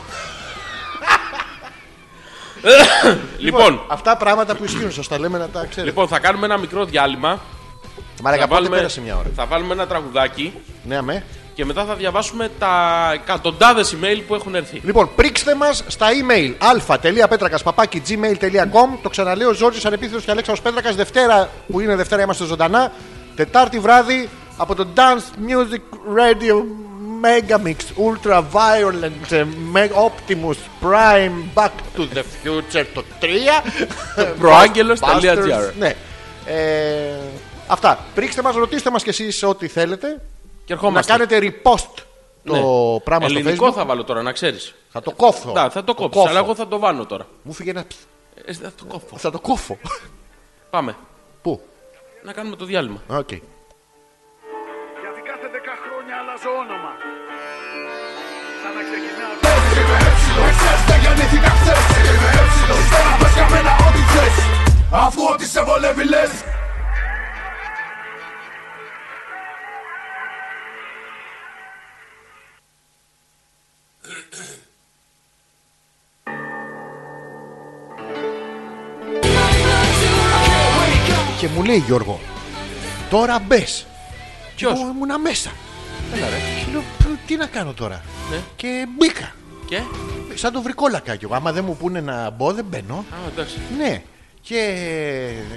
Λοιπόν,
Αυτά πράγματα που ισχύουν, σας τα λέμε να τα ξέρετε.
λοιπόν, θα κάνουμε ένα μικρό διάλειμμα.
Μαρακα,
Λοιπόν, Θα
πότε
βάλουμε,
πέρασε μια ώρα.
θα βάλουμε ένα τραγουδάκι
Ναι, αμέ.
και μετά θα διαβάσουμε τα εκατοντάδες email που έχουν έρθει.
Λοιπόν, πρίξτε μας στα email αλφα.πέτρακα.gmail.com Το ξαναλέω, Ζόρζη Ανεπίθετος και Αλέξαρο Πέτρακας. Δευτέρα που είναι Δευτέρα, είμαστε ζωντανά. Τετάρτη βράδυ από το Dance Music Radio Megamix Ultra Violent ε, Me- Optimus Prime Back to the Future το 3.
Προάγγελος.gr.
ε, Busters, Ναι. Ε, αυτά. Πρίξτε μας, ρωτήστε μας κι εσείς ό,τι θέλετε.
Και
Να
ερχόμαστε.
κάνετε repost το
Ναι.
πράγμα στο
Ελληνικό
Facebook.
θα βάλω τώρα, να ξέρεις.
Θα το κόφω.
Ναι, θα το κόψει,
κόφω.
αλλά εγώ θα το βάλω τώρα.
Μου φύγε ένα ψ.
Ε, θα το κόφω.
Θα το κόφω.
Πάμε.
Πού?
Να κάνουμε το διάλειμμα.
Οκ.
Γιατί κάθε 10 χρόνια αλλάζω όνομα. Σαν να ξεκινάω.
Εξές δεν γεννήθηκα χθες Είμαι έψιλος για να πες καμένα ό,τι θες Αφού ό,τι σε βολεύει λες
Και μου λέει Γιώργο, τώρα μπες.
Ποιος.
Εγώ ήμουνα μέσα.
Έλα ρε.
Και λέω, «Π, τι να κάνω τώρα.
Ναι.
Και μπήκα.
Και.
σαν το βρικόλακα κι εγώ. Άμα δεν μου πούνε να μπω, δεν μπαίνω.
Α, εντάξει.
Ναι. Και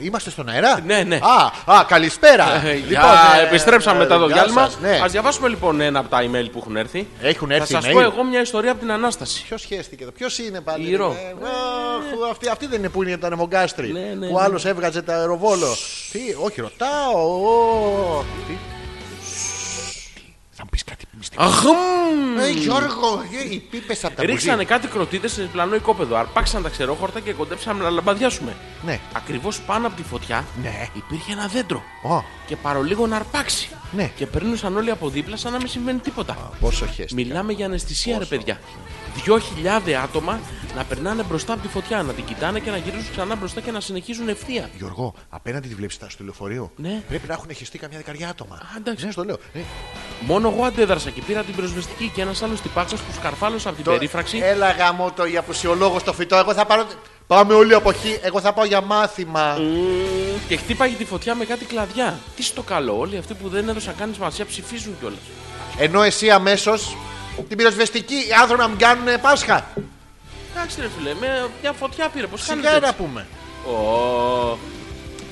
είμαστε στον αέρα.
Ναι, ναι.
Α, α καλησπέρα.
Ε,
Λοιπόν,
για-
ε,
επιστρέψαμε
ε,
μετά το
γεια
διάλειμμα.
σας, ναι.
Ας διαβάσουμε λοιπόν ένα από τα email που έχουν έρθει.
Έχουν
Θα
έρθει
σας
email.
πω εγώ μια ιστορία από την Ανάσταση.
Ποιος χέστηκε εδώ, ποιος είναι πάλι.
Η Ρο.
ρε, ε, αχ, αυτή, αυτή δεν είναι που είναι τα ανεμογκάστρι.
Ναι, ναι,
που
ναι.
άλλος έβγαζε τα αεροβόλο. Τι, όχι, ρωτάω. ο, Τι. Θα μου πεις κάτι μυστικό.
Αχμ!
Ε, Γιώργο, ε, οι πίπες από τα
Ρίξανε
μπουζί.
κάτι κροτίδε σε πλανό οικόπεδο. Αρπάξαν τα ξερόχορτα και κοντέψαμε να λαμπαδιάσουμε.
Ναι.
Ακριβώς πάνω από τη φωτιά
Ναι.
υπήρχε ένα δέντρο.
Ω.
Και παρολίγο να αρπάξει.
Ναι.
Και περνούσαν όλοι από δίπλα σαν να μην συμβαίνει τίποτα.
Πόσο χέστηκα.
Μιλάμε για αναισθησία, ρε παιδιά. Δυο χιλιάδες άτομα να περνάνε μπροστά από τη φωτιά, να την κοιτάνε και να γυρίζουν ξανά μπροστά και να συνεχίζουν ευθεία.
Γιώργο, απέναντι τη βλέπεις στο λεωφορείο.
Ναι.
Πρέπει να έχουν χεστεί καμιά δεκαριά άτομα.
Α, εντάξει.
Ναι, στο λέω. Ε,
Μόνο εγώ αντέδρασα και πήρα την πυροσβεστική και ένας άλλος τυπάκο που σκαρφάλωσε από την
το- ε.
περίφραξη.
Έλα γαμό το η απουσιολόγο στο φυτό. Εγώ θα πάρω. Πάμε όλοι από εκεί. Εγώ θα πάω για μάθημα.
Και χτύπαγε τη φωτιά με κάτι κλαδιά. Τι στο καλό, όλοι αυτοί που δεν έδωσαν καν σημασία ψηφίζουν κιόλας.
Ενώ εσύ αμέσως την πυροσβεστική οι άνθρωποι να μην κάνουν Πάσχα.
Εντάξει, ρε φίλε, με μια φωτιά πήρε. Πώς κάνετε.
Σιγά να
έτσι?
πούμε.
Ω,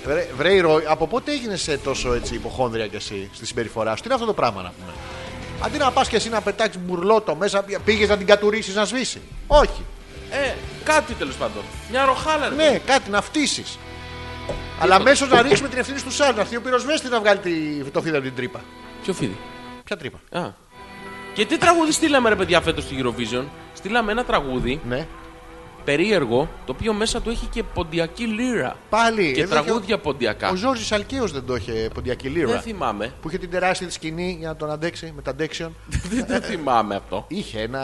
Βρε, βρε η Ρο, από πότε έγινες τόσο έτσι υποχόνδρια κι εσύ στη συμπεριφορά σου, τι είναι αυτό το πράγμα να πούμε. Αντί να πας και εσύ να πετάξεις μπουρλότο μέσα, πήγες να την κατουρίσεις να σβήσει. Όχι.
Ε, κάτι τέλος πάντων. Μια ροχάλα, ρε.
Ναι, κάτι να φτύσεις. Αλλά αμέσως να ρίξουμε την ευθύνη στους άλλους. Να έρθει ο πυροσβέστη να βγάλει τη- το φίδι από την τρύπα.
Ποιο φίδι.
Ποια τρύπα.
Α. Και τι τραγούδι στείλαμε, ρε παιδιά, φέτος στη Eurovision. Στείλαμε ένα τραγούδι
Ναι.
περίεργο, το οποίο μέσα του έχει και ποντιακή λύρα.
Πάλι.
Και
εδώ
τραγούδια
Ο,
ποντιακά.
ο Ζόρζη Αλκαίος δεν το είχε ποντιακή
Δεν
λίρα.
θυμάμαι.
Που είχε την τεράστια τη σκηνή για να τον αντέξει με τα αντέξιον.
Δεν το θυμάμαι αυτό.
Είχε ένα.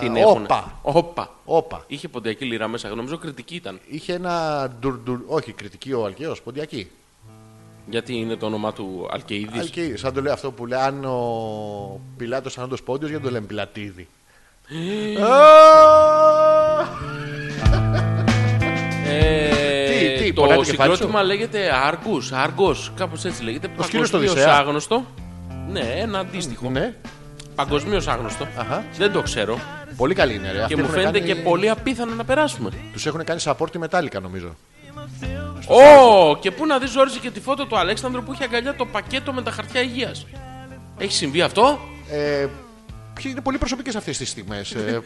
Την έχουνε.
όπα.
Όπα.
όπα.
Είχε ποντιακή λύρα μέσα. Νομίζω κριτική ήταν.
Είχε ένα. Ντουρντουρ... Όχι, κριτική ο Αλκαίος, ποντιακή.
Γιατί είναι το όνομα του Αλκεϊδής.
Αλκαίο, σαν το λέει αυτό που λέει αν ο Πιλάτος Ανάντο Πόντιος, γιατί το λέμε Πιλατίδη.
Ε,
Τι- τι, πονάει
το
το κεφάλι σου?
συγκρότημα λέγεται Άργους, Άργος, κάπως έτσι λέγεται.
Ο σκύλος του
Παγκοσμίως
Οδυσσέα.
άγνωστο. Ναι, ένα αντίστοιχο.
ναι,
Παγκοσμίως άγνωστο.
Αχα.
Δεν το ξέρω.
πολύ καλή είναι ρε.
και μου φαίνεται και πολύ απίθανο να περάσουμε.
Τους έχουν κάνει support τη μετάλλικα νομίζω.
Ω, και πού να δεις όριζε και τη φώτο του Αλέξανδρου που είχε αγκαλιά το πακέτο με τα χαρτιά υγείας. Έχει συμβεί αυτό.
Ε, ποιοι είναι πολύ προσωπικές αυτές τις στιγμές. Ε,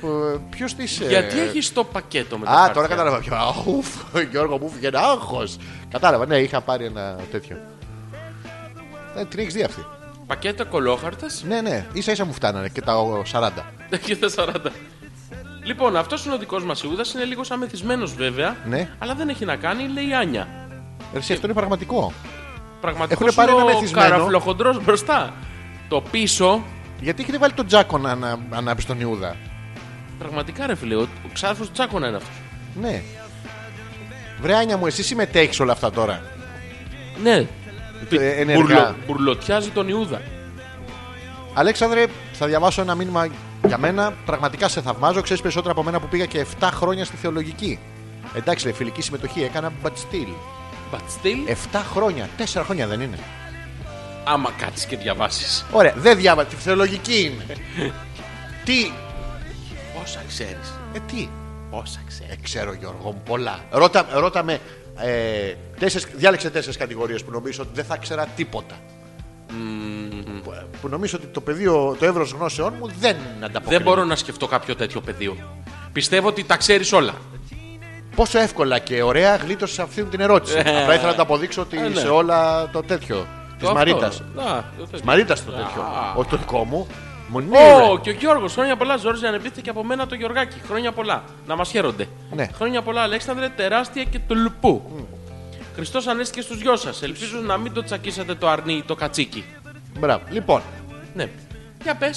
Ποιος τις.
Γιατί έχεις το πακέτο με τα
Ε. Α,
χαρτιά.
τώρα κατάλαβα ποιο. Αουφ, Γιώργο μου φύγε ένα άγχος. Κατάλαβα, ναι, είχα πάρει ένα τέτοιο. Ε, την έχεις δει αυτή.
Πακέτο κολόχαρτας
Ναι, ναι, ίσα ίσα μου φτάνανε και τα ο, 40.
και τα 40. Λοιπόν, αυτός είναι ο δικός μας Ιούδας. Είναι λίγο αμεθυσμένο βέβαια.
Ναι.
Αλλά δεν έχει να κάνει, λέει η Άνια.
Ε, Ρε, Εσύ αυτό είναι πραγματικό.
Πραγματικός
Έχουνε πάρει
είναι
ένα
ο
μεθυσμένο.
καραφλοχοντρός μπροστά. Το πίσω,
Γιατί έχετε βάλει τον Τζάκο να να- να ανάψει τον Ιούδα.
πραγματικά ρε φίλε, ο, ο ξάδερφος του Τσάκωνα είναι αυτός.
Ναι. Βρε Άνια μου, εσύ συμμετέχεις σε όλα αυτά τώρα.
Ναι,
Ε, ενεργά.
μπουρλωτιάζει τον Ιούδα.
Αλέξανδρε, θα διαβάσω ένα μήνυμα για μένα. Πραγματικά σε θαυμάζω. Ξέρεις περισσότερα από μένα που πήγα και 7 χρόνια στη θεολογική. Εντάξει, ρε, φιλική συμμετοχή έκανα, but still.
But still,
7 χρόνια, 4 χρόνια δεν είναι.
άμα κάτσεις και διαβάσεις.
Ωραία, δεν διάβα, τη θεολογική είναι. τι,
Πόσα ξέρεις,
ε, τι.
πόσα ξέρεις.
Ε, ξέρω Γιώργο μου, πολλά. Ρώτα, ρώτα με, ε, τέσσερις, διάλεξε τέσσερις κατηγορίες που νομίζω ότι δεν θα ξέρα τίποτα. Που, ε, που νομίζω ότι το πεδίο, το εύρος γνώσεών μου δεν ανταποκρίνεται.
Δεν μπορώ να σκεφτώ κάποιο τέτοιο πεδίο. Πιστεύω ότι τα ξέρεις όλα.
Πόσο εύκολα και ωραία γλίτωσες αυτή την ερώτηση. Απλά ήθελα να το αποδείξω ότι
Ε, ναι.
σε όλα το τέτοιο. Τη
Το
Μαρίτα.
αυτό. Να, το τέτοιο.
Μαρίτας το τέτοιο.
Α.
Όχι το δικό μου. Μου
Ω,
ναι,
και ο Γιώργος, χρόνια πολλά, Ζόρζη, ανεπίθεται και από μένα το Γιωργάκη. Χρόνια πολλά. Να μας χαίρονται.
Ναι.
Χρόνια πολλά, Αλέξανδρε, τεράστια και του λουπού. Χριστό ανέστηκε στου δυο σας. Ελπίζω να μην το τσακίσατε το αρνί ή το κατσίκι.
Μπράβο. Λοιπόν,
Ναι. Για πες.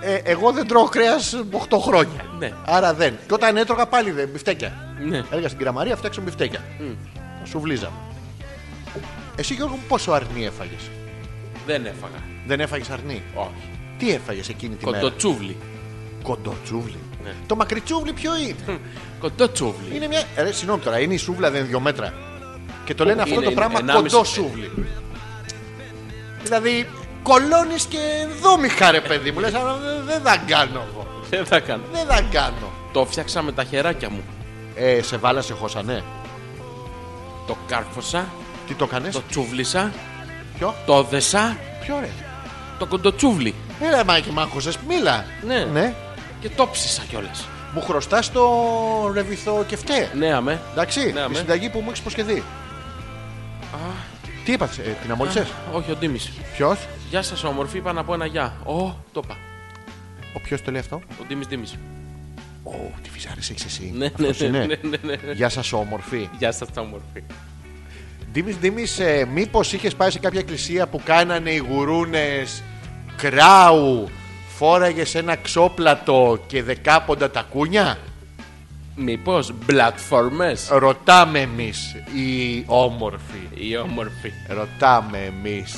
Ε, εγώ δεν τρώω κρέας 8 χρόνια.
Ναι.
Άρα δεν. Και όταν έτρωγα πάλι δεν, μπιφτέκια.
Ναι.
Έλεγα στην κραμαρία φτιάξω μπιφτέκια. Θα σου βλίζαμε. Εσύ Γιώργο μου, πόσο αρνί έφαγες.
Δεν έφαγα.
Δεν έφαγες αρνί.
Όχι.
Τι έφαγες εκείνη τη μέρα.
Κοντοτσούβλι.
Κοντοτσούβλι.
Ναι.
Το μακριτσούβλι ποιο είναι.
Κοντοτσούβλι.
είναι μια. Ε, Ρε, συγγνώμη τώρα, είναι η σούβλα δεν είναι δύο μέτρα. Και το λένε αυτό
Είναι,
το
είναι,
πράγμα
ενάμιση.
κοντός σούβλι. δηλαδή κολώνεις και δόμηχα ρε παιδί μου. Λες, δεν θα κάνω εγώ.
Δεν θα κάνω.
Δεν θα κάνω.
Το φτιάξα με τα χεράκια μου.
Ε, σε βάλα σε χώσανε.
Το κάρφωσα,
Τι το κάνες,
το τσούβλισα,
ποιο,
το δεσά,
ποιο ρε.
το κοντοτσούβλι.
Έλα μάκι μάχωσες, μίλα.
Ναι.
ναι.
Και το ψήσα κιόλας.
Μου χρωστάς το ρεβιθό κεφτέ.
Ναι, αμέ.
Εντάξει,
Ναι,
η
αμέ.
συνταγή που μου έχεις υποσχεθεί. Τι είπατε, ε, την αμόλυσες.
Όχι, ο Ντίμης.
Ποιος,
Γεια σας, όμορφη. Είπα να πω ένα γεια. Ω, το είπα.
ο ποιος το λέει αυτό.
Ο Ντίμης Ντίμης.
Ω, τι φυσάρες έχεις εσύ.
Ναι,
Αυτός
ναι, ναι,
είναι.
ναι, ναι, ναι.
Γεια σας όμορφη.
Γεια σας, τα όμορφη.
Ντίμης, Ντίμης, ε, μήπως είχες πάει σε κάποια εκκλησία που κάνανε οι γουρούνες κράου, φόραγες ένα ξόπλατο και δεκάποντα τακούνια.
Μήπω πλατφόρμε.
Ρωτάμε εμείς οι όμορφοι.
Η όμορφη.
Ρωτάμε εμείς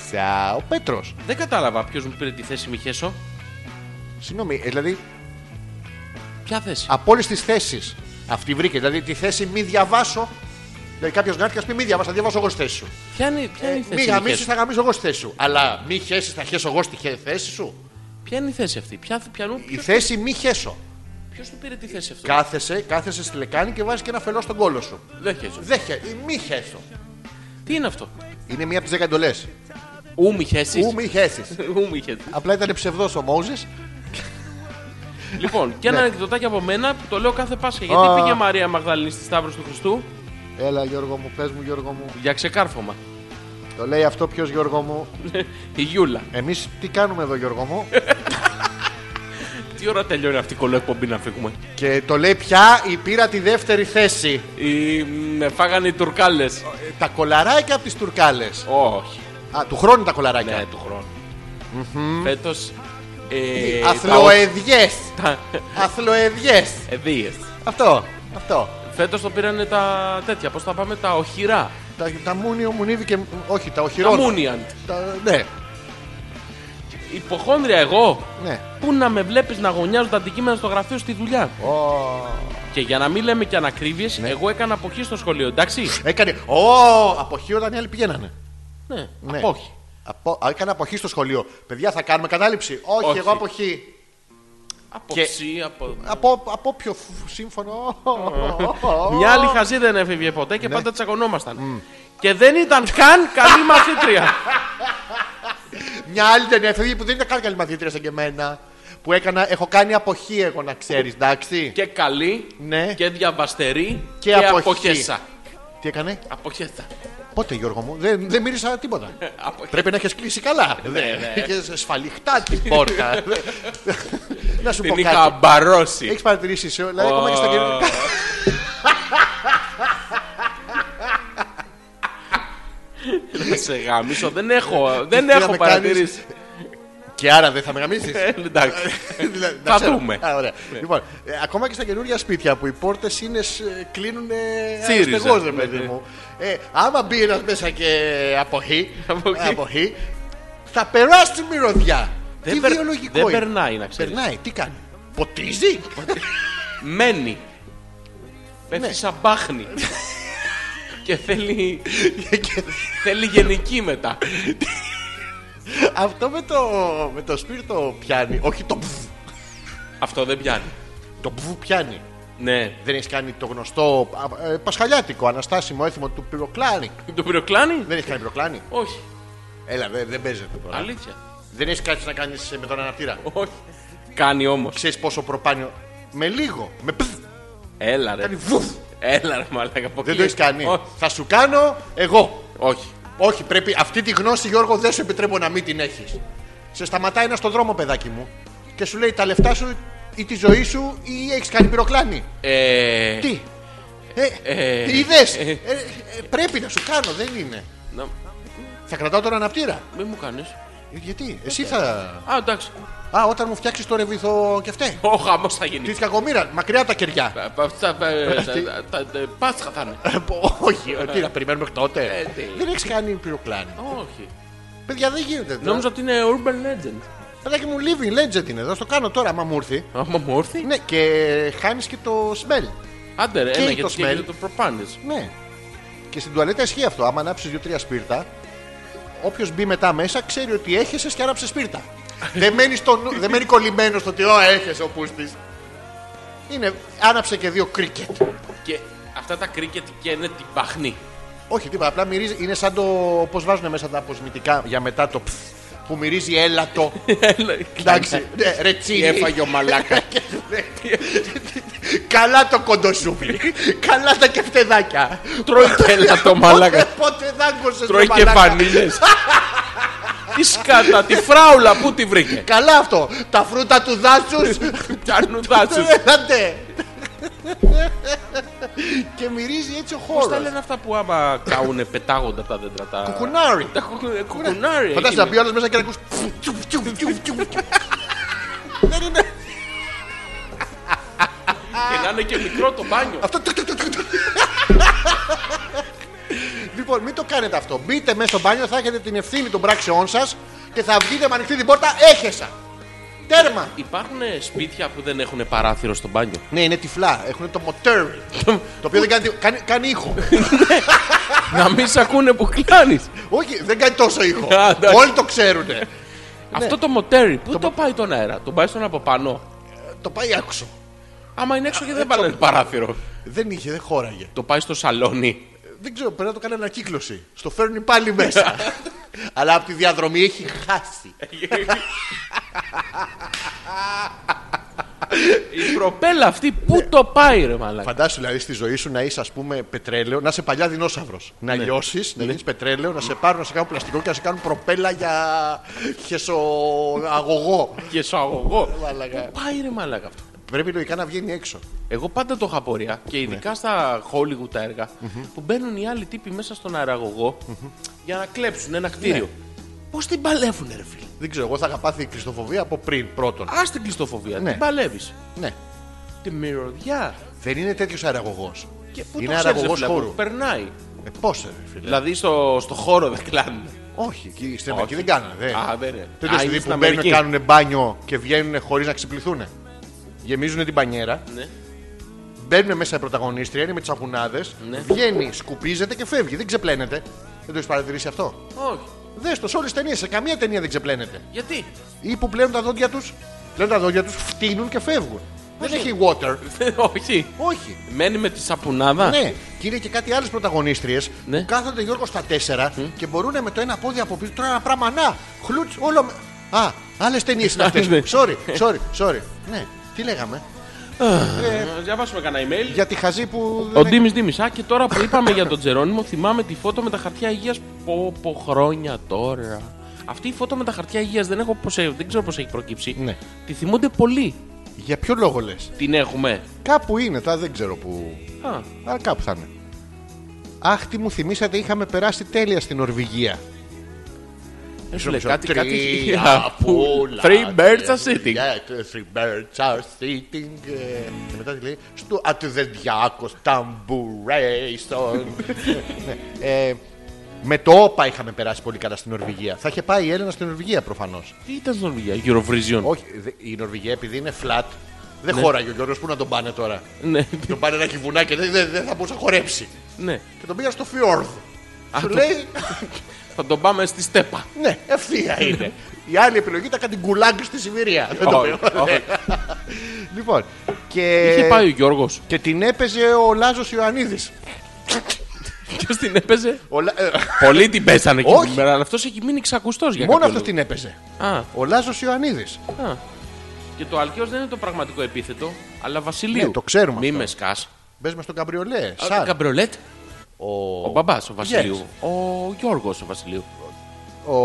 α, ο Πέτρος.
Δεν κατάλαβα ποιος μου πήρε τη θέση Μιχέσο.
Συγγνώμη, ε, δηλαδή
Ποια θέση.
από όλες τις θέσεις αυτή βρήκε. Δηλαδή τη θέση μη διαβάσω. Δηλαδή κάποιος να έρθει και να σου πει μη διαβάσω, θα διαβάσω εγώ στη θέση σου.
Ποια είναι, ποια είναι Ε, η
μη
θέση
γαμίσει,
Μιχέσο.
θα γαμίσω εγώ στη θέση σου. Αλλά μη χέσεις, θα χέσω εγώ στη χε- θέση σου.
Ποια είναι η θέση αυτή. Ποια, πιανού,
Η θέση μη χέσω.
ποιος του πήρε τη θέση αυτή.
Κάθεσαι, κάθεσαι στη λεκάνη και βάζεις και ένα φελό στον κόλο σου.
Δεν χέσω.
Δεν χέ- μη χέσω.
Τι είναι αυτό.
Είναι μία από τις δέκα εντολέ.
Ου Μιχέση.
Ου μη χέσεις.
Ου Μιχέση.
Απλά ήταν ψευδός ο Μόζε.
Λοιπόν, και ένα ανεκδοτάκι από μένα που το λέω κάθε Πάσχα.
Α.
Γιατί πήγε Μαρία Μαγδαληνής στη Σταύρος του Χριστού
Έλα Γιώργο μου, πες μου Γιώργο μου.
για ξεκάρφωμα.
Το λέει αυτό ποιος Γιώργο μου.
Η Γιούλα.
Εμείς τι κάνουμε εδώ Γιώργο μου.
Τι ώρα τελειώνει αυτή η κολοεκπομπή να φύγουμε.
και το λέει πια η πήρα τη δεύτερη θέση.
Οι... με φάγανε οι τουρκάλες.
Ε, Τα κολαράκια από τις τουρκάλες.
Όχι.
Α, του χρόνου τα κολαράκια.
Ναι, του χρόνου. Φέτος. Ε,
Αθλοεδιές.
Τα...
Αθλοεδιές. Αυτό. Αυτό.
Φέτος το πήρανε τα τέτοια. Πώς τα πάμε, τα οχυρά.
Τα, τα μούνιο μουνίδι και. Όχι, τα
Τα
οχυρών.
Μούνιαντ.
Τα- ναι,
Υποχόνδρια εγώ.
ναι.
Πού να με βλέπεις να αγωνιάζω τα αντικείμενα στο γραφείο στη δουλειά.
Ω,
Και για να μην λέμε και ανακρίβειες, εγώ έκανα αποχή στο σχολείο, εντάξει.
Έκανε. Ω, αποχή όταν οι άλλοι πηγαίνανε.
ναι,
Ναι.
απόχη.
Απο... α, Έκανε αποχή στο σχολείο. Παιδιά, θα κάνουμε κατάληψη. Όχι,
Όχι.
εγώ αποχή.
Απόψη, από...
Από, από ποιο φ- σύμφωνο.
Μια άλλη χαζή δεν έφευγε ποτέ και πάντα τσακωνόμασταν. Και δεν ήταν καν καλή μαθήτρια.
Μια άλλη δεν έφευγε που δεν ήταν καν καλή μαθήτρια σαν και εμένα. Που έκανα, έχω κάνει αποχή εγώ να ξέρεις, εντάξει.
και καλή
Ναι.
και διαβαστερή
Και αποχή.
αποχέσα.
Τι έκανε.
Αποχέσα.
Πότε Γιώργο μου, δεν, δεν μύρισα τίποτα.
Αποχέ-
Πρέπει να έχεις κλείσει καλά.
ναι.
Είχε σφαλιχτά την πόρτα. να σου πω
Την είχα
κάτι.
αμπαρώσει.
Έχεις παρατηρήσει σε όλα. Ακόμα και στα καινούργια.
Να σε γαμίσω. Δεν έχω, δεν
Τι να
έχω
με κάνεις.
παρατηρήσει.
Και άρα δεν θα με γαμίσεις.
Ε, Εντάξει.
Δηλαδή,
Θα δούμε. Ναι.
Λοιπόν, ε, ακόμα και στα καινούργια σπίτια που οι πόρτες είναι σ- ε, κλείνουν
Τσίριζα.
αστεγό, ρε
Ναι,
παιδί
ναι.
μου. Ε, άμα μπει ένας μέσα και αποχή,
Αποχή.
αποχή, θα περάσει τη μυρωδιά.
Δεν
Τι
περ-
βιολογικό
δεν
είναι.
περνάει, να ξέρεις.
Περνάει, τι κάνει. Ποτίζει.
Μένει.
Ναι.
Πέφτει σαν μπάχνη. και θέλει,
Και
θέλει γενική μετά.
Αυτό με το, με το σπίρτο πιάνει. Όχι το πφ.
Αυτό δεν πιάνει.
Το πφ πιάνει.
Ναι.
Δεν έχεις κάνει το γνωστό α, ε, πασχαλιάτικο αναστάσιμο έθιμο του πυροκλάνη.
Το πυροκλάνει.
Δεν έχεις κάνει πυροκλάνη.
Όχι.
Έλα, δε- δεν παίζεται τώρα.
Αλήθεια.
Δεν έχεις κάτι να κάνεις με τον αναπτήρα.
Όχι. Κάνει όμως.
Ξέρεις πόσο προπάνιο. Με λίγο. Με πφ.
Έλα ρε.
Κάνει βουφ.
Έλα ρε μαλάκα. αποκλείεται.
Δεν το έχεις κάνει.
Όχι.
Θα σου κάνω εγώ.
Όχι.
Όχι, πρέπει αυτή τη γνώση, Γιώργο, δεν σου επιτρέπω να μην την έχεις. Σε σταματάει ένα στον δρόμο, παιδάκι μου, και σου λέει τα λεφτά σου ή τη ζωή σου ή έχεις κάνει πυροκλάνη.
Ε,
Τι. Ε,
ε,
είδες?
ε,
Ε, ε, πρέπει να σου κάνω, δεν είναι.
να-
Θα κρατάω τον αναπτήρα.
Μη μου κάνεις.
Ε, Γιατί, εσύ θα.
Α, εντάξει.
Α, όταν μου φτιάξεις το ρεβιθό και αυτέ.
Ο χαμός θα γίνει.
Της κακομήρα, μακριά τα κεριά.
Ε, αυτά, ε, τα- τα- τα- Πάσχα θα είναι.
Ε, πω, Όχι, ε, τι να περιμένουμε μέχρι
Ε,
τότε.
τι.
Δεν έχεις κάνει πυροκλάνη.
Όχι.
Παιδιά, δεν γίνεται. τώρα.
Νόμιζα ότι είναι urban legend.
Παιδάκι μου, living legend είναι. Θα στο κάνω τώρα, άμα μου ήρθει.
Άμα μου όρθει.
Ναι, και χάνεις και το smell.
Άντε ρε,
Και
ένα
το
γιατί
smell.
και το προπάνεις.
Ναι. Και στην τουαλέτα ισχύει αυτό. Άμα ανάψεις δύο-τρία σπίρτα, όποιος μπει μετά μέσα ξέρει ότι έχεσαι και άναψε σπίρτα. δεν, μένεις στο νου- δεν μένει κολλημένος στο ότι «Ω, έχεσαι ο πούστης. Είναι, άναψε και δύο κρίκετ.
Και αυτά τα κρίκετ και είναι την παχνή.
Όχι, τίποτα. Απλά μυρίζει. Είναι σαν το. Πώς βάζουν μέσα τα αποσμητικά για μετά το. πφ, που μυρίζει έλατο. Εντάξει. ναι,
Τι
Ρετσίνι.
έφαγε ο μαλάκα.
Καλά το κοντοσούπι. Καλά τα κεφτεδάκια.
Τρώει και έλα το μαλάκα.
Πότε δάγκωσε
Τρώει και φανίλες. Τι σκάτα, τη φράουλα, πού τη βρήκε.
Καλά αυτό. Τα φρούτα του δάσους.
Πιάνουν δάσους.
Τρέλατε. Και μυρίζει έτσι ο
Πώς τα
χώρος.
λένε αυτά που άμα κάουνε πετάγονται από τα δέντρα τα...
Κουκουνάρι.
Τα κουκου- κουκουνάρι.
Φαντάζεσαι να
έγινε.
πει όλος μέσα και να ακούς τσου, τσου, τσου, τσου, τσου, τσου.
Και να είναι και μικρό το μπάνιο.
Αυτό τσου, τσου, τσου, τσου, τσου. Λοιπόν, μην το κάνετε αυτό. Μπείτε μέσα στο μπάνιο, θα έχετε την ευθύνη των πράξεών σας και θα βγείτε με ανοιχτή την πόρτα. Έχεσα. Τέρμα.
Υπάρχουν σπίτια που δεν έχουν παράθυρο στο μπάνιο.
Ναι, είναι τυφλά. Έχουν το μοτέρ. το οποίο δεν κάνει, τυ- κάνει, κάνει ήχο.
να μην σ' ακούνε που κλάνεις.
Όχι, δεν κάνει τόσο ήχο.
Α, εντάξει.
Όλοι το ξέρουν.
Αυτό το μοτέρι, πού Ναι. το, πάει τον αέρα, τον πάει στον από πάνω.
το πάει άκουσο.
Άμα είναι έξω και δεν πάει παράθυρο.
Δεν είχε, δεν χώραγε.
Το πάει στο σαλόνι.
Δεν ξέρω, πρέπει να το κάνει ανακύκλωση. Στο φέρνει πάλι μέσα. Αλλά από τη διαδρομή έχει χάσει.
Η προπέλα αυτή, ναι. πού το πάει ρε μαλάκα.
Φαντάσου δηλαδή στη ζωή σου να είσαι, ας πούμε, πετρέλαιο, να είσαι παλιά δεινόσαυρος. Να
Ναι.
λιώσεις, να γίνεις πετρέλαιο, να σε πάρουν, να σε κάνουν πλαστικό και να σε κάνουν προπέλα για χεσοαγωγό.
Και σου αγωγό.
Μαλάκα.
Πού πάει ρε μαλάκα αυτό.
Πρέπει λογικά να βγαίνει έξω.
Εγώ πάντα το είχα πορεία και ειδικά στα Hollywood τα εργα που μπαίνουν οι άλλοι τύποι μέσα στον αεραγωγό για να κλέψουν ένα κτίριο. Πώς την παλεύουνε, ρε φίλε.
Δεν ξέρω, εγώ θα είχα πάθει κλειστοφοβία από πριν πρώτον.
Ας την κλειστοφοβία,
Ναι.
την παλεύεις.
Ναι.
Τη μυρωδιά.
Δεν είναι τέτοιος αεραγωγό.
Και πού
Είναι
το ξέρεις, ρε
αεραγωγό
φίλε,
χώρου.
που περνάει.
Ε, Πώς ρε φίλε.
Δηλαδή στο, στο χώρο δεν κλάνουν.
Όχι, εκεί στην
Όχι.
Αμερική δεν κάνανε. Δε.
Α, δεν είναι.
Τέτοιο
Α,
παιδί
είναι
που
στην
μπαίνουν,
Αμερική.
κάνουν μπάνιο και βγαίνουν χωρίς να ξυπληθούν. Γεμίζουν την πανιέρα.
Ναι.
Μπαίνουν μέσα η πρωταγωνίστρια, είναι με τις αγουνάδες.
Ναι.
Βγαίνει, σκουπίζεται και φεύγει. Δεν ξεπλένεται. Δεν το έχεις παρατηρήσει αυτό.
Όχι.
Δες το σε όλες τις ταινίες. Σε καμία ταινία δεν ξεπλένεται.
Γιατί.
Ή που πλένουν τα δόντια τους, πλένουν τα δόντια τους, φτύνουν και φεύγουν. Δεν έχει water.
Όχι.
Όχι.
Μένει με τη σαπουνάδα.
Ναι, και είναι και κάτι άλλες πρωταγωνίστριες
Ναι.
που κάθονται Γιώργος στα τέσσερα και μπορούν με το ένα πόδι από πίσω τώρα ένα πράγμα να χλουτ όλο. με- Α, άλλες ταινίες είναι αυτές.
Ναι.
sorry, sorry, sorry. Ναι, τι λέγαμε.
Ε, Διαβάσουμε κανένα email.
Για τη χαζή που.
Ο
δεν
Ντίμης Ντίμης, α και τώρα που είπαμε για τον Τζερόνιμο, θυμάμαι τη φώτο με τα χαρτιά υγείας. Πω, πω χρόνια τώρα. Αυτή η φώτο με τα χαρτιά υγείας δεν, έχω πως, ε- δεν ξέρω πώ έχει προκύψει.
Ναι.
Τη θυμούνται πολύ.
Για ποιο λόγο λες.
Την έχουμε.
Κάπου είναι, τώρα δεν ξέρω που.
Α, ε,
Αλλά κάπου θα είναι. Αχ, τι μου θυμήσατε, είχαμε περάσει τέλεια στην Νορβηγία.
ε, σου λέει
Νομίζω,
κάτι, κάτι.
τρία πουλάκια.
Three birds are sitting.
Yeah, ε, three birds are sitting. ε, Και μετά τη λέει στο ατουδεντιάκο ταμπουρέιστον. Ναι, ε, Με το όπα είχαμε περάσει πολύ καλά στην Νορβηγία. Θα είχε πάει η Έλενα στην Νορβηγία προφανώς.
Τι ήταν στην Νορβηγία, Eurovision.
Όχι, δε- η Νορβηγία επειδή είναι flat, δεν χώραγε ο Γιώργος Πού να τον πάνε τώρα.
Ναι,
τον πάνε να έχει βουνά και δεν δεν- δεν θα μπορούσε να χορέψει.
ναι.
Και τον πήγα στο Φιόρδ. Σου
το-
λέει,
Θα τον πάμε στη στέπα.
ναι, ευθεία είναι. Η άλλη επιλογή ήταν κάτι γκουλάγκ στη Σιβηρία. Δεν το
Όχι,
πήγα.
όχι.
Λοιπόν, και,
Είχε πάει ο Γιώργος
και την έπαιζε ο Λάζος Ιωαννίδης.
και την έπαιζε.
Ο Λα- ε,
Πολλοί την πέσανε εκεί
Όχι.
την ημέρα, αλλά αυτός έχει μείνει ξακουστός για
Μόνος
κάποιο
αυτός την έπαιζε.
λόγο. Α,
Ο Λάζος Ιωαννίδης.
α. Και το αλκαίος δεν είναι το πραγματικό επίθετο, αλλά βασιλείου.
Ναι, το ξέρουμε
Μη
αυτό.
με σκάς.
Μπες μες στο καμπριολέ.
Το
Σαν
καμπριολέτ. Ο, ο μπαμπάς, ο Βασιλείου.
Yes.
Ο Γιώργος ο Βασιλείου.
ο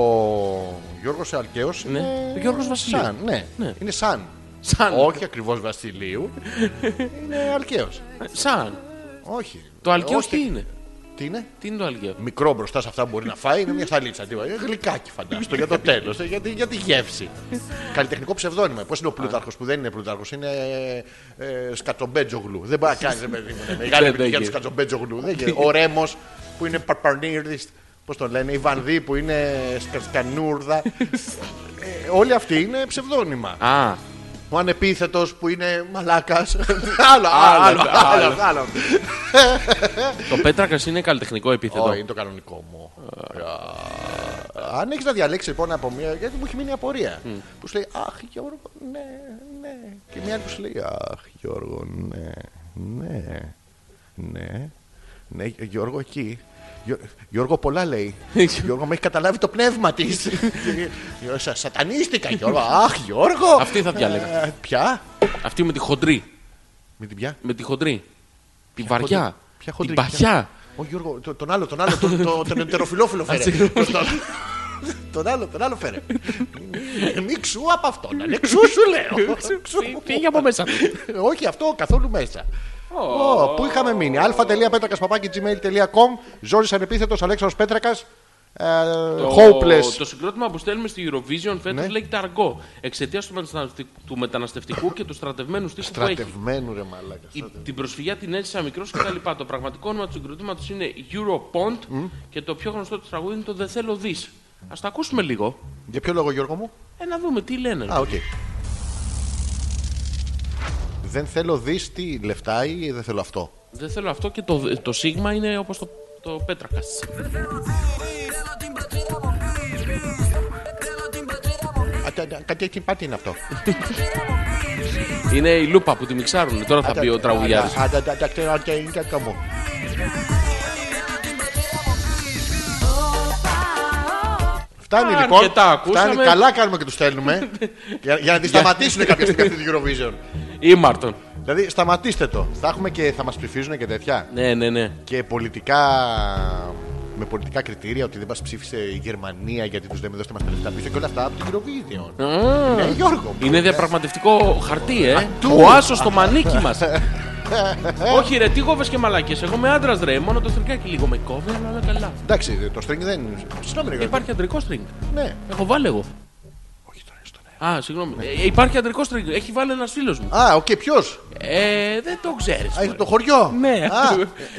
Γιώργος Αλκαίος.
Ναι.
είναι
Ο Γιώργος Βασιλείου.
Σαν, ναι.
Ναι.
Είναι σαν.
Σαν.
Όχι ακριβώς Βασιλείου. είναι Αλκαίος.
Σαν.
Όχι.
Το αλκαίος
Όχι.
τι είναι.
Τι είναι.
Τι είναι το αλκαίο.
μικρό μπροστά σε αυτά που μπορεί να φάει είναι μια σαλίτσα. τίποτα. Είναι γλυκάκι φαντάζομαι για το τέλος, για, τη- για τη γεύση. Καλλιτεχνικό ψευδόνυμο. Πώς είναι ο Πλούταρχος που δεν είναι Πλούταρχος, είναι ε, Σκατζομπέτζογλου. Δεν μπορεί να κάνεις, ρε παιδί μου. είναι Μεγάλη
Δεν
επιτυχία του
γίνεται.
Σκατζομπέτζογλου. Δεν γίνεται. Ο Ρέμος που είναι Παρπαρνίρδης, πώς τον λένε, η Βανδί που είναι Σκασκανούρδα. Ε, Όλοι αυτοί είναι ψευδόνυμα.
Α,
Ο ανεπίθετος που είναι μαλάκας. Άλλο, άλλο,
Άλλο,
άλλο, άλλο.
το πέτρακας είναι καλλιτεχνικό επίθετο.
Όχι, είναι το κανονικό μου. Αν έχεις να διαλέξεις λοιπόν από μία. Γιατί μου έχει μείνει απορία. Που σου λέει Αχ, Γιώργο, ναι, ναι. Και μία άλλη που σου λέει Αχ, Γιώργο, ναι, ναι, ναι. Ναι, Γιώργο εκεί. Γιώ- Γιώργο πολλά λέει. Γιώργο με έχεις καταλάβει το πνεύμα της. Σατανίστηκα, Γιώργο. Αχ, Γιώργο.
Αυτή θα διάλεγα.
Ε, Ποια?
Αυτή με τη χοντρή.
Με την ποια?
Με τη χοντρή. Τη βαριά.
Χοντρή. Ποια
Την
χοντρή.
παχιά.
Ο Γιώργο, το- τον άλλο, τον άλλο, τον, τον, τον εντεροφιλόφιλο φέρε.
συγγνώμη.
τον, τον άλλο, τον άλλο φέρε. Μην ξού από αυτόν, ναι. αλλά ξού σου λέω. Ξού.
Φύγει από μέσα.
Όχι αυτό, καθόλου μέσα. Ω, Πού είχαμε μείνει, α.πέτρακα.gmail.com Ζόρις ανεπίθετος, Αλέξανδρος Πέτρακας ε, Hopeless
Το συγκρότημα που στέλνουμε στη Eurovision φέτος
Ναι.
λέγεται Αργό. Εξαιτίας του, μεταναστευ- του μεταναστευτικού και του στρατευμένου στίχου που έχει.
Στρατευμένου ρε μαλάκα
Η- την προσφυγιά την έζησα μικρό κτλ. το πραγματικό όνομα του συγκροτήματος είναι Europont και το πιο γνωστό του τραγούδι είναι το Δεν θέλω δεις. Ας τα ακούσουμε λίγο.
Για ποιο λόγο Γιώργο μου
Ε, να δούμε τι λένε.
Α, οκ Δεν θέλω δεις τι λεφτά ή δεν θέλω αυτό
Δεν θέλω αυτό και το, το σίγμα είναι όπως το, το πέτρακας.
Α, κα- κα- Κάτι εκεί πάτη είναι αυτό
Είναι η λούπα που τη μιξάρουν. Τώρα θα πει ο τραγουδιάρης.
Α, τα- τα- τα ξέρω, και είναι κακό μου. Φτάνει
Αν
λοιπόν.
και τα ακούσαμε.
Φτάνει. Καλά κάνουμε και τους στέλνουμε. για, για να τη σταματήσουν κάποια στιγμή αυτή την Eurovision.
Ήμαρτον.
Δηλαδή, σταματήστε το. Θα, έχουμε και, θα μας ψηφίζουν και τέτοια.
Ναι, ναι, ναι.
Και πολιτικά. Με πολιτικά κριτήρια ότι δεν μας ψήφισε η Γερμανία γιατί τους λέμε δώστε μας τα λεφτά πίσω και όλα αυτά από την Eurovision. Ναι, Γιώργο. μου.
Είναι διαπραγματευτικό χαρτί, ε.
του.
Ο άσος στο μανίκι μας. Όχι, ρε, τι γόβες και μαλάκες Εγώ είμαι άντρας, ρε. Μόνο το στριγκάκι λίγο με κόβει, αλλά όλα καλά.
Εντάξει, το string δεν. Συγγνώμη, ρε, Γιώργο.
Υπάρχει αντρικό στριγκ.
Ναι.
Έχω βάλει εγώ.
Όχι τώρα, στον αέρα.
Α, συγγνώμη. Ε, υπάρχει αντρικό στριγκ. Έχει βάλει ένας φίλος μου.
Α, οκ, ποιος.
Ε, δεν το ξέρεις.
Α, είναι το χωριό.
Ναι,
Α,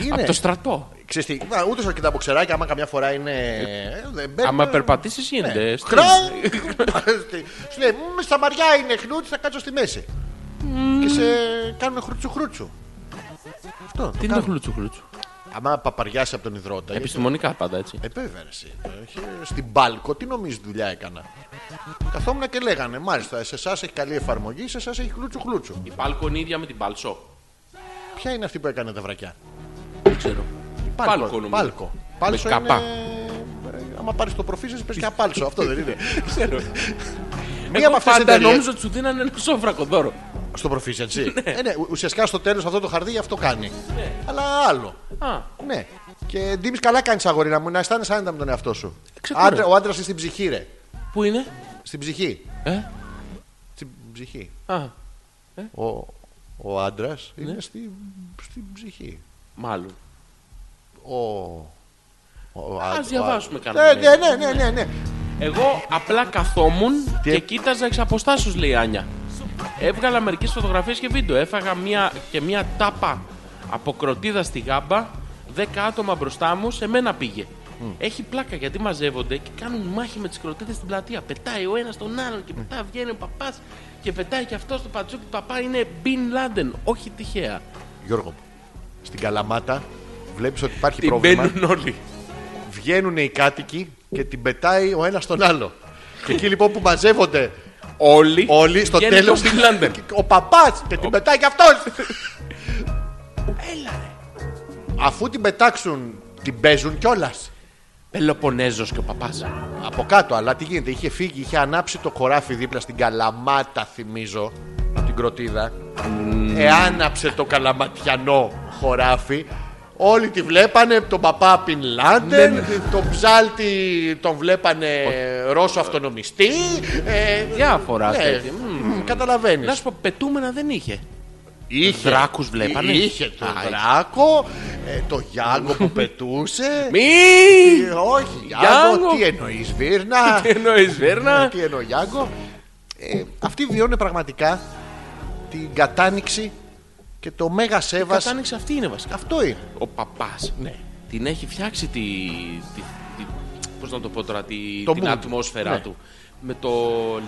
είναι.
από το στρατό.
Ξέρεις τι, να, ούτε αρκετά μποξεράκια, άμα καμιά φορά είναι. ε, δεν Ε, μπαίνουν.
Άμα περπατήσεις,
Ναι.
γίνεται. στριγκ.
Κραν! Σου λέει, «Μμ, στα μαριά είναι χνούτσι, θα κάτσω στη μέση. Και σε κάνουν χρούτσου χρούτσου. Αυτό. το
Τι είναι το
κάνουν.
χλούτσου χλούτσου.
Άμα παπαριάσει από τον υδρότα.
Επιστημονικά πάντα έτσι.
Ε, βέβαια, ρε, εσύ. Το είχε- Στην Πάλκο, τι νομίζεις δουλειά έκανα. Καθόμουν και λέγανε, μάλιστα, σε εσάς έχει καλή εφαρμογή, σε εσάς έχει χλούτσου χλούτσου.
Η πάλκο είναι ίδια με την παλσό.
Ποια είναι αυτή που έκανε τα βρακιά.
Δεν ξέρω. Πάλκο
Πάλκο.
νομίζω.
Πάλκο. Πάλσο
Με καπά.
είναι- ε, Άμα πάρεις το προφίλ, πες και απάλσο. Αυτό δεν είναι. Μία από
Εγώ
αυτές τι
πάντα
εταιρείες.
νόμιζα ότι σου δίνανε ένα σόφρακο δώρο.
Στο proficiency. ε, ναι, ουσιαστικά στο τέλος αυτό το χαρτί αυτό κάνει.
Ναι.
Αλλά άλλο.
Α,
Ναι. Και ντύμει καλά κάνεις αγορίνα μου να αισθάνεσαι άνετα με τον εαυτό σου.
ξεκούρα.
Άντρα- ο άντρας είναι στην ψυχή, ρε.
πού είναι.
Στην ψυχή.
Ε,
Στην ψυχή.
α,
Ο, ο άντρας
Ναι.
είναι στη, στην ψυχή.
μάλλον.
Ο. ο άντ-
Α
ο
διαβάσουμε
Ναι,
κανένα.
ναι, ναι, ναι, ναι, ναι.
Εγώ απλά καθόμουν
Τι
και
έ-
κοίταζα εξ αποστάσεως, λέει η Άνια. Έβγαλα μερικές φωτογραφίες και βίντεο. Έφαγα μια, και μια τάπα από κροτίδα στη γάμπα. Δέκα άτομα μπροστά μου, σε μένα πήγε. Έχει πλάκα γιατί μαζεύονται και κάνουν μάχη με τις κροτίδες στην πλατεία. Πετάει ο ένας τον άλλον και μετά βγαίνει ο παπάς και πετάει και αυτός το πατσούκι. Παπά είναι Μπιν Λάντεν, όχι τυχαία.
Γιώργο, μου, στην Καλαμάτα βλέπεις ότι υπάρχει
Την
πρόβλημα.
μπαίνουν όλοι.
Βγαίνουν οι κάτοικοι και την πετάει ο ένας τον άλλο. και εκεί λοιπόν που μαζεύονται
Όλοι,
όλοι στο
βγαίνει
τέλο.
το Bin Laden.
Ο παπάς και την πετάει κι αυτό. Αφού την πετάξουν, την παίζουν κιόλας.
Πελοπονέζος και ο παπάς.
Από κάτω, αλλά τι γίνεται, είχε φύγει, είχε ανάψει το χωράφι δίπλα στην Καλαμάτα, θυμίζω, από την Κροτίδα. Εάναψε το καλαματιανό χωράφι. Όλοι τη βλέπανε, τον παπά Πιν
Ναι,
Λάντεν, τον ψάλτη τον βλέπανε Ρώσο αυτονομιστή. ε,
Διάφορα
ναι,
τέτοια.
μ, καταλαβαίνεις.
Να σου πω, πετούμενα δεν είχε.
Είχε.
Δράκους βλέπανε.
Είχε το
Α,
δράκο, ε, το Γιάνγκο που πετούσε.
Μη!
Ε, Όχι, Γιάνγκο,
Γιάνγκο.
τι εννοείς Βίρνα.
Τι εννοείς, Βέρνα.
Τι εννοώ, Γιάνγκο. Ε, αυτοί βιώνουν πραγματικά την κατάνοιξη και το μέγα
Η
σέβας.
κατάνοιξη αυτή είναι βασικά.
Αυτό είναι.
Ο παπάς
Ναι.
την έχει φτιάξει τη. τη, τη πώς να το πω τώρα, τη,
Το
την
mood.
ατμόσφαιρα
Ναι.
του. Με το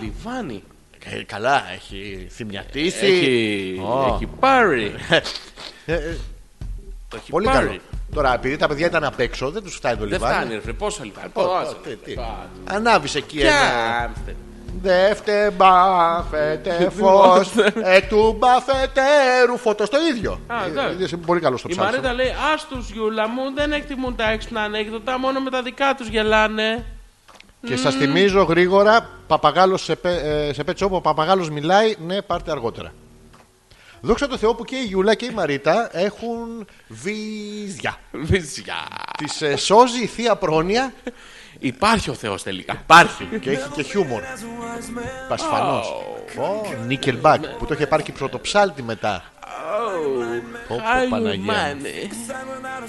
λιβάνι.
Ε, καλά, έχει θυμιατίσει.
Έχει,
Ω.
έχει πάρει.
Ε, ε,
Το έχει
Πολύ
πάρει.
καλό. Τώρα, επειδή τα παιδιά ήταν απ' έξω, δεν τους φτάνει το
Δεν
λιβάνι.
φτάνει, ρε, φίλε, πόσο λιβάνι.
Ω,
Πόσο,
ω, τι,
ρε,
τι.
πά-
Ανάβεις εκεί ένα.
Ποια, ρε.
Δε φτεμπά, φέτε φως, εκ του μπαφετέρου φωτός το ίδιο.
Α,
Ε,
εντάξει.
είδες, είμαι πολύ καλό στο
Η
ψάξιμο.
Μαρίτα λέει: Ας τους γιούλα μου, δεν εκτιμούν τα έξυπνα ανέκδοτα, μόνο με τα δικά τους γελάνε.
Και σας θυμίζω γρήγορα, παπαγάλος σε, πε, ε, σε pet shop, ο παπαγάλος μιλάει, ναι πάρτε αργότερα. Δόξα τω Θεώ που και η Γιούλα και η Μαρίτα έχουν βυζιά.
Βυζιά.
Τις ε, σώζει η θεία πρόνοια
Υπάρχει ο Θεός τελικά. Υπάρχει.
και έχει και χιούμορ. Πασφανώς. Νίκελ Μπακ που το είχε πάρει και πρωτοψάλτη μετά. Πω, πω,
Hi,
Παναγία μου.
man.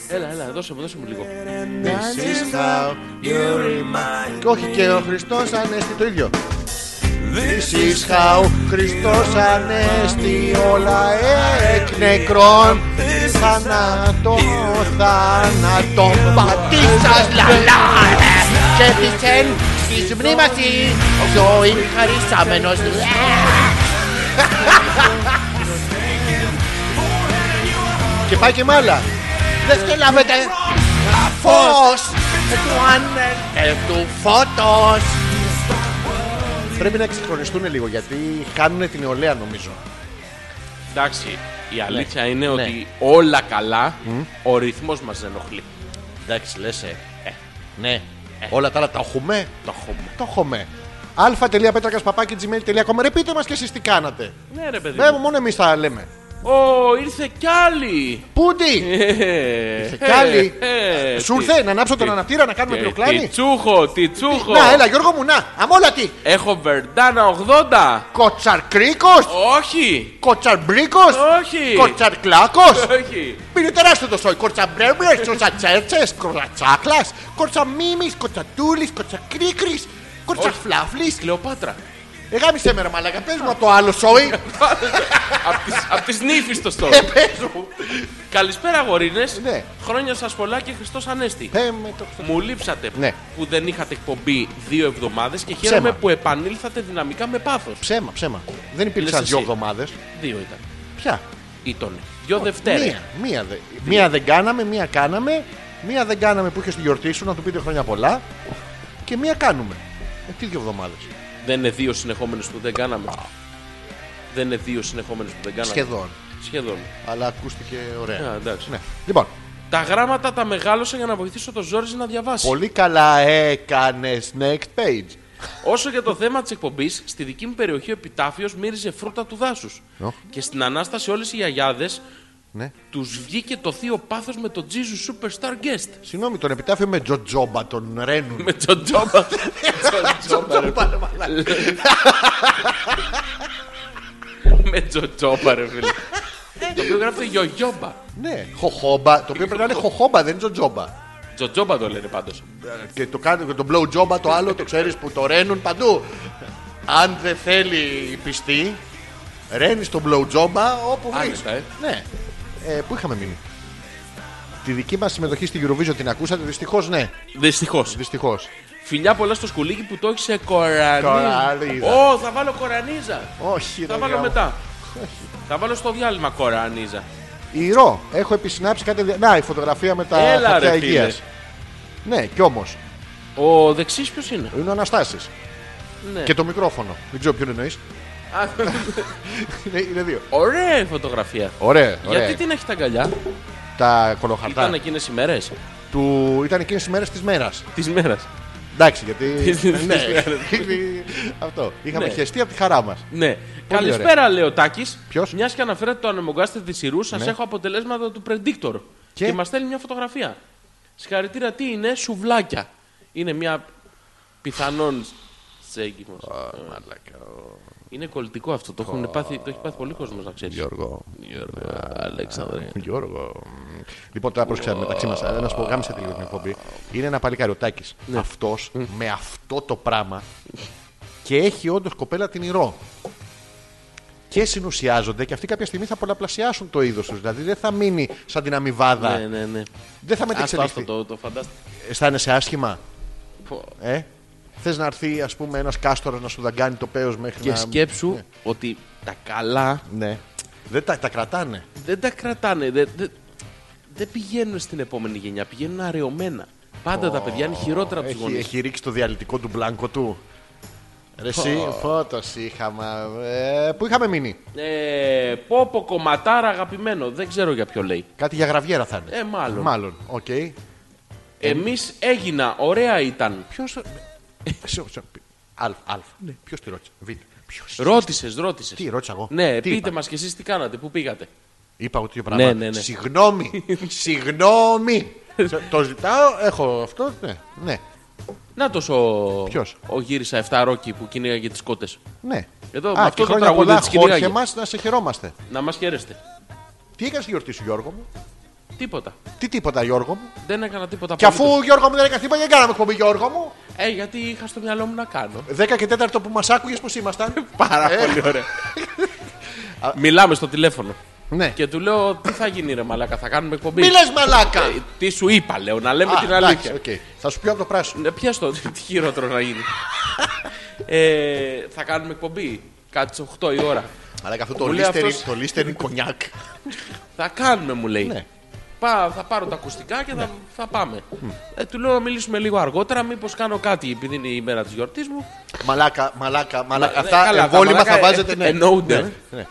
Έλα, έλα, δώσε μου, δώσε μου λίγο.
This is how you remind Και όχι και ο Χριστός Ανέστη το ίδιο This is how Χριστός Ανέστη όλα εκ νεκρών Θανάτο, θάνατος, πατήσας λαλά ε, Και της εν της μνήμασι ζωή χαρισάμενος Και πάει και μ' άλλα Δεν σκελάβετε φως του
Ε,
ανέτευτου φώτος. Πρέπει να εξυγχρονιστούν λίγο γιατί κάνουν την νεολαία νομίζω.
Εντάξει, η αλήθεια είναι
Ναι.
ότι όλα καλά, ο ρυθμός μας δεν ενοχλεί.
Εντάξει, λες.
ε.
Ναι. Όλα τα άλλα τα έχουμε.
Το έχουμε.
Το έχουμε. α.πέτρακα.gmail.com Ρε πείτε μας και εσείς τι κάνατε.
Ναι, ρε παιδί.
Ναι,
μου.
μόνο εμείς τα λέμε.
Ω, ήρθε κι άλλη.
Πούντι!
Ήρθε
Και άλλοι. Σου
Ε, τι- Ε,
ήρθε να ανάψω τον
τι-
αναπτήρα να κάνουμε
τι- Τι
πυροκλάνη.
τσούχο, τι τσούχο.
Να, έλα, Γιώργο μου, να. Αμόλατη.
Έχω βερντάνα 80.
Κοτσαρκρίκος.
Όχι.
Κοτσαρμπρίκος.
Όχι. Ε.
Κοτσαρκλάκος.
Όχι.
Είναι τεράστιο το σόι. Κορτσαμπρέμπρε, κορτσατσέρτσε, κορτσατσάκλα, κορτσαμίμη, κορτσατούλη, κορτσακρίκρη, κορτσαφλάφλη.
Κλεοπάτρα.
Εγάμισε Ε, με ρε μαλακά, πες μου από το άλλο σόι.
Απ' τις νύφεις το στόχο.
Ε, πες μου.
Καλησπέρα, γορίνες.
Ναι.
Χρόνια σας πολλά και Χριστός Ανέστη.
Ε, με το Χριστό.
Μου λείψατε
Ναι.
που δεν είχατε εκπομπή δύο εβδομάδες και χαίρομαι
Ψέμα.
που επανήλθατε δυναμικά με πάθος.
Ψέμα, ψέμα. Δεν υπήρξαν
Λες
δύο
εσύ.
εβδομάδες.
Δύο ήταν.
Ποια.
Ήταν. Δύο Δευτέρα.
Μία, μία, δε- μία δεν κάναμε, μία κάναμε. Μία δεν κάναμε που είχε τη γιορτή σου, να του πείτε χρόνια πολλά. Και μία κάνουμε. Ε, τι δύο εβδομάδες.
Δεν είναι δύο συνεχόμενες που δεν κάναμε. Δεν είναι δύο συνεχόμενες που δεν κάναμε.
Σχεδόν.
Σχεδόν.
Αλλά ακούστηκε ωραία.
Α, εντάξει.
Ναι. Λοιπόν,
Τα γράμματα τα μεγάλωσα για να βοηθήσω τον Ζόρζι να διαβάσει.
πολύ καλά έκανες next page.
Όσο για το θέμα της εκπομπής, στη δική μου περιοχή ο επιτάφιος μύριζε φρούτα του δάσους.
Ω.
Και στην ανάσταση όλες οι γιαγιάδες
Ναι.
τους βγήκε το θείο πάθος με τον Τζίζου Superstar Guest.
Συγγνώμη, τον επιτάφιο με Τζοτζόμπα, τον Ρένουν.
Με τον Τζόμπα. Τζοτζόμπα, ρε. Με Τζοτζόμπα, ρε φίλε. Το οποίο γράφεται Γιογιόμπα.
ναι, χοχόμπα, το οποίο πρέπει να είναι χοχόμπα, δεν είναι Τζοτζόμπα.
Τζοτζόμπα το λένε πάντως.
Και το κάνει, και τον blow τζόμπα το άλλο, το ξέρεις που το ρένουν παντού. Αν δεν θέλει η πιστή, ρένεις τον blow τζόμπα όπου βρει.
Άνετα, ε.
Ναι. Ε, πού είχαμε μείνει. Τη δική μας συμμετοχή στην Eurovision την ακούσατε, δυστυχώς ναι.
Δυστυχώς.
Δυστυχώς.
Φιλιά πολλά στο σκουλίκι που το έχει σε κορανίζα.
Κορανίζα.
Ω, θα βάλω κορανίζα.
Όχι,
Θα
ρε
βάλω
γάμο.
μετά. Θα βάλω στο διάλειμμα κορανίζα.
Ηρώ, έχω επισυνάψει κάτι. ενδια- Να, η φωτογραφία με τα
Έλα,
χαρτιά
ρε φίλε.
υγείας. Ναι, κι όμως.
Ο δεξή ποιος είναι.
Είναι ο Αναστάσης.
Ναι.
Και το μικρόφωνο. Δεν ξέρω ποιον εννοείς. είναι, είναι δύο.
Ωραία η φωτογραφία.
Ωραία, ωραία.
Γιατί την έχει τα αγκαλιά.
Τα κολοχαρτά.
Ήταν εκείνες οι μέρες.
Του... ήταν εκείνες τι μέρες της μέρας.
Της μέρας.
Εντάξει, γιατί.
Τις- τις
ναι,
μέρες.
είναι- Αυτό. Είχαμε
Ναι.
χεστεί από τη χαρά μας.
Ναι. Καλησπέρα, λέει ο Τάκης.
Ποιος?
Μιας και αναφέρατε το ανεμογκάστες της σειρού, σα έχω αποτελέσματα του Predictor. Ναι. Και,
Και?
μας στέλνει μια φωτογραφία. Συγχαρητήρια, τι είναι, σουβλάκια. Είναι μια πιθανόν σέγγιμο. Είναι κολλητικό αυτό. Το, έχουν πάθει, το έχει πάθει πολύ κόσμος, να ξέρεις.
Γιώργο.
Γιώργο Αλέξανδρε.
Γιώργο. Λοιπόν, τώρα πρόσεξα μεταξύ μας. Να σου πω, γάμισε τη λίγο την εκπομπή. Είναι ένα παλικάρι, ο Τάκης.
Ναι.
Αυτός, με αυτό το πράγμα και έχει όντως κοπέλα την ηρώ. Και συνουσιάζονται και αυτοί κάποια στιγμή θα πολλαπλασιάσουν το είδος τους. Δηλαδή δεν θα μείνει σαν την αμοιβάδα.
Ναι, ναι, ναι.
Δεν θα
Άστο, άστο,
μετεξελιχθεί.
το, το φαντάστηκα.
αισθάνεσαι άσχημα.
Πω.
Ε? Θες να έρθει, ας πούμε, ένας κάστορας να σου δαγκάνει το πέος μέχρι
Και
να.
σκέψου ότι τα καλά
Ναι. Δεν τα, τα κρατάνε.
δεν τα κρατάνε. Δεν, δεν, δεν πηγαίνουν στην επόμενη γενιά, πηγαίνουν αραιωμένα. Πάντα τα παιδιά είναι χειρότερα από τους
Έχει,
γονείς.
έχει ρίξει το διαλυτικό του μπλάνκο του. Ρε εσύ, φώτος είχαμε. Ε, πού είχαμε μείνει.
Ε, πόπο κομματάρα αγαπημένο, δεν ξέρω για ποιο λέει.
Κάτι για γραβιέρα θα είναι.
Ε, μάλλον.
Μάλλον, οκ. Ε,
Εμείς έγινα, ωραία ήταν.
Ποιος. Αλφα. αλφα.
Ναι.
Ποιος τη ρώτησε. Β. Ποιος...
Ρώτησες, ρώτησες.
Τι ρώτησα εγώ.
Ναι,
Τι
πείτε
είπα?
μα κι εσείς τι κάνατε, πού πήγατε.
Είπα ότι πράγμα.
Ναι, ναι, ναι.
Συγγνώμη. Συγγνώμη. Σε- το ζητάω, έχω αυτό. Ναι, ναι.
Να τόσο.
Ποιος?
Ο γύρισα 7 ρόκι που κυνήγαγε τις κότες.
ναι.
Εδώ,
Α,
με αυτό
και
το
χρόνια
τραγούδι
πολλά
της
χώρισε
κυνηγάγε.
εμάς να σε χαιρόμαστε.
Να μας χαίρεστε.
Τι έκανες στη γιορτή σου, Γιώργο μου.
Τίποτα.
Τι τίποτα, Γιώργο μου.
Δεν έκανα τίποτα
Και
απολύτως.
αφού Γιώργο μου δεν έκανε τίποτα, δεν κάναμε εκπομπή, Γιώργο μου.
Ε, γιατί είχα στο μυαλό μου να κάνω.
10 και 4 που μας άκουγες πώς ήμασταν. Ε.
Πάρα πολύ ωραία. Μιλάμε στο τηλέφωνο.
Ναι.
Και του λέω, τι θα γίνει ρε μαλάκα, θα κάνουμε εκπομπή.
Μη λες μαλάκα.
Ε, τι σου είπα, λέω, να λέμε
Α,
την
εντάξει,
αλήθεια.
οκ. Θα σου πιω από το πράσινο.
Ναι, πιάσ' το, τι χειρότερο να γίνει. ε, θα κάνουμε εκπομπή. Κάτι στις 8 η ώρα.
Μαλάκα αυτό
Μου
το
λέει
λίστερι,
αυτός-
το λίστερι κονιάκ.
Θα κάνουμε, μου λέει.
Ναι.
Πά, θα πάρω τα ακουστικά και θα, θα πάμε. Ε, του λέω να μιλήσουμε λίγο αργότερα, μήπως κάνω κάτι, επειδή είναι η μέρα της γιορτής μου.
Μαλάκα, μαλάκα, μαλάκα.
Ε,
Αυτά
καλά, τα
εμβόλυμα
μαλάκα,
θα βάζετε.
ε,
ναι.
εννοούνται.
Ναι, ναι.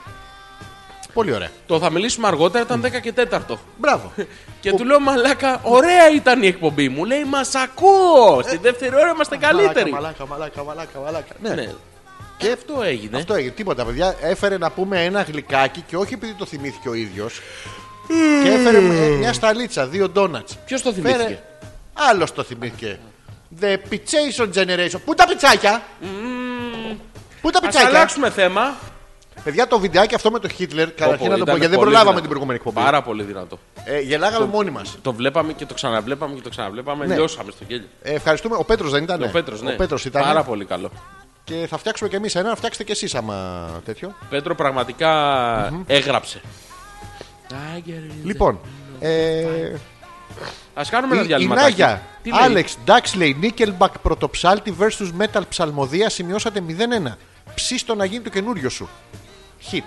Πολύ ωραία.
Το θα μιλήσουμε αργότερα, ήταν 10 και 4.
Μπράβο.
Και του λέω μαλάκα, ωραία ήταν η εκπομπή μου. Λέει, μας ακούω! Στη δεύτερη ώρα είμαστε καλύτεροι.
Ε, Μαλάκα, μαλάκα, μαλάκα, μαλάκα. Ναι.
Ναι. Και αυτό έγινε.
Αυτό έγινε. Τίποτα, παιδιά. Έφερε να πούμε ένα γλυκάκι και όχι επειδή το θυμήθηκε ο ίδιος. Και έφερε ε, μια σταλίτσα, δύο ντόνατ.
Ποιος το θυμήθηκε?
Άλλος το θυμήθηκε. The Pizzation Generation. Πού τα πιτσάκια! Πού τα
Ας
πιτσάκια!
αλλάξουμε θέμα.
Παιδιά, το βιντεάκι αυτό με το Χίτλερ, καταρχήν
Πω,
να το
ήταν
πω γιατί δεν
πολύ
προλάβαμε
δυνατό.
την προηγούμενη εκπομπή.
Πάρα πολύ δυνατό.
Ε, γελάγαμε μόνοι μας.
Το βλέπαμε και το ξαναβλέπαμε και το ξαναβλέπαμε.
Ναι.
Λιώσαμε στο γέλιο.
Ε, ευχαριστούμε. Ο Πέτρος δεν ήταν.
Ο Πέτρος, ναι.
Ο Πέτρος ήταν.
Πάρα πολύ καλό.
Και θα φτιάξουμε κι εμείς ένα, να φτιάξετε κι εσείς άμα τέτοιο.
Πέτρο πραγματικά έγραψε.
Λοιπόν, ε,
Ας κάνουμε ένα
η, η
διάλειμμα.
Νάγια.
Τι λέει?
Άλεξ Ντάξλεϊ Nickelback πρωτοψάλτη versus Metal ψαλμοδία σημειώσατε 0-1. Ψήστο να γίνει το καινούριο σου. Hit.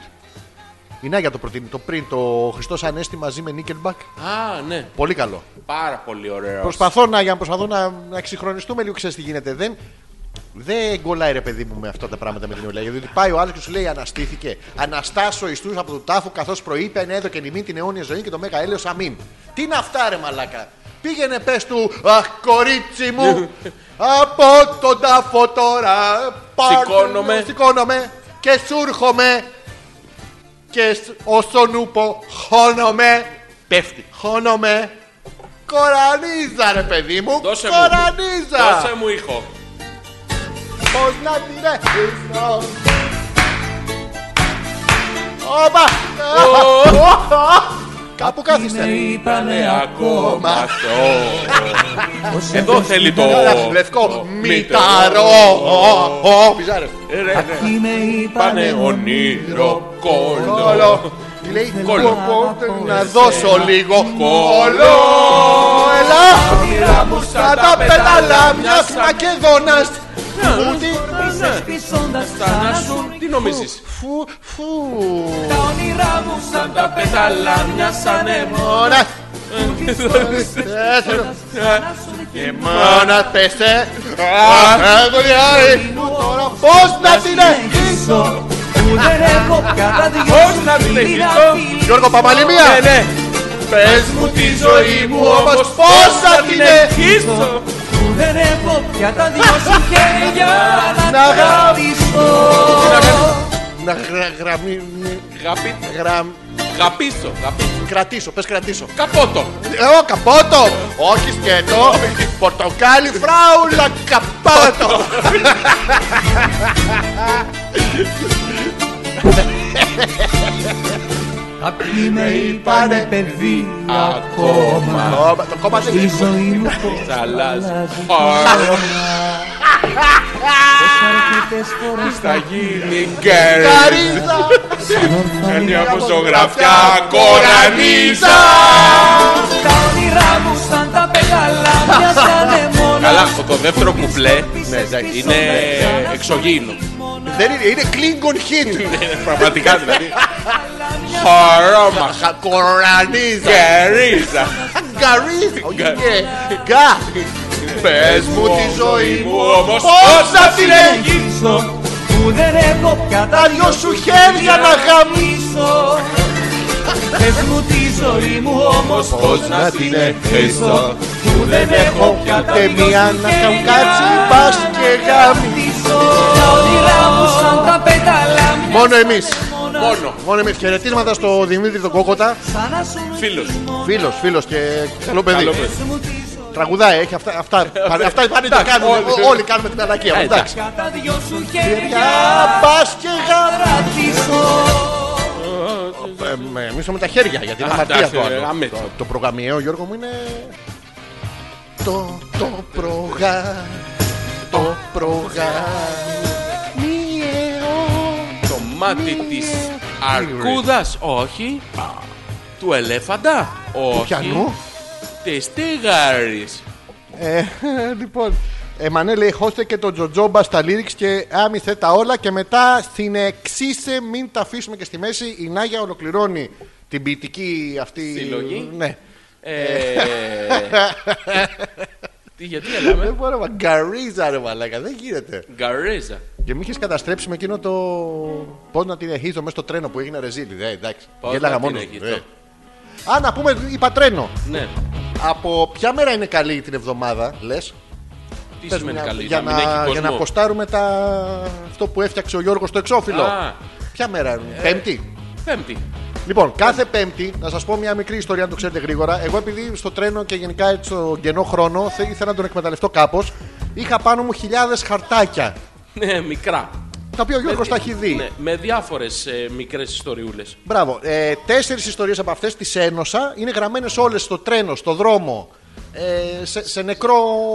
Η Νάγια το προτείνει. Το πριν το Χριστός Ανέστη μαζί με Nickelback.
Α, ναι.
Πολύ καλό.
Πάρα πολύ ωραίος.
Προσπαθώ να, για να προσπαθώ να, να εξυγχρονιστούμε λίγο, ξέρεις τι γίνεται. Δεν, δεν γκολάει ρε παιδί μου με αυτά τα πράγματα με την Ιουλία. Γιατί πάει ο άλλος και σου λέει Αναστήθηκε. Αναστάσω ιστού από τον τάφο καθώς προείπε ναι, εν έδωκεν ημίν την αιώνια ζωή και το μέγα έλεος αμήν. Τι είναι αυτά ρε μαλάκα. Πήγαινε πες του Αχ κορίτσι μου από τον τάφο τώρα. πάρ'
Σηκώνομαι.
με, Σηκώνομαι και σου έρχομαι. Και σ- όσον ούπο χώνομαι.
Πέφτει.
Χώνομαι. Κορανίζα ρε παιδί μου.
Δώσε μου.
Κορανίζα.
Δώσε μου ήχο.
Πώς να την έχω. Όπα. Κάπου κάθιστε.
Ήτανε ακόμα στο. Εδώ θέλει το.
Ένα Λευκό μηταρό. Πιζάρε.
Ε, ρε, ναι. Πάνε ονείρο κόλλο.
Κόλο. Τι λέει
Κόλλο.
πω, πω, Να δώσω λίγο κόλο. Έλα.
Όνειρά μου
Σαν τα πέταλα μιας Μακεδόνας. Μου την
Πισώντας
Ναι. Να σου, τι νομίζεις.
Φου, φου.
τα όνειρά μου σαν
Τα πέταλα μιας ανέμου.
Ωραία. Τέσσερα. Μάνα πέστε. Έβολη άρη. Πώς να την
Ναι.
έχεις.
Συνεχίσω που δεν έχω κατά δυο
Πώς
σου
να
φίλη
συνεχίσω?
φιλήσω.
Γιώργο Παπαλημία.
Ναι, ναι. Πες μου τη ζωή μου όμως
πώς θα την
την
ευχήσω.
ευχήσω.
Που δεν έχω κατά δυο σου χέρια
Να
να
γα-
κρατήσω
Να γρα- γραμμή-
Γαπί,
γραμ-
γαπίσω, γαπίσω.
Κρατήσω, πες κρατήσω.
Καπότο.
Ε, Ο καπότο! Όχι σκέτο! Πορτοκάλι φράουλα καπότο!
Κάποιοι με είπανε παιδί
Ακόμα.
Κόμμα- Το κόμμα δεν
Η
είναι.
ζωή μου πώς
Αλλάζει.
αλλάζει
Άρα,
Αρκετές φορές
Θα γίνει κέρδη.
Καρίζα!
Θέλει από ζωγραφιά κορανίζα.
Τα όνειρά μου σαν τα πέταλα μιας ανεμόνας
Καλά, το δεύτερο κουπλέ
Ναι, εντάξει.
είναι εξωγήινο. Ε,
Δεν είναι, είναι Klingon hit!
Πραγματικά δηλαδή. Χρώμα.
Κορανίζα.
Και ρίζα.
Γκαρίζα. Όχι, ναι. Γκά. Πες μου τη ζωή μου
όμως
όμως πώς θα την
έχει.
γυρίσω που δεν έχω πια
Τα
τα
δυο σου χέρια να γαμίσω
γαμίσω Πες μου τη ζωή μου όμως
Πώς να την έχεις
πίσω που δεν έχω πια τα
Ούτε
δυο
μία
σου
να
χέρια
καουκάτσι πας και γάμι
γαμίσω. Τα όνειρά μου σαν τα πέταλα μοιάζανε
Μόνο εμείς
μόνα.
Μόνο.
Μόνο εμείς Λοιπόν, χαιρετίσματα στο Δημήτρη τον Κόκοτα
Σαν να σου
Φίλος.
Φίλος, φίλος και καλό παιδί Ε,
Καλό παιδί.
Πες μου τη ζωή
Τραγουδάει, έχει αυτά Αυτά, αυτά οι πάνοι το
Εντάξει,
κάνουν
όλοι.
Όλοι κάνουμε την ανακία
Ε,
Εντάξει
μου, τα δυο σου
Χέρια
χέρια
πας και γάμι
κρατήσω
Εμείς Ε, με τα χέρια γιατί είναι
Α,
αμαρτία
εντάξει,
το
ε,
άλλο.
αμέσως.
Το- Το προγαμιαίο Γιώργο μου είναι Το το προγα Το προγαμιαίο
Το μάτι
Ναι.
της αρκούδας, όχι. Του ελέφαντα, όχι.
πιανού?
Της τίγαρης.
Ε, λοιπόν. Ε, Μανέλη, χώστε και τον Τζοτζόμπα στα lyrics και άμυθε τα όλα και μετά στην εξήσε μην τα αφήσουμε και στη μέση. Η Νάγια ολοκληρώνει την ποιητική αυτή...
Συλλογή.
Ναι.
Ε, Τι, γιατί έλαμε.
Δεν μπορώ, μα γκαρίζα ρε μαλάκα, δεν γίνεται.
Γκαρίζα.
Και μην είχε καταστρέψει με εκείνο το. Πώς να την εχίζω μέσα στο τρένο που έγινε ρεζίλη. Ε, εντάξει.
Πώς
Γέλαγα
να την
μόνος. μου,
εχείσω.
ε. Α, να πούμε, είπα τρένο.
Ναι.
Από ποια μέρα είναι καλή την εβδομάδα, λες.
Τι
Πες μου
σημαίνει
να-
καλή,
για,
να μην έχει
να, για να
κόσμο.
αποστάρουμε τα... αυτό που έφτιαξε ο Γιώργος στο εξώφυλλο.
Α. Ε.
Ποια μέρα είναι, Πέμπτη.
Πέμπτη.
Λοιπόν, κάθε Πέμπτη, να σας πω μια μικρή ιστορία, αν το ξέρετε γρήγορα. Εγώ, επειδή στο τρένο και γενικά έτσι στον κενό χρόνο, θε- ήθελα να τον εκμεταλλευτώ κάπως, είχα πάνω μου χιλιάδες χαρτάκια.
Ναι, μικρά.
Τα οποία ο Γιώργος τα έχει δει.
Ναι, με ε, διάφορε μικρές ιστοριούλες.
Μπράβο. Ε, Τέσσερις ιστορίες από αυτές τις ένωσα. Είναι γραμμένες όλες στο τρένο, στο δρόμο. Ε, σε, σε νεκρό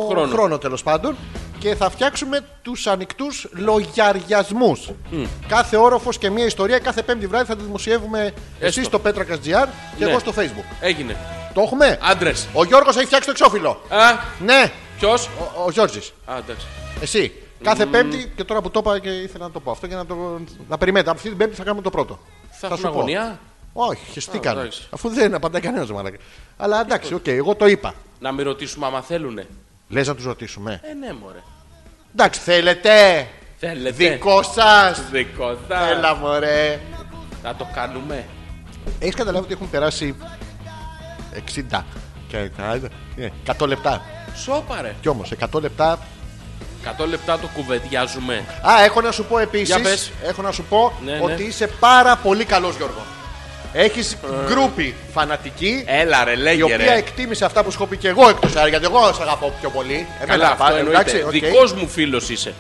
Χρόνο.
χρόνο, τέλος τέλος πάντων. Και θα φτιάξουμε τους ανοιχτούς λογαριασμούς. Κάθε όροφος και μία ιστορία. Κάθε Πέμπτη βράδυ θα τη δημοσιεύουμε εσείς στο Πέτρακα GR και
Ναι.
εγώ στο Facebook.
Έγινε.
Το έχουμε.
Άντρες.
Ο Γιώργος έχει φτιάξει το εξώφυλλο.
Α,
Ναι,
ποιος.
ο, ο Γιώργης.
Α, εντάξει.
Εσύ. Κάθε Πέμπτη, και τώρα που το είπα και ήθελα να το πω αυτό για να το. Να περιμένετε. Από αυτή την Πέμπτη θα κάνουμε το πρώτο.
Θα
σου
έχουν
πω.
αγωνία.
Όχι, χεστήκανε.
εντάξει.
Αφού δεν απαντάει κανένας μαλάκα. Αλλά εντάξει, οκ, εγώ το είπα.
Να με ρωτήσουμε άμα θέλουνε.
Λες να τους ρωτήσουμε.
Ε, ναι, μωρέ.
Εντάξει, θέλετε.
Θέλετε.
Δικό σας.
Δικό θα.
Έλα, μωρέ.
Να το κάνουμε.
Έχεις καταλάβει ότι έχουν περάσει 60 και 100 λεπτά.
Σόπα, ρε.
Κι όμως 100 λεπτά.
100 λεπτά το κουβεντιάζουμε.
Α, έχω να σου πω επίση.
Για πες.
Έχω να σου πω
Ναι, Ε. ναι.
ότι είσαι πάρα πολύ καλός, Γιώργο. Έχεις γκρούπι φανατική.
Έλα, ρε,
η
λέγε,
οποία
ρε.
εκτίμησε αυτά που σου έχω πει και εγώ εκτός αέρα, γιατί εγώ σε αγαπώ πιο πολύ.
Καλά,
αγαπά-
αυτό εννοείται.
οκ.
Δικός μου φίλος είσαι.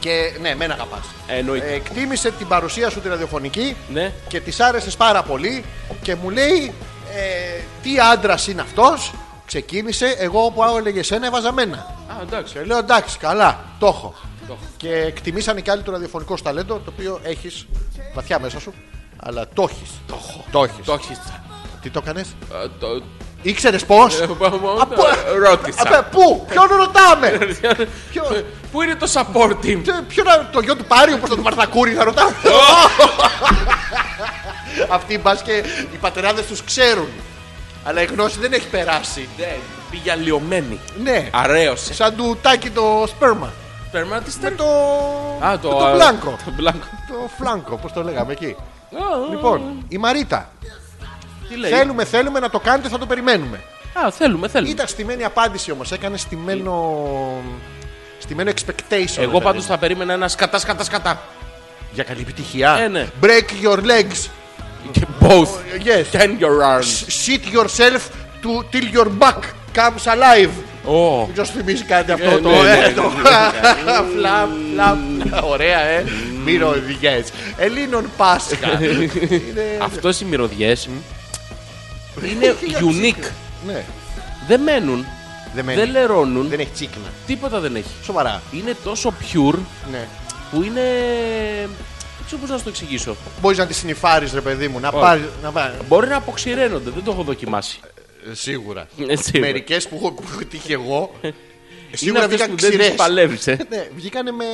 Και ναι, μένα αγαπάς.
Εννοείται.
εκτίμησε την παρουσία σου τη ραδιοφωνική
Ναι.
και της άρεσες πάρα πολύ και μου λέει ε, τι άντρας είναι αυτός. Ξεκίνησε, εγώ που έλεγε σένα έβαζα μένα.
Α, εντάξει.
Και λέω εντάξει, καλά, το έχω.
Το έχω.
Και εκτιμήσανε και άλλοι το ραδιοφωνικό σου ταλέντο το οποίο έχεις βαθιά μέσα σου. Αλλά το έχεις. Το έχω. Το έχεις.
Το έχεις.
Τι το έκανες.
Ε, το-
Ήξερες πώς.
Ε, το- Ρώτησα.
Πού, ποιον ρωτάμε. Ποιο-
Πού είναι το support team.
Τι- Ποιο να, το γιο του Πάριου, όπως το του Μαρθακούρη, θα ρωτάω. Αυτοί μπας και οι πατεράδες τους ξέρουν. Αλλά η γνώση δεν έχει περάσει.
Ναι, Πήγε λιωμένη.
Ναι,
Αρέωσε.
σαν του τάκι το σπέρμα.
Σπέρμα της
Με
ήταν-
το.
Α,
με το μπλάνκο.
Το μπλάνκο.
Το φλάνκο, πώς το λέγαμε εκεί. Λοιπόν, η Μαρίτα.
Τι λέει.
Θέλουμε, θέλουμε να το κάνετε, θα το περιμένουμε.
Α, θέλουμε, θέλουμε.
Ήταν στημένη απάντηση όμως, έκανε στημένο. Στημένο expectation. δηλαδή.
Εγώ
ρε
πάντως θα περίμενα ένα σκατά, σκατά, σκατά.
Για καλή επιτυχία.
Ε, ναι.
Break your legs.
Και both.
Yes.
Ten your arms.
Shit yourself to, till your back comes alive.
Ω.
Ποιος θυμίζει κάτι αυτό
Ε,
το.
ναι, ναι,
ε,
ναι,
το-
ναι,
Φλαμ, φλαμ. Ωραία, ε. Μυρωδιές. Ελλήνων Πάσχα.
Αυτές οι μυρωδιές είναι unique.
Ναι.
Δεν μένουν,
Δεν
δεν
μένει.
λερώνουν,
Δεν έχει τσίκνα.
τίποτα δεν έχει.
Σοβαρά.
Είναι τόσο pure
Ναι.
που είναι... Δεν ξέρω πώς να σου το εξηγήσω.
Μπορείς να τη συνειφάρει, ρε παιδί μου. Να
Όχι. Ε,
πάρει. Να πάρεις.
Μπορεί να αποξηραίνονται, δεν το έχω δοκιμάσει.
Ε, Σίγουρα.
Ε, σίγουρα.
Μερικές που έχω- που έχω τύχει εγώ.
Ε,
Ε,
Είναι
Σίγουρα
αυτές
βγήκαν
που δεν
ξηρέ.
τις παλεύεις, ε.
Ναι, βγήκανε με,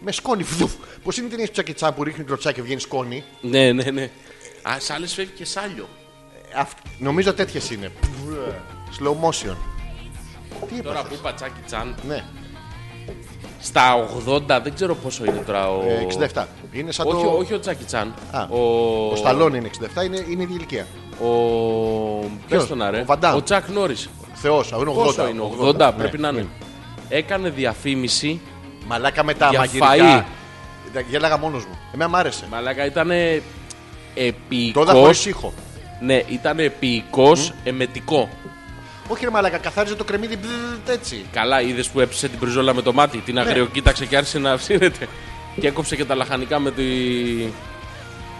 με σκόνη. Πώς είναι την ταινία Τσακετσά που ρίχνει κλωτσά και βγαίνει σκόνη.
Ναι, ναι, ναι. Α, σ' άλλες φεύγει και σάλιο.
Αυτ- Νομίζω τέτοιες είναι. Slow motion. Τι
Τώρα
είπα.
που είπα τσάκι τσάν,
Ναι,
στα 80 δεν ξέρω πόσο είναι τώρα ο.
ε, 67. Είναι σαν
όχι,
το.
όχι ο Τσάκι Τσάν.
Α,
ο
Ο Σταλόν είναι 67, είναι, είναι η ηλικία.
Ο.
Ποιος?
Πες τον αρέ.
Ο Van Damme.
Ο Τσακ Νόρις.
Θεός, είναι 80.
Πόσο είναι, 80,
ναι,
πρέπει να είναι. Έκανε διαφήμιση.
Μαλάκα με τα
Για
μαγειρικά. Ε, Γέλαγα μόνος μου. Εμένα μ' άρεσε.
Μαλάκα ήταν
Το είδα χωρί
επίκος.
ήχο.
Ναι, ήταν επίκος, εμετικό.
Όχι, ρε Μαλάκα, καθάριζε το κρεμμύδι μπλ, έτσι.
Καλά, είδες που έψησε την πριζόλα με το μάτι.
Ναι.
Την αγριοκοίταξε και άρχισε να ψήνεται. Και έκοψε και τα λαχανικά με, τη...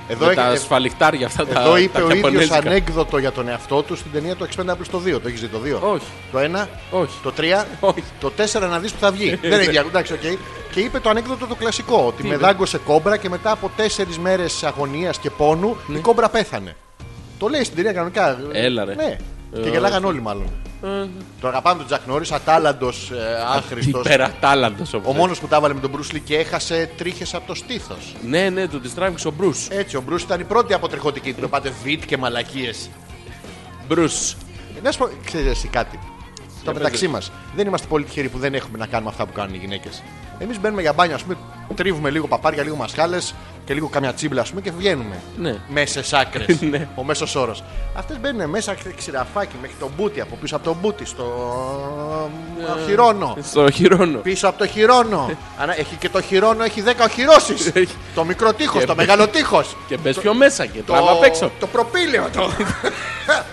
Εδώ, ε,
με τα
έχει,
ασφαλιχτάρια αυτά τα
εδώ είπε
τα
ο ίδιος
ιαπωνέζικα.
ανέκδοτο για τον εαυτό του στην ταινία του Expendables το 2. Το έχεις δει το 2.
Όχι.
Το 1,
Όχι.
το 3,
Όχι.
το 4 να δεις που θα βγει. Δεν έχει εντάξει, οκ. Και είπε το ανέκδοτο το κλασικό. Ότι με
είπε?
δάγκωσε κόμπρα και μετά από 4 μέρες αγωνίας και πόνου η κόμπρα πέθανε. Το λέει στην ταινία κανονικά.
Ναι. Έλα, ρε.
Ναι. Και
Ε, ναι.
γελάγαν όλοι μάλλον. Το αγαπάμε τον Τζακ Νόρις, ατάλλαντο, άχρηστο.
Υπερατάλλαντος
Ο
όμως.
μόνος που τα βάλε με τον Bruce Lee και έχασε τρίχες από το στήθος.
Ναι, ναι, του τη τράβηξε ο Μπρουσ.
Έτσι, ο Bruce ήταν η πρώτη αποτριχωτική. Του πάτε βιτ και μαλακίες.
Μπρουσ.
Ε, Να σου πω, ξέρεις εσύ κάτι. Τα
πες,
μεταξύ
ρε.
μας. Δεν είμαστε πολύ τυχεροί που δεν έχουμε να κάνουμε αυτά που κάνουν οι γυναίκες. Εμείς μπαίνουμε για μπάνιο, ας πούμε, τρίβουμε λίγο παπάρια, λίγο μασχάλες και λίγο καμιά τσίμπλα, ας πούμε, και βγαίνουμε.
Ναι.
Μέσα σε άκρες.
Ναι.
Ο μέσος όρος. Αυτές μπαίνουν μέσα ξηραφάκι μέχρι τον μπούτι, από πίσω από τον μπούτι, στο
Ναι.
χειρόνο.
Στο χειρόνο.
Πίσω από το χειρόνο. Ανα... Έχει και το χειρόνο, έχει 10 οχυρώσεις.
Έχει.
το μικρό τείχος,
Και
το
μπε-
μεγάλο τείχος.
Και μπες πιο μέσα και τράβα απ' έξω.
το προπήλαιο το.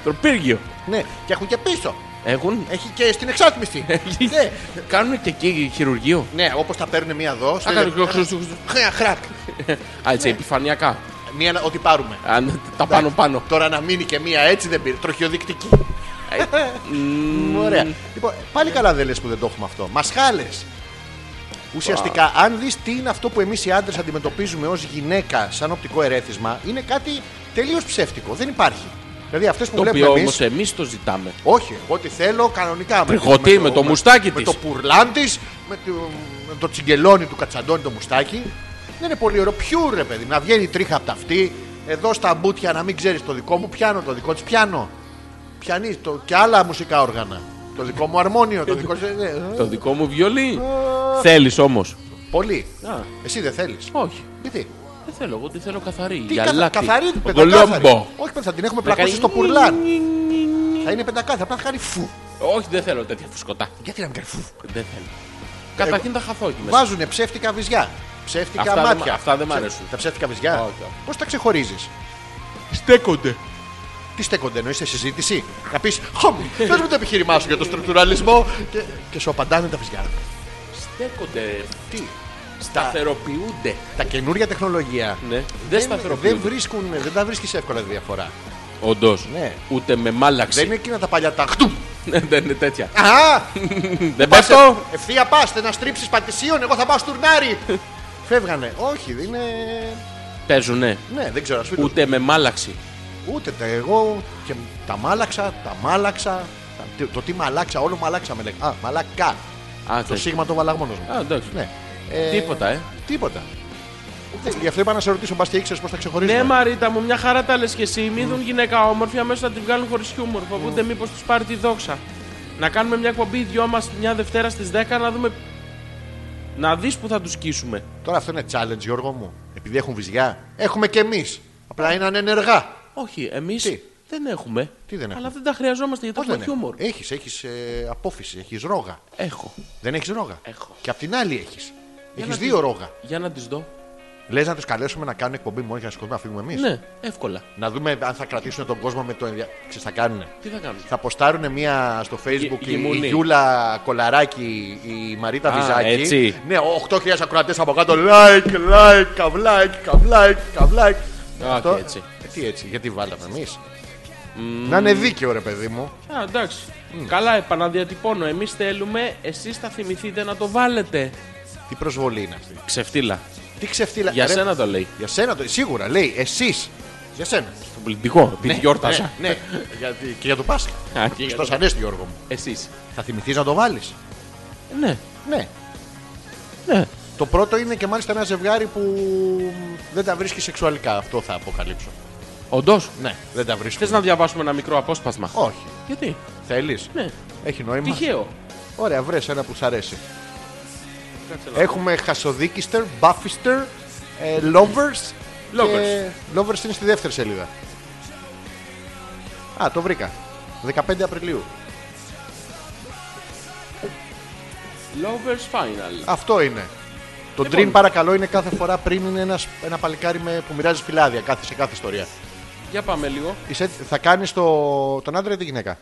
Το πύργιο.
ναι, και έχουν και πίσω.
Έχουν.
Έχει και στην εξάτμιστη. ναι,
Κάνουν Ε, και εκεί χειρουργείο.
ναι όπως τα παίρνουν μία εδώ. στο-
Α, κάνουν και χρουσ, χρουσ.
Χρέα, χρακ.
Α, έτσι, επιφανειακά.
Μία, ό,τι πάρουμε.
Αν τα πάνω πάνω.
Τώρα να μείνει και μία έτσι δεν πήρε. Τροχιοδεικτική. Ε,
Ε,
Ωραία. Λοιπόν, πάλι καλά δεν λες που δεν το έχουμε αυτό. Μασχάλε. Ουσιαστικά, αν δεις τι είναι αυτό που εμείς οι άντρες αντιμετωπίζουμε ως γυναίκα σαν οπτικό ερέθισμα, είναι κάτι τελείως ψεύτικο. Δεν υπάρχει. Δηλαδή, αυτές που
Το
βλέπουμε
οποίο
εμείς.
όμως εμείς το ζητάμε.
Όχι, εγώ τι θέλω κανονικά. με το-
Τριχωτή, με το μουστάκι
Με
της.
το πουρλάν της, με το, με το τσιγκελόνι του κατσαντώνι το μουστάκι. Δεν είναι πολύ ωραίο. Πιού ρε παιδί, να βγαίνει η τρίχα από τα αυτή. Εδώ στα μπουτια να μην ξέρεις το δικό μου, πιάνω το δικό της, πιάνω. Πιανείς το, και άλλα μουσικά όργανα. Το δικό μου αρμόνιο, το δικό σου. ε, ε,
Το δικό μου βιολί. Θέλεις όμως.
Πολύ.
Α.
Εσύ δεν θέλεις.
Όχι.
Γιατί.
Δεν θέλω, εγώ τι θέλω καθαρή.
Τι
για
καθα,
λάκτη.
καθαρή πεντακάθαρη.
Κολόμπο.
Όχι, παιδε, θα την έχουμε
Να κάνει
πλακώσει στο
νι-
πουρλάν.
νι- νι- νι-
Θα είναι πεντακάθαρη, απλά θα κάνει φου.
Όχι, δεν θέλω τέτοια φουσκωτά.
Γιατί να μην κάνει φου.
Δεν θέλω. Καταρχήν θα χαθώ εκεί μέσα.
Βάζουν ψεύτικα βυζιά. Ψεύτικα
Αυτά δεν
μάτια.
μ' α- αυτά δεν μ'
Ψε-
αρέσουν.
Τα ψεύτικα βυζιά.
Όχι.
Πώς τα ξεχωρίζεις.
Στέκονται.
Τι στέκονται, εννοείς σε συζήτηση. Να πεις Χωμ, πες μου το επιχείρημά σου για το στρουκτουραλισμό. Και, και σου απαντάνε τα βυζιά.
Στέκονται.
Τι. Τα,
Σταθεροποιούνται.
τα καινούργια τεχνολογία
Ναι. Δεν
δεν, δεν,
σταθεροποιούνται.
βρίσκουν, δεν τα βρίσκεις εύκολα τη διαφορά.
Όντως.
Ναι.
Ούτε με μάλαξη.
Δεν είναι εκείνα τα παλιά τα χτουμ.
Δεν είναι τέτοια.
Α!
Δεν
πας
πέφτω.
ε- Ευθεία πα, να στρίψεις πατησίων, εγώ θα πάω στουρνάρι. Φεύγανε. Όχι, δεν είναι.
Παίζουνε.
Ναι, δεν ξέρω, ας πούμε.
Ούτε με μάλαξη.
Ούτε τα εγώ και τα μάλαξα, τα μάλαξα. τα- τι- Το τι μαλάξα, όλο μαλάξα με λέγανε. Α, μαλακά.
Α,
Το
τέτοιο.
σίγμα το βάλα μόνος μου.
Α, εντάξει.
Ναι. Ε,
Τίποτα, ε.
Τίποτα. Ε, Γι' αυτό είπα να σε ρωτήσω, μπας και ήξερες πώς θα ξεχωρίζουμε.
Ναι, Μαρίτα μου, μια χαρά τα λες και εσύ. Μίδουν γυναίκα όμορφη, αμέσω να τη βγάλουν χωρίς χιούμορ. Φοβούνται μήπως τους πάρει τη δόξα. Να κάνουμε μια εκπομπή δυο μας μια Δευτέρα στις 10 να δούμε. Να δεις που θα τους σκίσουμε.
Τώρα αυτό είναι challenge, Γιώργο μου. Επειδή έχουν βυζιά, έχουμε κι εμείς. Απλά είναι ανενεργά.
Όχι, εμείς
Τι?
δεν έχουμε.
Τι δεν έχουμε?
Αλλά δεν τα χρειαζόμαστε γιατί έχουμε Ε. χιούμορ.
Έχεις, έχεις ε, απόφυση, έχεις ρόγα.
Έχω.
Δεν έχεις ρόγα.
Έχω.
Και απ' την άλλη έχεις.
Για
Έχεις
να
δύο
τη-
ρόγα.
Για να τις δω.
Λες να τους καλέσουμε να κάνουν εκπομπή μόνο για να σηκωθούμε να φύγουμε εμείς.
Ναι, εύκολα.
Να δούμε αν θα κρατήσουν τον κόσμο με το ενδιαφέρον. Ξέρεις, θα κάνουν.
Τι θα κάνουμε.
Θα ποστάρουν μία στο facebook η,
Γε-
η
γεμονή.
Γιούλα Κολαράκη, η Μαρίτα
Α,
Βυζάκη.
έτσι.
Ναι, 8.000 ακροατές από κάτω. Like, like, καβλάικ, καβλάικ, καβλάικ.
Α, και έτσι.
Ε, Τι έτσι, γιατί βάλαμε εμείς. Να είναι δίκαιο ρε παιδί μου.
Α, εντάξει. Mm. Καλά, επαναδιατυπώνω. Εμείς θέλουμε, εσείς θα θυμηθείτε να το βάλετε.
Τι προσβολή είναι αυτή.
Ξεφτύλα.
Τι ξεφτύλα.
Για
ρε,
σένα το λέει.
Για σένα το, σίγουρα λέει, εσείς. Για σένα.
Στον πολιτικό, επειδή γιόρτασα.
Ναι, ναι. Γιατί- και για το Πάσχα.
Α, και για
Χριστός
το-
Ανέστη Γιώργο μου.
Εσείς.
Θα θυμηθείς να το βάλεις.
Ναι.
Ναι.
Ναι.
Το πρώτο είναι και μάλιστα ένα ζευγάρι που δεν τα βρίσκει σεξουαλικά. Αυτό θα αποκαλύψω.
Όντως.
Ναι, δεν τα βρίσκω.
Θες να διαβάσουμε ένα μικρό απόσπασμα.
Όχι.
Γιατί.
Θέλεις.
Ναι.
Έχει νόημα.
Τυχαίο.
Ωραία, βρες ένα που σ' αρέσει. Έχουμε Χασοδίκιστερ, Μπάφιστερ, ε, Lovers.
Lovers.
και- Lovers είναι στη δεύτερη σελίδα. Α, το βρήκα. 15 Απριλίου.
Lovers Final.
Αυτό είναι. Το
Λοιπόν.
Dream παρακαλώ είναι κάθε φορά πριν είναι ένας, ένα παλικάρι με, που μοιράζει φυλάδια κάθε, σε κάθε ιστορία.
Για πάμε λίγο.
Είσαι, έτσι- θα κάνεις το, τον άντρα ή τη γυναίκα.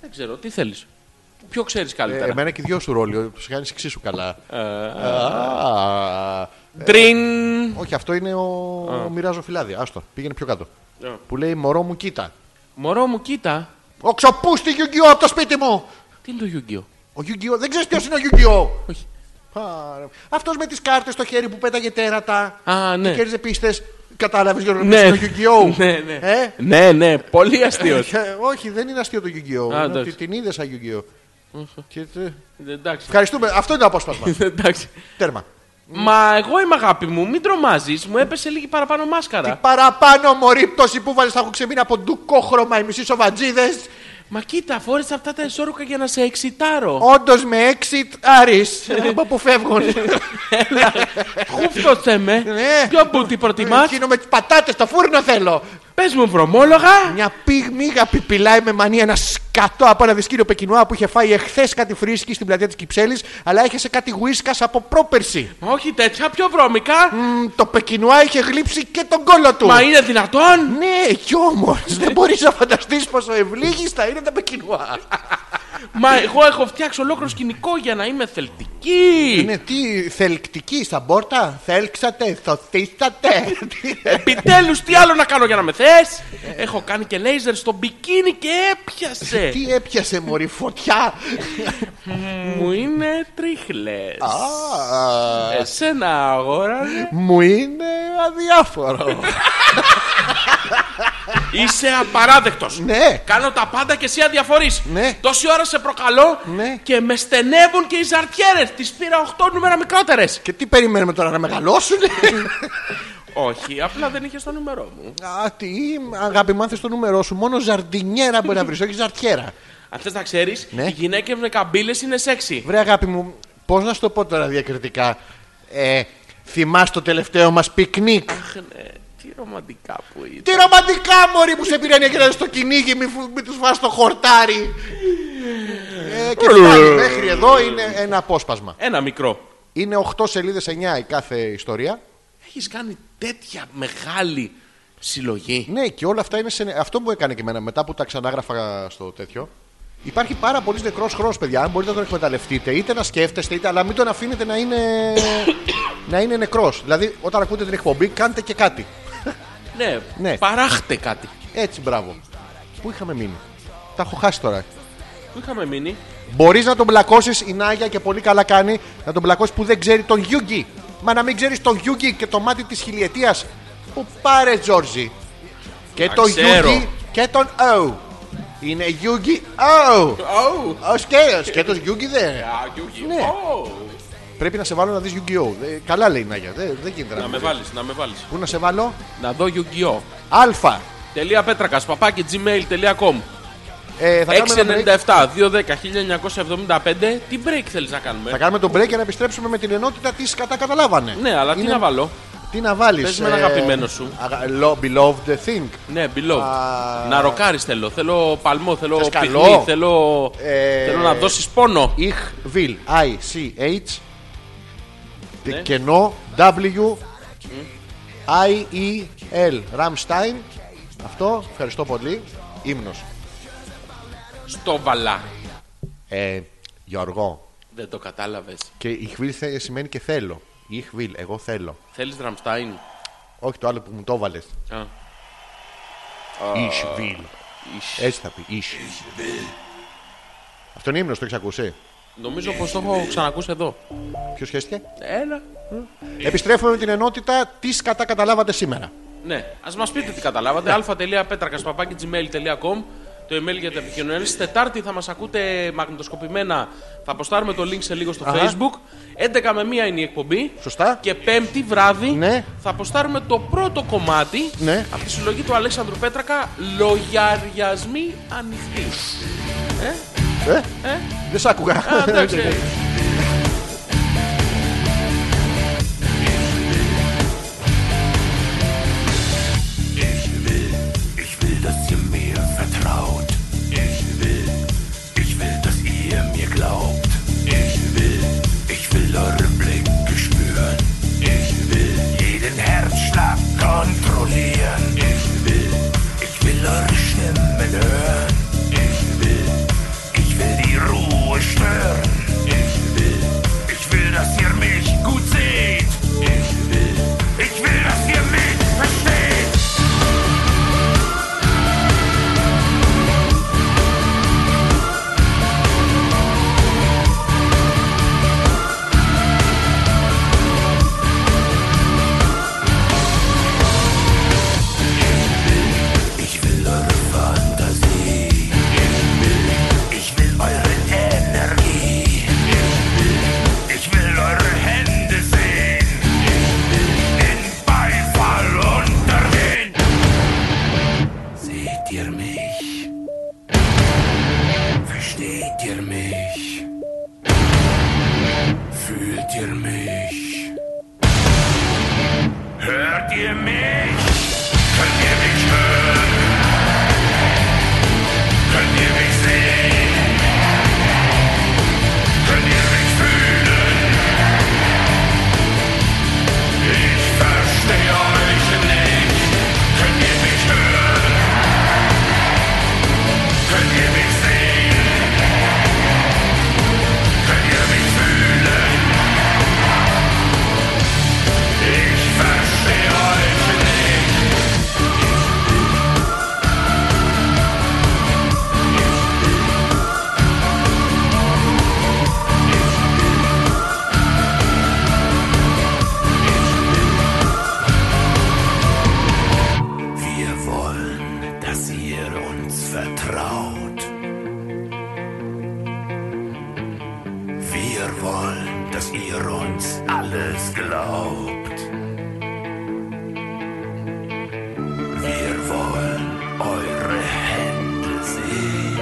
Δεν ξέρω, τι θέλεις. Ποιο ξέρεις
Ε,
καλύτερα.
εμένα και οι δυο σου ρόλιο, του κάνει εξίσου καλά.
Ε,
Α,
Τρίν.
Όχι, αυτό είναι ο, ο μοιράζω φυλάδια. Άστο, πήγαινε πιο κάτω.
Ε.
Που λέει Μωρό μου, κοίτα.
Μωρό μου, κοίτα.
Ο ξοπούστη Γιουγκιό από το σπίτι μου!
Τι είναι το Γιουγκιό.
Ο Γιουγκιό, δεν ξέρεις ποιος είναι ο Γιουγκιό!
Όχι.
Αυτός με τις κάρτες στο χέρι που πέταγε τέρατα.
Α, ναι.
Και κέρδιζε πίστες. Κατάλαβες Γιώργο
Ναι.
ναι. το Γιουγκιό.
Ναι, ναι.
Ε?
Ναι, ναι, πολύ αστείος.
Ε, Όχι, δεν είναι αστείο το Γιουγκιό.
Α, εντάξει.
Την είδε σαν Γιουγκιό. Και, ε,
Εντάξει.
Ευχαριστούμε. Αυτό είναι το απόσπασμα.
Εντάξει.
Τέρμα.
Μα εγώ είμαι αγάπη μου, μην τρομάζεις, μου έπεσε λίγη παραπάνω μάσκαρα.
Παραπάνω μωρή πτώση που βάλεις θα έχουν ξεμείνει από ντουκόχρωμα οι μισοί σοβατζίδες.
Μα κοίτα, φόρεσα αυτά τα εσόρουχα για να σε εξητάρω.
Όντως με exit άρι. Από που φεύγουν.
Χούφτωσε με.
Ναι.
Ποιο μπούτι προτιμάς.
Εκείνο με τις πατάτες στο φούρνο θέλω.
Πες μου, βρωμόλογα.
Μια πυγμίγα πιπηλάει με μανία ένας σκατό από ένα δισκύριο πεκινουά που είχε φάει εχθές κάτι φρίσκι στην πλατεία της Κυψέλης, αλλά είχε σε κάτι γουίσκας από πρόπερση.
Μα όχι τέτοια, πιο βρώμικα.
Μμμ, το πεκινουά είχε γλύψει και τον κόλο του.
Μα είναι δυνατόν.
Ναι, κι όμω δεν μπορείς να φανταστείς πόσο ευλίγιστα είναι τα πεκινουά.
Μα εγώ έχω φτιάξει ολόκληρο σκηνικό για να είμαι θελτική.
Είναι Ε, ναι, τι, θελκτική στα πόρτα, θέλξατε, θωθήσατε.
Επιτέλους, τι άλλο να κάνω για να με θες. Έχω κάνει και λέιζερ στο μπικίνι και έπιασε.
τι έπιασε μωρή φωτιά.
Μου είναι τρίχλες.
Α,
Εσένα αγόρανε.
Μου είναι αδιάφορο.
Είσαι απαράδεκτος.
Ναι.
Κάνω τα πάντα και εσύ αδιαφορείς.
Ναι.
Τόση ώρα σε προκαλώ
Ναι.
και με στενεύουν και οι ζαρτιέρες. Τις πήρα 8 νούμερα μικρότερες.
Και τι περιμένουμε τώρα να μεγαλώσουν.
Όχι, απλά δεν είχε το νούμερό μου.
Α, τι, αγάπη, μάθε το νούμερό σου. Μόνο ζαρντινιέρα μπορεί να βρεις, όχι ζαρτιέρα.
Αν θες να ξέρεις,
Ναι.
οι γυναίκες με καμπύλες είναι σεξι.
Βρε, αγάπη μου, πώς να σου το πω τώρα διακριτικά. Ε, θυμάσαι το τελευταίο μας πικνίκ.
Αχ, ναι, τι ρομαντικά που είναι.
Τι ρομαντικά μωρή που σε πήρε μια κερδά στο κυνήγι, μη, φου- μη τους φας το χορτάρι. ε, και φτάνει μέχρι εδώ είναι ένα απόσπασμα.
Ένα μικρό.
Είναι 8 σελίδες 9 η κάθε ιστορία.
Έχεις κάνει τέτοια μεγάλη συλλογή.
Ναι, και όλα αυτά είναι σε... Αυτό μου έκανε και εμένα μετά που τα ξανάγραφα στο τέτοιο. Υπάρχει πάρα πολύς νεκρός χρόνος, παιδιά. Αν μπορείτε να τον εκμεταλλευτείτε, είτε να σκέφτεστε, είτε αλλά μην τον αφήνετε να είναι, να είναι νεκρός. Δηλαδή, όταν ακούτε την εκπομπή, κάντε και κάτι.
Ναι,
Ναι.
παράχτε κάτι.
Έτσι, μπράβο. Πού είχαμε μείνει. Τα έχω χάσει τώρα.
Πού είχαμε μείνει.
Μπορείς να τον μπλακώσεις η Νάγια και πολύ καλά κάνει να τον μπλακώσεις που δεν ξέρει τον Γιούγκι. Μα να μην ξέρεις τον Γιούγκι και το μάτι της χιλιετίας. Που πάρε Τζόρζι. Και
Τα
τον
ξέρω.
Γιούγκι και τον Ω. Είναι Γιούγκι Ω.
Oh.
Ο σκέτο. Και τον Γιούγκι δεν. Ναι.
Oh.
Πρέπει να σε βάλω να δεις Γιούγκι Ω. Ε, Καλά λέει η Νάγια. Δεν, δεν γίνεται να
Να
μην
με
ξέρεις.
βάλεις, να με βάλεις.
Πού να σε βάλω.
Να δω Yu-Gi-Oh!
Α.
Τελεία πέτρακας, παπάκι gmail.com
Ε, θα, κάνουμε ένα break.
697-210-1975 Τι break θέλεις να
θα
κάνουμε
κάνουμε τον break και να επιστρέψουμε με την ενότητα της κατά καταλάβανε.
Ναι αλλά τι
Είναι-
να βάλω
Τι να βάλεις.
Πες με ένα αγαπημένο σου.
Beloved thing.
Ναι below
Α.
Να ροκάρεις θέλω Θέλω παλμό, θέλω
Θες
πιχνή
καλό?
Θέλω,
Ε.
θέλω να δώσεις πόνο
Ich will I C H
Ναι.
κενό W I E L Rammstein Αυτό ευχαριστώ πολύ Ύμνος
Στο βαλά
ε, Γιώργο
Δεν το κατάλαβες
Και ich will θε- σημαίνει και θέλω Ich will, εγώ θέλω
Θέλεις Ραμστάιν
Όχι το άλλο που μου το βάλες
Α.
Ich will Έτσι θα πει Ich Αυτό είναι ύμνος, το έχεις ακούσει
Νομίζω πως το έχω ξανακούσει εδώ
Ποιος σχέστηκε
Έλα Ε.
Επιστρέφουμε με την ενότητα Τι κατά καταλάβατε σήμερα Ναι.
Ναι, ας μας πείτε τι καταλάβατε. αλφα.πέτρακα.gmail.com το email για τα επικοινωνία. Στη Τετάρτη θα μας ακούτε μαγνητοσκοπημένα. Θα αποστάρουμε το link σε λίγο στο
Αχα.
Facebook. 11 με 1 είναι η εκπομπή.
Σωστά.
Και Πέμπτη βράδυ
Ναι.
θα αποστάρουμε το πρώτο κομμάτι
Ναι.
από τη συλλογή του Αλέξανδρου Πέτρακα Λογαριασμοί ανοιχτοί.
Ε, Δεν σ' άκουγα.
Α, εντάξει.
Ναι.
Ich will, dass ihr mir vertraut. Ich will, ich will, dass ihr mir glaubt. Ich will, ich will eure Blicke spüren. Ich will jeden Herzschlag kontrollieren. Ich will, ich will eure Stimmen hören. Ich will, ich will die Ruhe stören. Ich will, ich will, dass ihr mich gut seht. Ich will, ich will, dass ihr mich versteht. Ich will eure Fantasie. Ich will, ich will eure Energie. Ich will, ich will eure Hände sehen. Ich will den Beifall untergehen. Seht ihr mich? Versteht ihr mich? Fühlt ihr mich? Hört ihr mich? Könnt ihr mich hören? Könnt ihr mich sehen? Könnt ihr mich fühlen? Ich verstehe euch nicht. Könnt ihr mich hören? Könnt ihr mich sehen? Könnt ihr mich fühlen? Ich verstehe euch nicht. Wir wollen, dass ihr uns vertraut. Wir wollen, dass ihr uns alles glaubt. Wir wollen eure Hände sehen.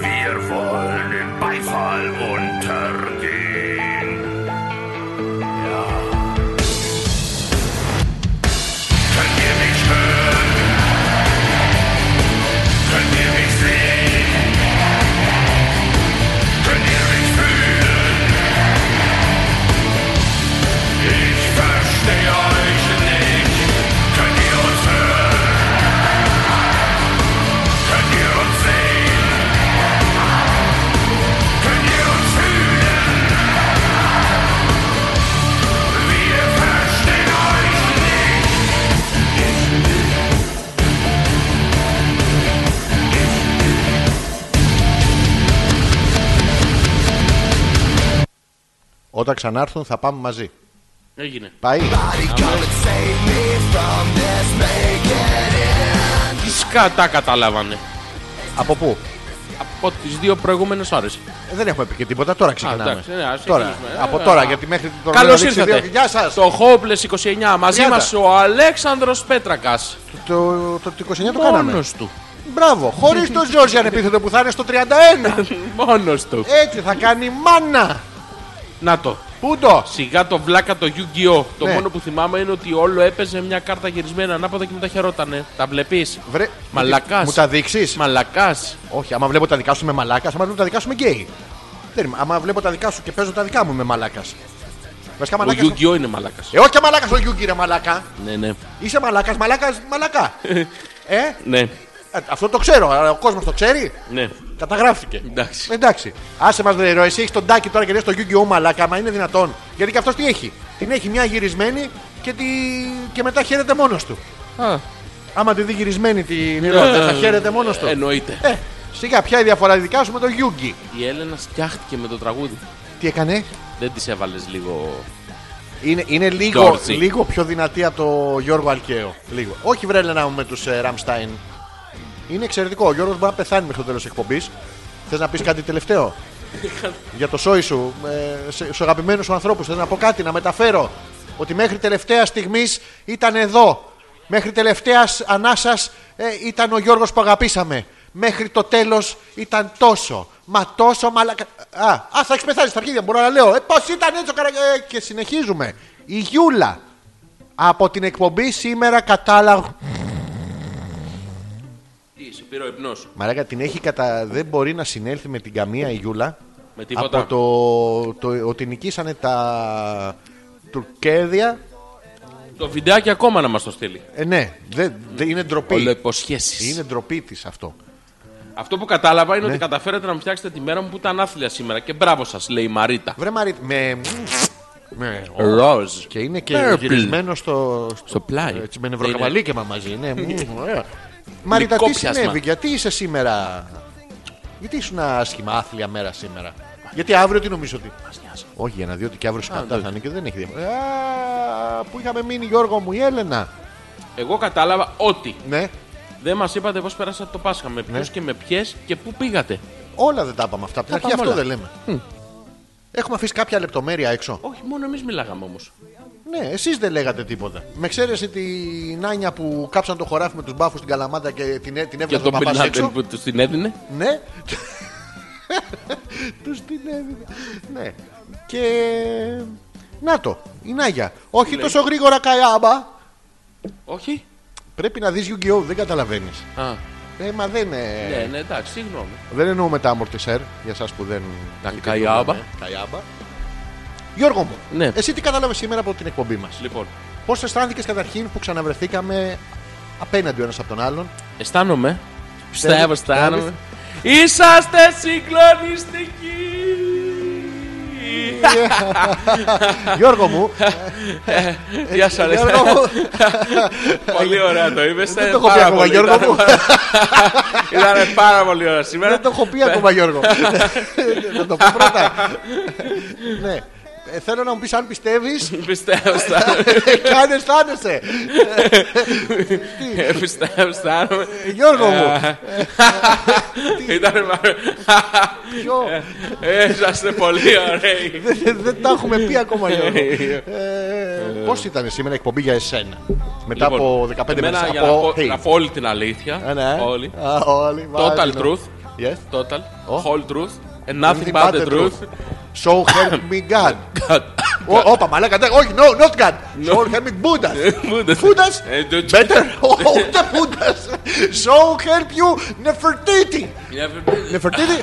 Wir wollen im Beifall untergehen. Könnt ihr mich hören? Könnt ihr mich sehen? Könnt ihr mich fühlen? Ich verstehe euch nicht. Könnt ihr uns hören? Könnt ihr uns sehen? Könnt ihr uns fühlen? Wir verstehen euch nicht.
Όταν ξανάρθουν θα πάμε μαζί.
Έγινε.
Πάει.
Σκατά καταλάβανε.
Από πού.
Από τις δύο προηγούμενες ώρες.
Ε, δεν έχουμε πει και τίποτα, τώρα
Α,
ξεκινάμε.
εντάξει, ναι, ας
τώρα,
ξεκινήσουμε. Ε,
από
ε,
τώρα,
α.
γιατί μέχρι τον
Καλώ
Ρόδο δείξει
ήρθατε.
δύο- Γεια σας. Το...
Το Hopeless 29. Μαζί
30.
μα ο Αλέξανδρος Πέτρακας.
Το, το, 29 το
Μόνο
κάναμε.
του.
Μπράβο. Χωρίς τον Τζόρζι ανεπίθετο που θα είναι στο 31.
Μόνος του.
Έτσι θα κάνει μάνα.
Να το.
Πού το.
Σιγά το βλάκα το Yu-Gi-Oh! Το
Ναι.
μόνο που θυμάμαι είναι ότι όλο έπαιζε μια κάρτα γυρισμένη ανάποδα και μου τα χαιρότανε. Τα βλέπεις.
Βρε,
Μαλακάς.
Μου τα δείξεις.
Μαλακάς.
Όχι, άμα βλέπω τα δικά σου με μαλάκας, άμα βλέπω τα δικά σου με γκέι. Δεν είμαι. Άμα βλέπω τα δικά σου και παίζω τα δικά μου με μαλάκας. Βασικά
Ο
μαλάκας.
Yu-Gi-Oh! είναι μαλάκας.
Ε, όχι και μαλάκας ο Γιούγκη, ρε μαλάκα.
Ναι, ναι.
Είσαι μαλάκας, μαλάκας, μαλακά. ε,
Ναι,
ε, αυτό το ξέρω, αλλά ο κόσμος το ξέρει.
ναι.
Καταγράφηκε.
Εντάξει.
Εντάξει. Άσε μας ρε, εσύ έχεις τον τάκι τώρα και λες το Yu-Gi-Oh! Μαλάκα, μα είναι δυνατόν. Γιατί και αυτός τι έχει. Την έχει μια γυρισμένη και, τη... και μετά χαίρεται μόνος του.
Α, Ε,
Άμα τη δει γυρισμένη την ηρώτητα, Ε, θα χαίρεται μόνος του.
εννοείται.
Ε, σιγά, ποια η διαφορά δικά σου με το Yugi.
Η Έλενα σκιάχτηκε με το τραγούδι.
Τι έκανε,
Δεν της έβαλες λίγο.
Είναι, είναι λίγο,
Ντόρτσι.
λίγο πιο δυνατή από το Γιώργο Αλκαίο. Λίγο. Όχι βρε Ελένα μου με τους Ραμστάιν. Είναι εξαιρετικό. Ο Γιώργος μπορεί να πεθάνει μέχρι το τέλος εκπομπής. Θες να πεις κάτι τελευταίο. Για το σόι σου, ε, σε- στους αγαπημένους σου ανθρώπους. Θες να πω κάτι, να μεταφέρω. Ότι μέχρι τελευταίας στιγμής ήταν εδώ. Μέχρι τελευταίας ανάσας ε, ήταν ο Γιώργος που αγαπήσαμε. Μέχρι το τέλος ήταν τόσο. Μα τόσο μαλακα. Α, α θα έχεις πεθάνει στα αρχίδια, μπορώ να λέω. Ε, Πώς ήταν έτσι ο καρα... ε, Και συνεχίζουμε. Η Γιούλα από την εκπομπή σήμερα κατάλαβα.
Τι, σε πήρε ο ύπνος.
Μαράκα την έχει κατα... Δεν μπορεί να συνέλθει με την καμία η Γιούλα.
Με τίποτα.
Από το, το ότι νικήσανε τα Τουρκέδια.
Το βιντεάκι ακόμα να μας το στείλει.
Ε, ναι, δεν- δεν- είναι ντροπή.
Ολοϋποσχέσεις.
Είναι Ναι. ντροπή της αυτό.
Αυτό που κατάλαβα είναι ότι καταφέρατε να μου φτιάξετε τη μέρα μου που ήταν άθλια σήμερα. Και μπράβο σας, λέει η Μαρίτα.
Βρε Μαρίτ, με. με
Ροζ.
και είναι και
Purple.
γυρισμένο στο,
Στο πλάι.
Έτσι, με νευροκαβαλίκεμα μαζί. Ναι. Μμμ, ωραία. Μαρίτα,
Γλυκό
τι
πιάσμα.
συνέβη, γιατί είσαι σήμερα. Γιατί ήσουν άσχημα, άθλια μέρα σήμερα. Γιατί αύριο τι νομίζω ότι. Όχι, για να δει ότι και αύριο σκατά
ναι.
θα είναι και δεν έχει διαφορά. Α, Πού είχαμε μείνει, Γιώργο μου, η Έλενα.
Εγώ κατάλαβα ότι
Ναι,
δεν μας είπατε πώς περάσατε το Πάσχα. Με ποιου
Ναι.
και με ποιες και πού πήγατε.
όλα δεν τα είπαμε αυτά. Από την
Τα
αρχή
πάμε
αυτό δεν
όλα.
λέμε. Έχουμε αφήσει κάποια λεπτομέρεια έξω.
Όχι, μόνο εμείς μιλάγαμε όμως.
Ναι, εσείς δεν λέγατε τίποτα. Με εξαίρεση την Άνια που κάψαν το χωράφι με τους μπάφους στην Καλαμάντα και την, έ- την
Και
έβγαλε
τον
το παπά έξω.
Μπενάντελ που τους την έδινε.
Ναι. Τους την έδινε. Ναι. Και. Να το, η Νάγια. Όχι τόσο γρήγορα, Καϊάμπα.
Όχι.
Πρέπει να δεις Yu-Gi-Oh! Δεν καταλαβαίνεις.
Α,
Ε, μα δεν είναι.
ναι, ναι, εντάξει, συγγνώμη.
Δεν εννοούμε τα αμορτισέρ για εσάς που δεν. τα έχετε
Καϊάμπα.
δει, ναι. Καϊάμπα. Γιώργο μου,
Ναι.
εσύ τι κατάλαβες σήμερα από την εκπομπή μας.
Λοιπόν,
Πώς αισθάνθηκες καταρχήν που ξαναβρεθήκαμε απέναντι ο ένας από τον άλλον.
αισθάνομαι. Πιστεύω, αισθάνομαι.
πιστεύεις.
Είσαστε συγκλονιστικοί.
Γιώργο μου,
Γεια σα,
Ε, Γιώργο μου,
Πολύ ωραία το Ε, είπες.
δεν το έχω πει ακόμα, Γιώργο μου.
Ήταν πάρα πολύ ωραία σήμερα.
Δεν το έχω πει ακόμα, Γιώργο. Να το πω πρώτα. Ναι. Ε, Θέλω να μου πεις αν πιστεύεις,
Πιστεύω, αισθάνομαι.
αν αισθάνεσαι.
Ε, Πιστεύω, αισθάνομαι.
Ε, Γιώργο μου,
Ήταν Ε,
ποιο.
Είσαστε πολύ ωραίοι.
Δεν- Δεν τα έχουμε πει ακόμα,
Ε.
Γιώργο. Πώς ήταν σήμερα η εκπομπή για εσένα, μετά
Λοιπόν,
από 15 μέρε.
εμένα, για να
Από.
πω-
Hey.
Να πω όλη την
Α,
αλήθεια.
ναι.
Όλοι.
Α, όλοι,
Total
βάζουν.
truth.
Yes.
Total.
Oh.
Whole truth. And nothing but the truth.
So help me God.
God.
Ω, Όπα, μαλάκα, δεν- όχι, no, not God. So help me Buddha.
Buddha.
Buddha.
Ε, το-
Better. Ούτε Buddha. So help you Nefertiti. Νεφερτίδη.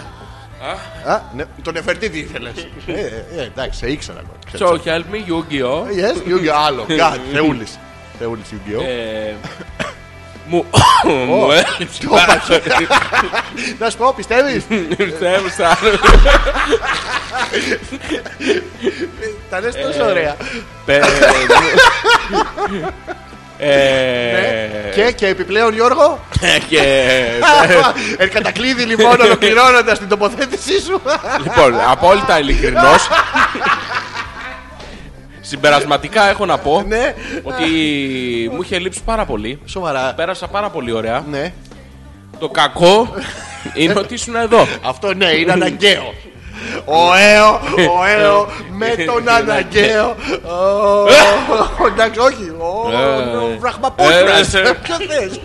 Α, ναι, Το Νεφερτίδη ήθελε. ε, Εντάξει, σε ήξερα εγώ. Ξέρεις.
So help me, Yu-Gi-Oh!
Yes, Yu-Gi-Oh! Άλλο. God, Θεούλη. Θεούλη Yu-Gi-Oh!
Ε, Μου μου έλειψε πάρα πολύ.
Να σου πω, πιστεύεις.
Πιστεύω, αισθάνομαι.
Τα
Ε,
λες τόσο ωραία.
Πε- Ε,
Ναι. Και, και επιπλέον, Γιώργο.
και-
Εν κατακλείδη, λοιπόν, ολοκληρώνοντας την τοποθέτησή σου.
Λοιπόν, απόλυτα ειλικρινός Συμπερασματικά έχω να πω
Ναι.
ότι μου είχε λείψει πάρα πολύ.
Σοβαρά.
Πέρασα πάρα πολύ ωραία.
Ναι.
Το κακό είναι ότι ήσουν εδώ.
Αυτό ναι, είναι αναγκαίο. Ο ΑΕΟ, ο ΑΕΟ, με τον αναγκαίο. Ω, Εντάξει, όχι.
Ε.
Βραχμαπούτρα.
Ε, ε.
Ποιο θες.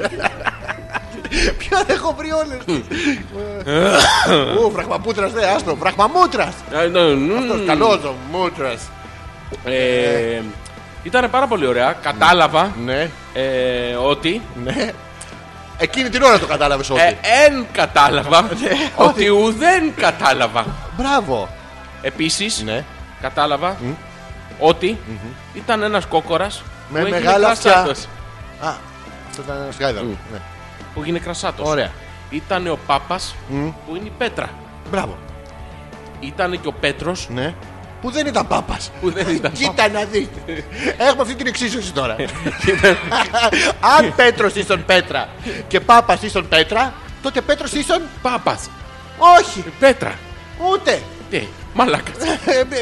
Ποιο έχω βρει όλες. Ου, βραχμαπούτρα, ναι, άστο. Βραχμαμούτρα.
Ε, ναι, ναι.
Καλός το μούτρας.
Ε, Ήταν πάρα πολύ ωραία. Κατάλαβα
Ναι,
ε, ότι.
ναι. Εκείνη την ώρα το κατάλαβες
Ε,
ότι.
εν κατάλαβα Ναι, ότι ουδέν κατάλαβα.
Μπράβο.
Επίσης,
Ναι.
κατάλαβα ότι ήταν ένας κόκορας
Με μεγάλα αυτιά.
κρασάτος.
Α, αυτό ήταν ένα σκάιδαρο. Ναι.
Που έγινε κρασάτος.
Ωραία.
Ήταν ο Πάπας που είναι η Πέτρα.
Μπράβο.
Ήταν και ο Πέτρος
Ναι. Που δεν ήταν πάπας.
που δεν ήταν.
Κοίτα να δείτε. Έχουμε αυτή την εξίσωση τώρα. Αν Πέτρος ήσουν Πέτρα και Πάπας ήσουν Πέτρα, τότε Πέτρος ήσουν.
Πάπας.
Όχι,
Πέτρα.
ούτε.
Τι. Μαλάκα.
Ναι.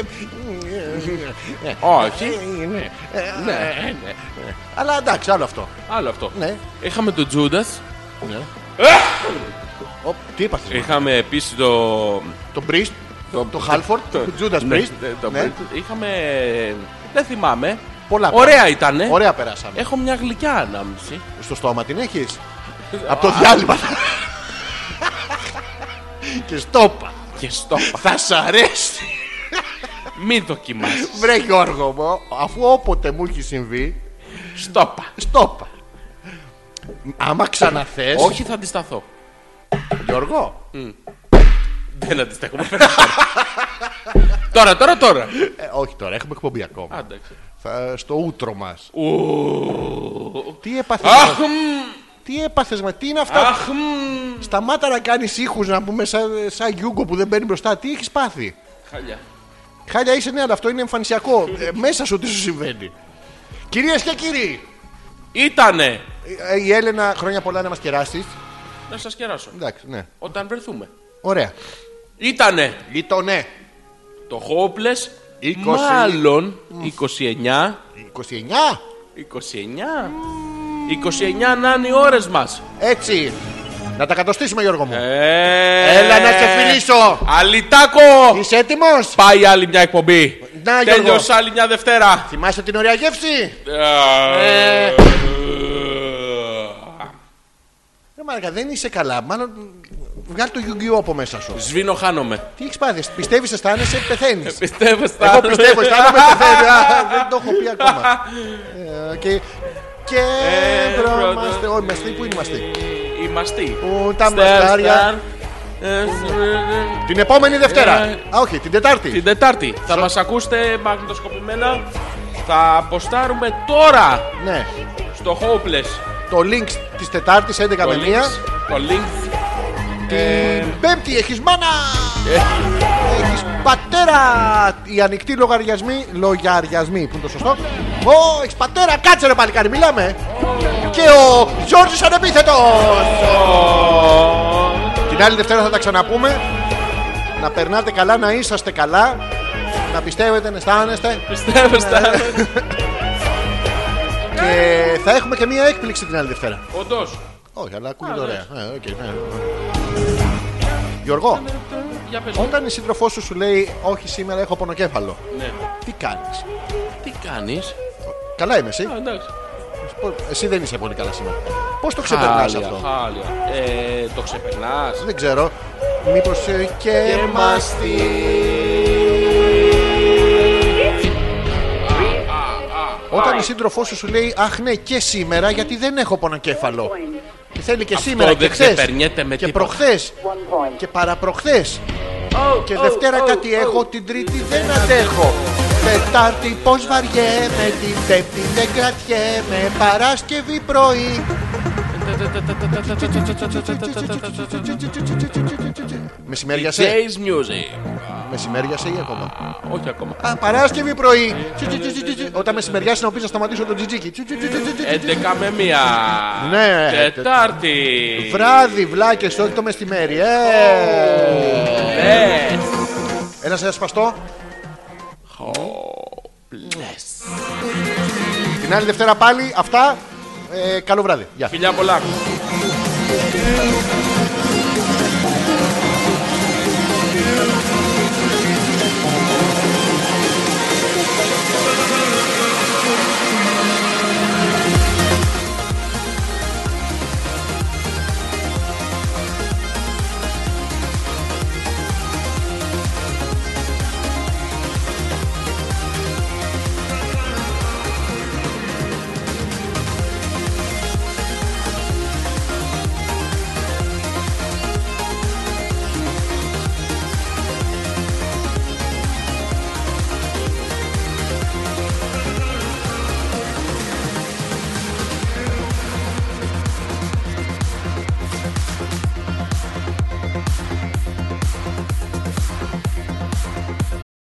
Όχι.
Ε, ναι. Ε,
Ναι, ναι.
Αλλά εντάξει, άλλο αυτό.
Άλλο αυτό.
Ναι.
Είχαμε τον Τζούντας.
Ναι. Οπ, Τι είπα θες,
Είχαμε επίσης το.
Το Priest, το, το Halford, το Judas
Ναι,
Priest.
ναι, το
ναι.
Priest. Είχαμε. Δεν θυμάμαι.
Πολλά
Ωραία ήταν.
Ωραία περάσαμε.
Έχω μια γλυκιά ανάμνηση.
Στο στόμα την έχεις. Από το διάλειμμα. Και στόπα.
Και στο.
Θα σ' αρέσει.
Μην δοκιμάσεις.
Βρε Γιώργο μου, αφού όποτε μου έχει συμβεί,
Στόπα.
στόπα. Άμα ξαναθες,
Όχι, θα αντισταθώ.
Γιώργο,
Δεν αντιστέκομαι. Τώρα, τώρα, τώρα.
ε, όχι τώρα, έχουμε εκπομπή ακόμα.
Άνταξε.
Θα, στο ούτρο μας.
Ου.
Τι έπαθες,
Αχ,
με-
μ,
τι έπαθες με, τι είναι αυτά.
αχ, μ.
Σταμάτα να κάνεις ήχους, να πούμε σαν, σαν Γιούγκο που δεν μπαίνει μπροστά. Τι έχεις πάθει.
Χαλιά.
Χάλια είσαι ναι, αλλά αυτό είναι εμφανισιακό. Ε, μέσα σου τι σου συμβαίνει. Κυρίες και κύριοι,
Ήτανε.
ε, η Έλενα χρόνια πολλά να μας κεράσεις.
Να σας κεράσω.
Εντάξει, ναι.
Όταν βρεθούμε.
Ωραία.
Ήτανε
Ήταν ναι.
το Hopeless.
20.
Μάλλον 29.
29.
29. 29 να είναι οι ώρες μας.
Έτσι. Να τα κατοστήσουμε, Γιώργο μου.
Ε,
Έλα να σε φιλήσω.
Αλυτάκο.
Είσαι έτοιμος.
Πάει άλλη μια εκπομπή.
Να, Γιώργο.
Τέλειωσε άλλη μια Δευτέρα.
Θυμάσαι την ωραία γεύση.
Ε,
Ρε Μαρακα, δεν είσαι καλά. Μάλλον βγάλει το γιουγκιό από μέσα σου.
Σβήνω, χάνομαι.
Τι έχεις πάθει, πιστεύεις, αισθάνεσαι, πεθαίνεις.
Πιστεύω στα.
Εγώ πιστεύω, αισθάνομαι πεθαίνει. Α, Δεν το έχω πει ακόμα. Ε, Και. Και
Ε,
βρωμάστε.
πρώτα.
Όχι, είμαστε που είμαστε.
Είμαστε.
Πού τα μαστάρια. Την επόμενη Δευτέρα.
Ε,
Α, όχι, την Τετάρτη.
Την Τετάρτη. Θα μας ακούσετε μαγνητοσκοπημένα. Θα αποστάρουμε τώρα
Ναι.
στο Hopeless.
Το link της Τετάρτης 11
Το
με 1.
link. Το link.
Την Πέμπτη έχεις μάνα. Έχεις πατέρα. Οι ανοιχτοί λογαριασμοί. Λογαριασμοί που είναι το σωστό. Ω, έχεις πατέρα. Κάτσε ρε παλικάρι, μιλάμε. Και ο Γιώργης ανεπίθετος. Την άλλη Δευτέρα θα τα ξαναπούμε. Να περνάτε καλά, να είσαστε καλά. Να πιστεύετε, να αισθάνεστε.
Πιστεύω στα.
Και θα έχουμε και μία έκπληξη την άλλη Δευτέρα.
Όντως.
Όχι, αλλά ακούγεται ωραία. Ε, οκ, ναι. Γιώργο,
Για πες.
όταν η σύντροφός σου σου λέει Όχι, σήμερα έχω πονοκέφαλο,
Ναι.
τι κάνεις.
Τι κάνεις.
Καλά είμαι εσύ.
Α, εντάξει.
Πώς- Εσύ δεν είσαι πολύ καλά σήμερα. Πώς το ξεπερνάς
Χάλια,
αυτό.
χάλια. Ε, το ξεπερνάς.
Δεν ξέρω. Μήπως και
Και
μα
μας
τη. Όταν η σύντροφός σου σου λέει Αχ, ναι, και σήμερα γιατί δεν έχω πονοκέφαλο. Και θέλει και
Αυτό
σήμερα και
δεν
χθες.
ξεπερνιέται με
Και
τίποτα.
προχθές. Και παραπροχθές. Και Δευτέρα κάτι έχω, την Τρίτη δεν αντέχω. Τετάρτη πώς βαριέμαι, την Πέμπτη δεν κρατιέμαι. Παράσκευη πρωί. Μεσημέριασε.
Jazz Music.
Μεσημέριασε ή ακόμα.
Όχι ακόμα.
Α, Παράσκευη πρωί. Όταν μεσημεριάσει να μου πεις να σταματήσω τον τζιτζίκι.
11 με 1.
Ναι.
Τετάρτη.
Βράδυ, βλάκες, όχι το μεσημέρι. Ε.
Λες.
Ένα ασπαστό.
Λες.
Την άλλη Δευτέρα πάλι αυτά. Ε, καλό βράδυ. Γεια.
Φιλιά πολλά.